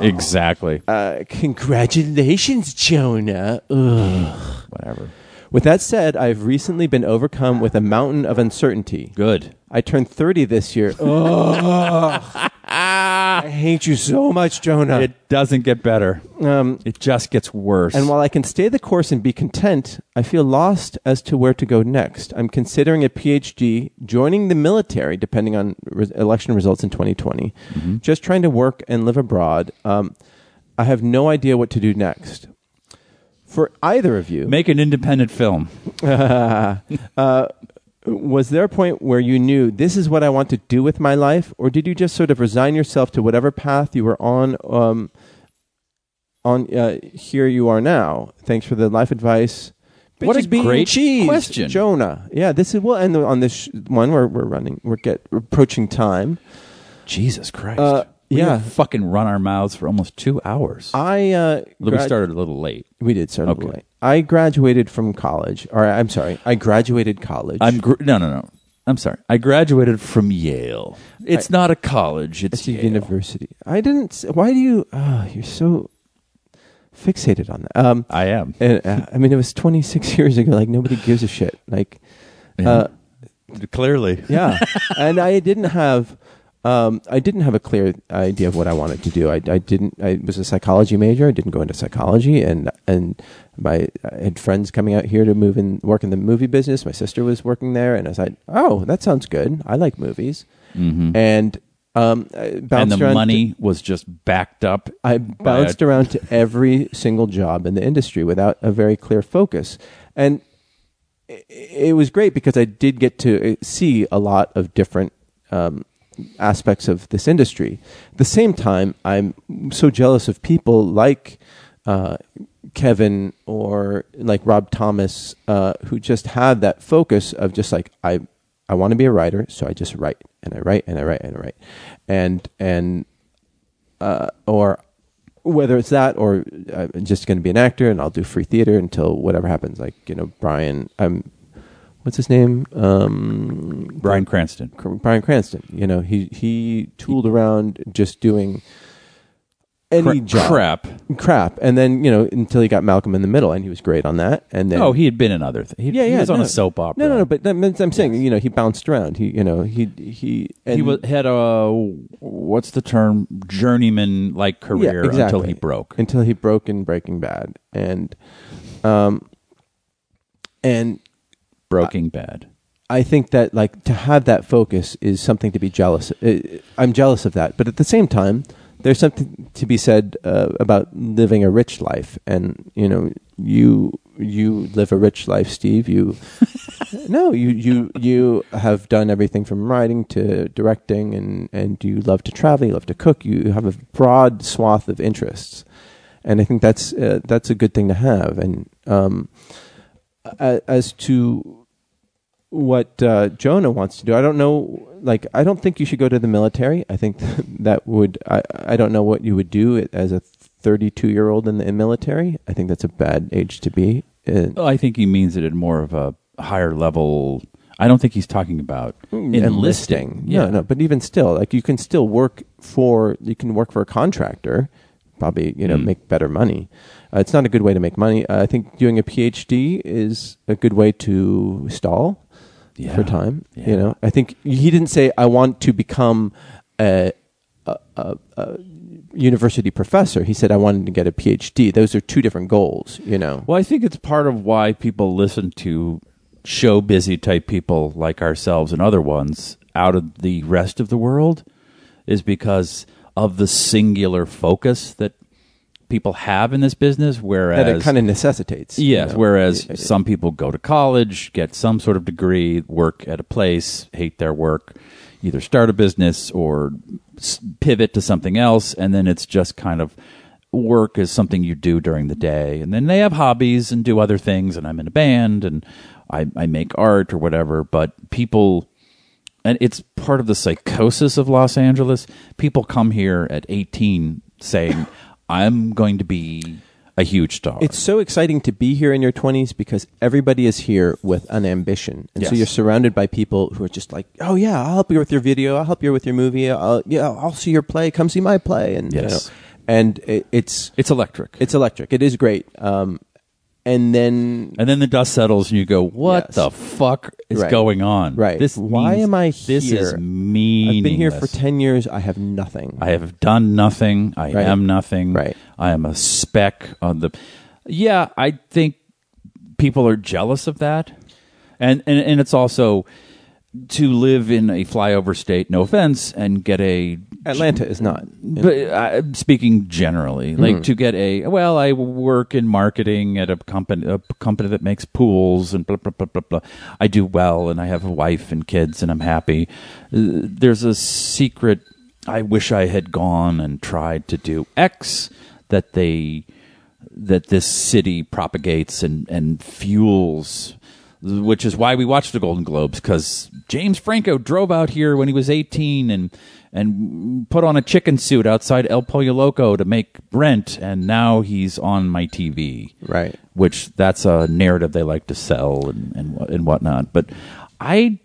Exactly. Uh, congratulations, Jonah. Ugh. Whatever. With that said, I've recently been overcome with a mountain of uncertainty. Good. I turned 30 this *laughs* year. Ugh. *laughs* I hate you so much, Jonah. It doesn't get better. Um, it just gets worse. And while I can stay the course and be content, I feel lost as to where to go next. I'm considering a PhD, joining the military, depending on re- election results in 2020, just trying to work and live abroad. Um, I have no idea what to do next. For either of you, Make an independent film. was there a point where you knew this is what I want to do with my life, or did you just sort of resign yourself to whatever path you were on? Um, on uh, here you are now. Thanks for the life advice. What a Bitches being great cheese, question. Jonah. Yeah, this is we'll end on this sh- one. We're we're running. We're get we're approaching time. Jesus Christ. Uh, we yeah. have fucking run our mouths for almost two hours. I uh, we grad- started a little late. We did start. Okay. Okay. I graduated from college, or I'm sorry, I graduated college. I'm gr- no, no, no. I'm sorry. I graduated from Yale. It's not a college. It's, It's a Yale. university. I didn't. s- Why do you? Oh, you're ah, so. fixated on that. Um, I am. and, uh, I mean, it was 26 *laughs* years ago. Like nobody gives a shit. Like, uh, Clearly. *laughs* yeah. and I didn't have, um, I didn't have a clear idea of what I wanted to do. I, I didn't. I was a psychology major. I didn't go into psychology, and and my I had friends coming out here to move and work in the movie business. My sister was working there, and I was like, oh, that sounds good. I like movies, and. Um, I Mm-hmm. And bounced the around money was just backed up. I by bounced a- around to every single job in the industry without a very clear focus. And i- it was great because I did get to uh, see a lot of different um, aspects of this industry. At the same time, I'm so jealous of people like uh, Kevin or like Rob Thomas uh, who just have that focus of just like, I, I want to be a writer, so I just write and I write and I write and I write. And, and, uh, or whether it's that or uh, I'm just going to be an actor and I'll do free theater until whatever happens. Like you know, Brian, um, what's his name? Um, Brian Cranston. Cr- Brian Cranston. You know, he he tooled around just doing any Cra- job. crap. crap, and then you know until he got Malcolm in the Middle, and he was great on that. And then Oh, he had been in other things. He, yeah, he yeah, was on no. a soap opera. No, no, no. But that, means- I'm saying you know he bounced around. He you know he he and he was, had a what's the term journeyman like Yeah, career until exactly. he broke. Until he broke in Breaking Bad, and um, and Broking Bad. I think that like to have that focus is something to be jealous. uh, I'm jealous of that, but at the same time, there's something to be said uh, about living a rich life, and you know you you live a rich life, Steve. You no, you you you have done everything from writing to directing, and and you love to travel, you love to cook, you have a broad swath of interests, and I think that's uh, that's a good thing to have. And um, a- as to what uh, Jonah wants to do. I don't know. Like, I don't think you should go to the military. I think *laughs* that would. I, I don't know what you would do as a 32 year old in the in military. I think that's a bad age to be. in. Well, I think he means it at more of a higher level. I don't think he's talking about Hmm, enlisting. No, no. But even still, like you can still work for you can work for a contractor, probably you Hmm. know make better money. Uh, it's not a good way to make money. Uh, I think doing a PhD is a good way to stall Yeah. for time. Yeah. You know, I think he didn't say I want to become a. a- a- a university professor he said i wanted to get a phd those are two different goals you know Well, I think it's part of why people listen to show busy type people like ourselves and other ones out of the rest of the world is because of the singular focus that people have in this business whereas that it kind of necessitates you Yes. know. Whereas some people go to college, get some sort of degree, work at a place, hate their work, either start a business or s- pivot to something else, and then it's just kind of work is something you do during the day, and then they have hobbies and do other things. And I'm in a band, and I, I make art or whatever. But people and it's part of the psychosis of Los Angeles. People come here at 18 saying, "I'm going to be a huge star." It's so exciting to be here in your 20s because everybody is here with an ambition. And so Yes. you're surrounded by people who are just like, oh, yeah, I'll help you with your video. I'll help you with your movie. I'll, yeah, I'll see your play. Come see my play. And, you Yes. know, and it, it's, it's electric. it's electric. It is great. Um, and then, and then the dust settles, and you go, "What Yes. the fuck is Right. going on? Right. This Why means- am I This here? is I've meaningless. I've been here for 10 years. I have nothing. I have done nothing. I Right. am nothing. Right. I am a speck on the. Yeah, I think people are jealous of that, and and and it's also to live in a flyover state. No offense, and get a Atlanta is not. but uh, speaking generally, like to get a well, I work in marketing at a company, a company that makes pools and blah blah blah blah blah. I do well, and I have a wife and kids, and I'm happy. Uh, There's a secret. I wish I had gone and tried to do X that they that this city propagates and and fuels which is why we watched the Golden Globes because James Franco drove out here when he was 18 and and put on a chicken suit outside El Pollo Loco to make rent, and now he's on my TV. Right. Which that's a narrative they like to sell and and, what- and whatnot. But I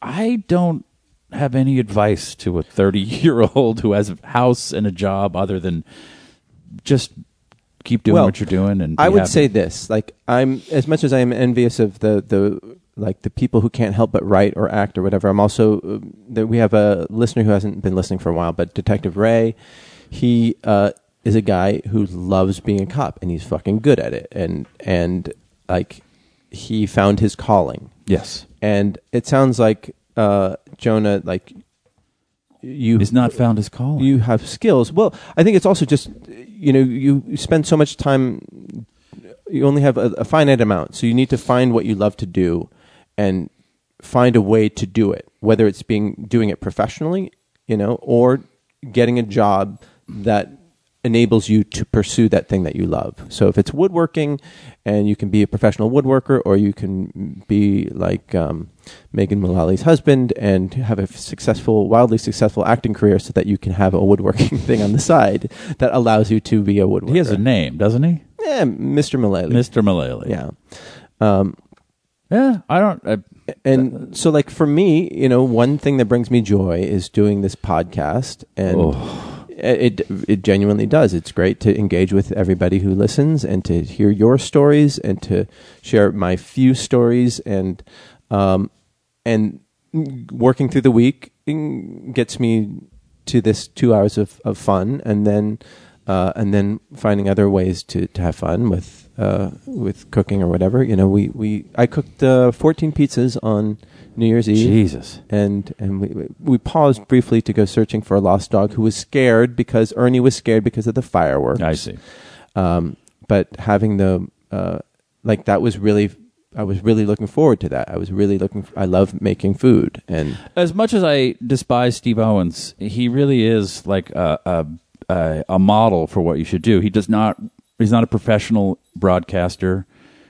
I don't have any advice to *laughs* a 30 year old who has a house and a job other than just keep doing Well, what you're doing. And I be would happy. say this: like I'm as much as I am envious of the the like the people who can't help but write or act or whatever. I'm also uh, that we have a listener who hasn't been listening for a while, but Detective Ray, he uh, is a guy who loves being a cop and he's fucking good at it, and and like he found his calling, yes, and it sounds like uh, Jonah like. You he's not found his calling. you have skills. Well, I think it's also just you know you spend so much time. You only have a, a finite amount, so you need to find what you love to do, and find a way to do it. Whether it's being doing it professionally, you know, or getting a job that enables you to pursue that thing that you love. So if it's woodworking, and you can be a professional woodworker, or you can be like um, Megan Mullally's husband and have a successful, wildly successful acting career, so that you can have a woodworking *laughs* thing on the side that allows you to be a woodworker. he has a name, doesn't he, yeah, Mr. Mullally. Mister Mullally? yeah. Um, yeah. I don't. I, and so, like for me, you know, one thing that brings me joy is doing this podcast, and it it genuinely does. It's great to engage with everybody who listens and to hear your stories and to share my few stories and um and working through the week mm, gets me to this two hours of, of fun and then uh, and then finding other ways to, to have fun with uh, with cooking or whatever you know we, we I cooked uh, 14 pizzas on New Year's Eve Jesus. and and we we paused briefly to go searching for a lost dog who was scared because Ernie was scared because of the fireworks. I see. Um, but having the uh, like that was really I was really looking forward to that. I was really looking. I love making food and as much as I despise Steve Owens, he really is like a a, a, a model for what you should do. He does not. He's not a professional broadcaster.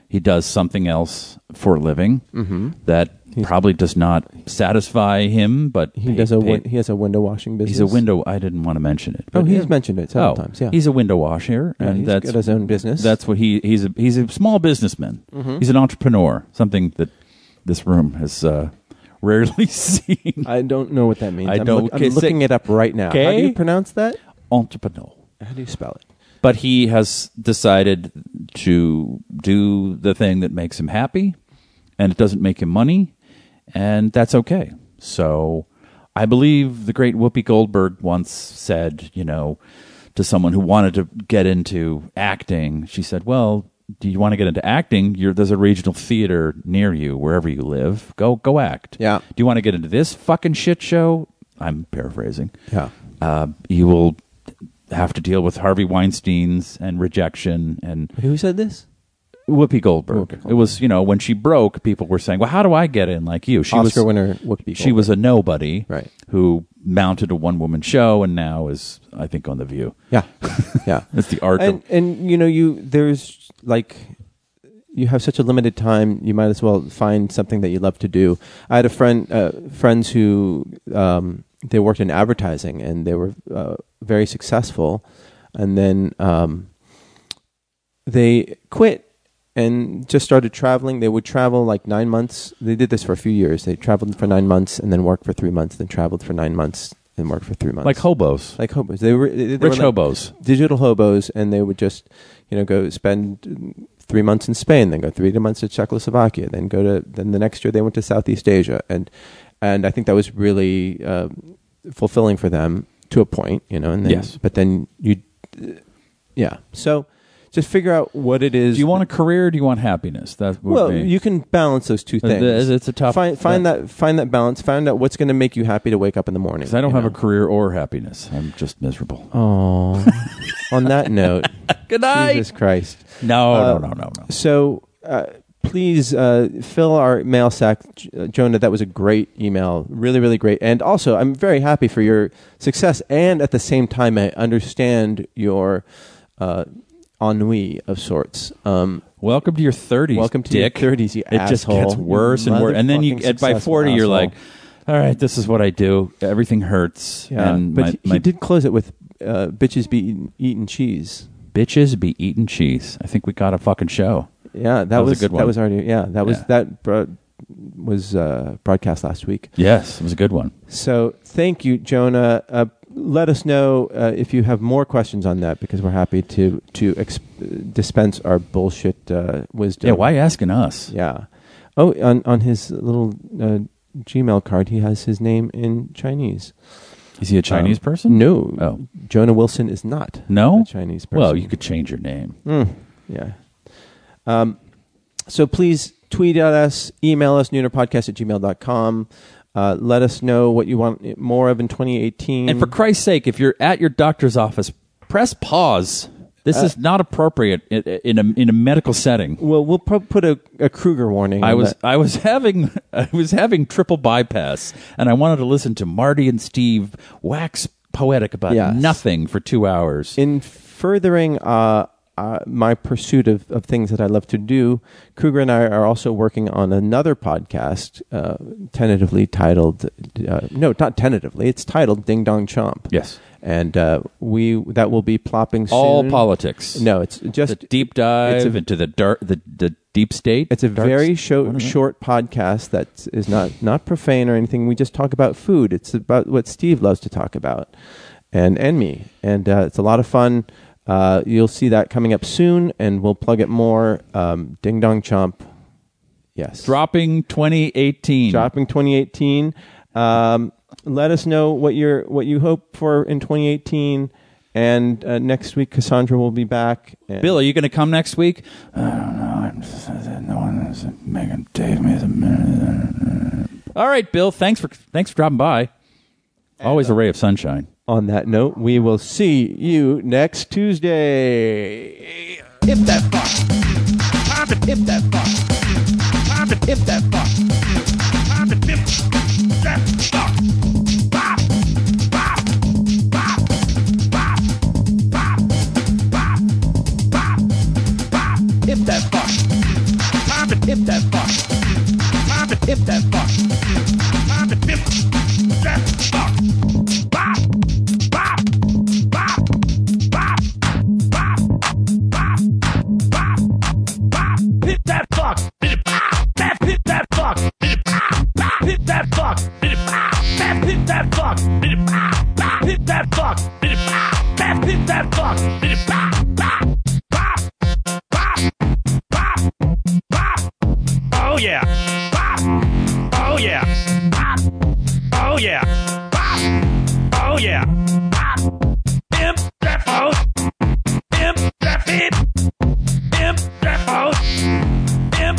He does something else for a living Mm-hmm. that probably does not satisfy him. But he pay- does a pay- win, he has a window washing business. he's a window. I didn't want to mention it. Oh, but- he's mentioned it several times. Yeah, he's a window washer, Yeah, and he's that's got his own business. Mm-hmm. That's what he he's a he's a small businessman. He's an entrepreneur. Something that this room has uh, rarely *laughs* seen. I don't know what that means. I I'm, don't- look- I'm okay, say- looking it up right now. How do Okay. you pronounce that? entrepreneur. How do you spell it? But he has decided to do the thing that makes him happy and it doesn't make him money, and that's okay. So I believe the great Whoopi Goldberg once said, you know, to someone who wanted to get into acting, she said, Well, do you want to get into acting? You're, there's a regional theater near you, wherever you live. Go, go act. Yeah. Do you want to get into this fucking shit show? I'm paraphrasing Yeah. uh, you will have to deal with Harvey Weinstein's and rejection and Who said this? Whoopi Goldberg. It was you know when she broke, people were saying, "Well, how do I get in like you?" She Oscar was winner Whoopi. She was a nobody, Right. Who mounted a one-woman show and now is, I think, on the View. Yeah, *laughs* yeah. It's the art and of- and you know you there's like you have such a limited time. You might as well find something that you love to do. I had a friend, uh, friends who um, they worked in advertising and they were uh, very successful, and then um, they quit and just started traveling. They would travel like nine months. They did this for a few years. They traveled for nine months and then worked for three months, then traveled for nine months and worked for three months, like hobos, like hobos. They were they, they were rich like- hobos. digital hobos and they would just you know go spend three months in spain then go three months to czechoslovakia then go to then the next year they went to southeast asia and and i think that was really uh, fulfilling for them to a point you know and then, Yes. but then you uh, yeah so just figure out what it is Do you want a career? Or do you want happiness? That would well be- you can balance those two Uh, things th- it's a tough- find, find that find that balance find out what's going to make you happy to wake up in the morning *laughs* 'cause I don't you have a know? career or happiness. I'm just miserable. oh *laughs* on that note Good jesus christ No, no, Uh, no, no, no. So uh, please uh, fill our mail sack, J- uh, Jonah. That was a great email, really, really great. And also, I'm very happy for your success. And at the same time, I understand your uh, ennui of sorts. Um, Welcome to your 30s. Welcome to dick. your 30s, you It just asshole. gets worse You and worse. And then you motherfucking get by successful 40, you're asshole. like, all right, this is what I do. Everything hurts. yeah, And but my, he, he my did close it with uh, "bitches be eating, eating cheese." bitches be eating cheese. I think we got a fucking show. Yeah, that, was a was, good That one. was already yeah. That was Yeah. that broad, was uh, broadcast last week. Yes, it was a good one. So thank you, Jonah. Uh, let us know uh, if you have more questions on that because we're happy to to exp- dispense our bullshit uh, wisdom. Yeah, why asking us? Yeah. Oh, on on his little uh, Gmail card, he has his name in Chinese. Is he a Chinese Um, person? No. Oh. Jonah Wilson is not. No? a Chinese person. Well, you could change your name. Mm, yeah. Um, so please tweet at us, email us, noonerpodcast at gmail.com. Uh, let us know what you want more of in 2018. And for Christ's sake, if you're at your doctor's office, press pause. This is not appropriate in, in a in a medical setting. well, we'll pro- put a, a Kruger warning. I on was that. I was *laughs* having I was having triple bypass, and I wanted to listen to Marty and Steve wax poetic about Yes. nothing for two hours. in furthering uh, uh, my pursuit of, of things that I love to do. Kruger and I are also working on another podcast, uh, tentatively titled, uh, no, not tentatively. It's titled Ding Dong Chomp. Yes. and uh, we that will be plopping soon. All politics. No, it's just the deep dive it's a- into the dark, the, the deep state. It's a Dark very s- sho- short podcast that is not not profane or anything. We just talk about food. It's about what Steve loves to talk about, and and me, and uh, it's a lot of fun. Uh, you'll see that coming up soon, and we'll plug it more. Um, Ding dong chomp, yes. dropping 2018. dropping 2018. Um, let us know what you what you hope for in 2018, and uh, next week Cassandra will be back. and- Bill, are you going to come next week? All right, Bill. Thanks for thanks for dropping by. Always uh, a ray of sunshine. On that note, we will see you next Tuesday. If that far. Time to if that far. Time to if that far. Time to if that far. Bop, bop, bop, bop, bop, bop, bop, bop. If that far. Time to if that far. Time to if that far. Time to if that far. Bop, bop, bop, bop, bop, bop bop, bop, hit that fuck, hit it, bop, that hit that fuck, hit it, bop, bop, hit that fuck, hit it, bop, that hit that fuck, hit it, bop, bop, hit that fuck, hit it, bop, that hit that fuck, hit it, bop, bop, bop, bop, bop, bop, oh yeah, bop, oh yeah, bop, oh yeah, bop, oh yeah, bop, imp that phone, imp that fit. Imp that out. Imp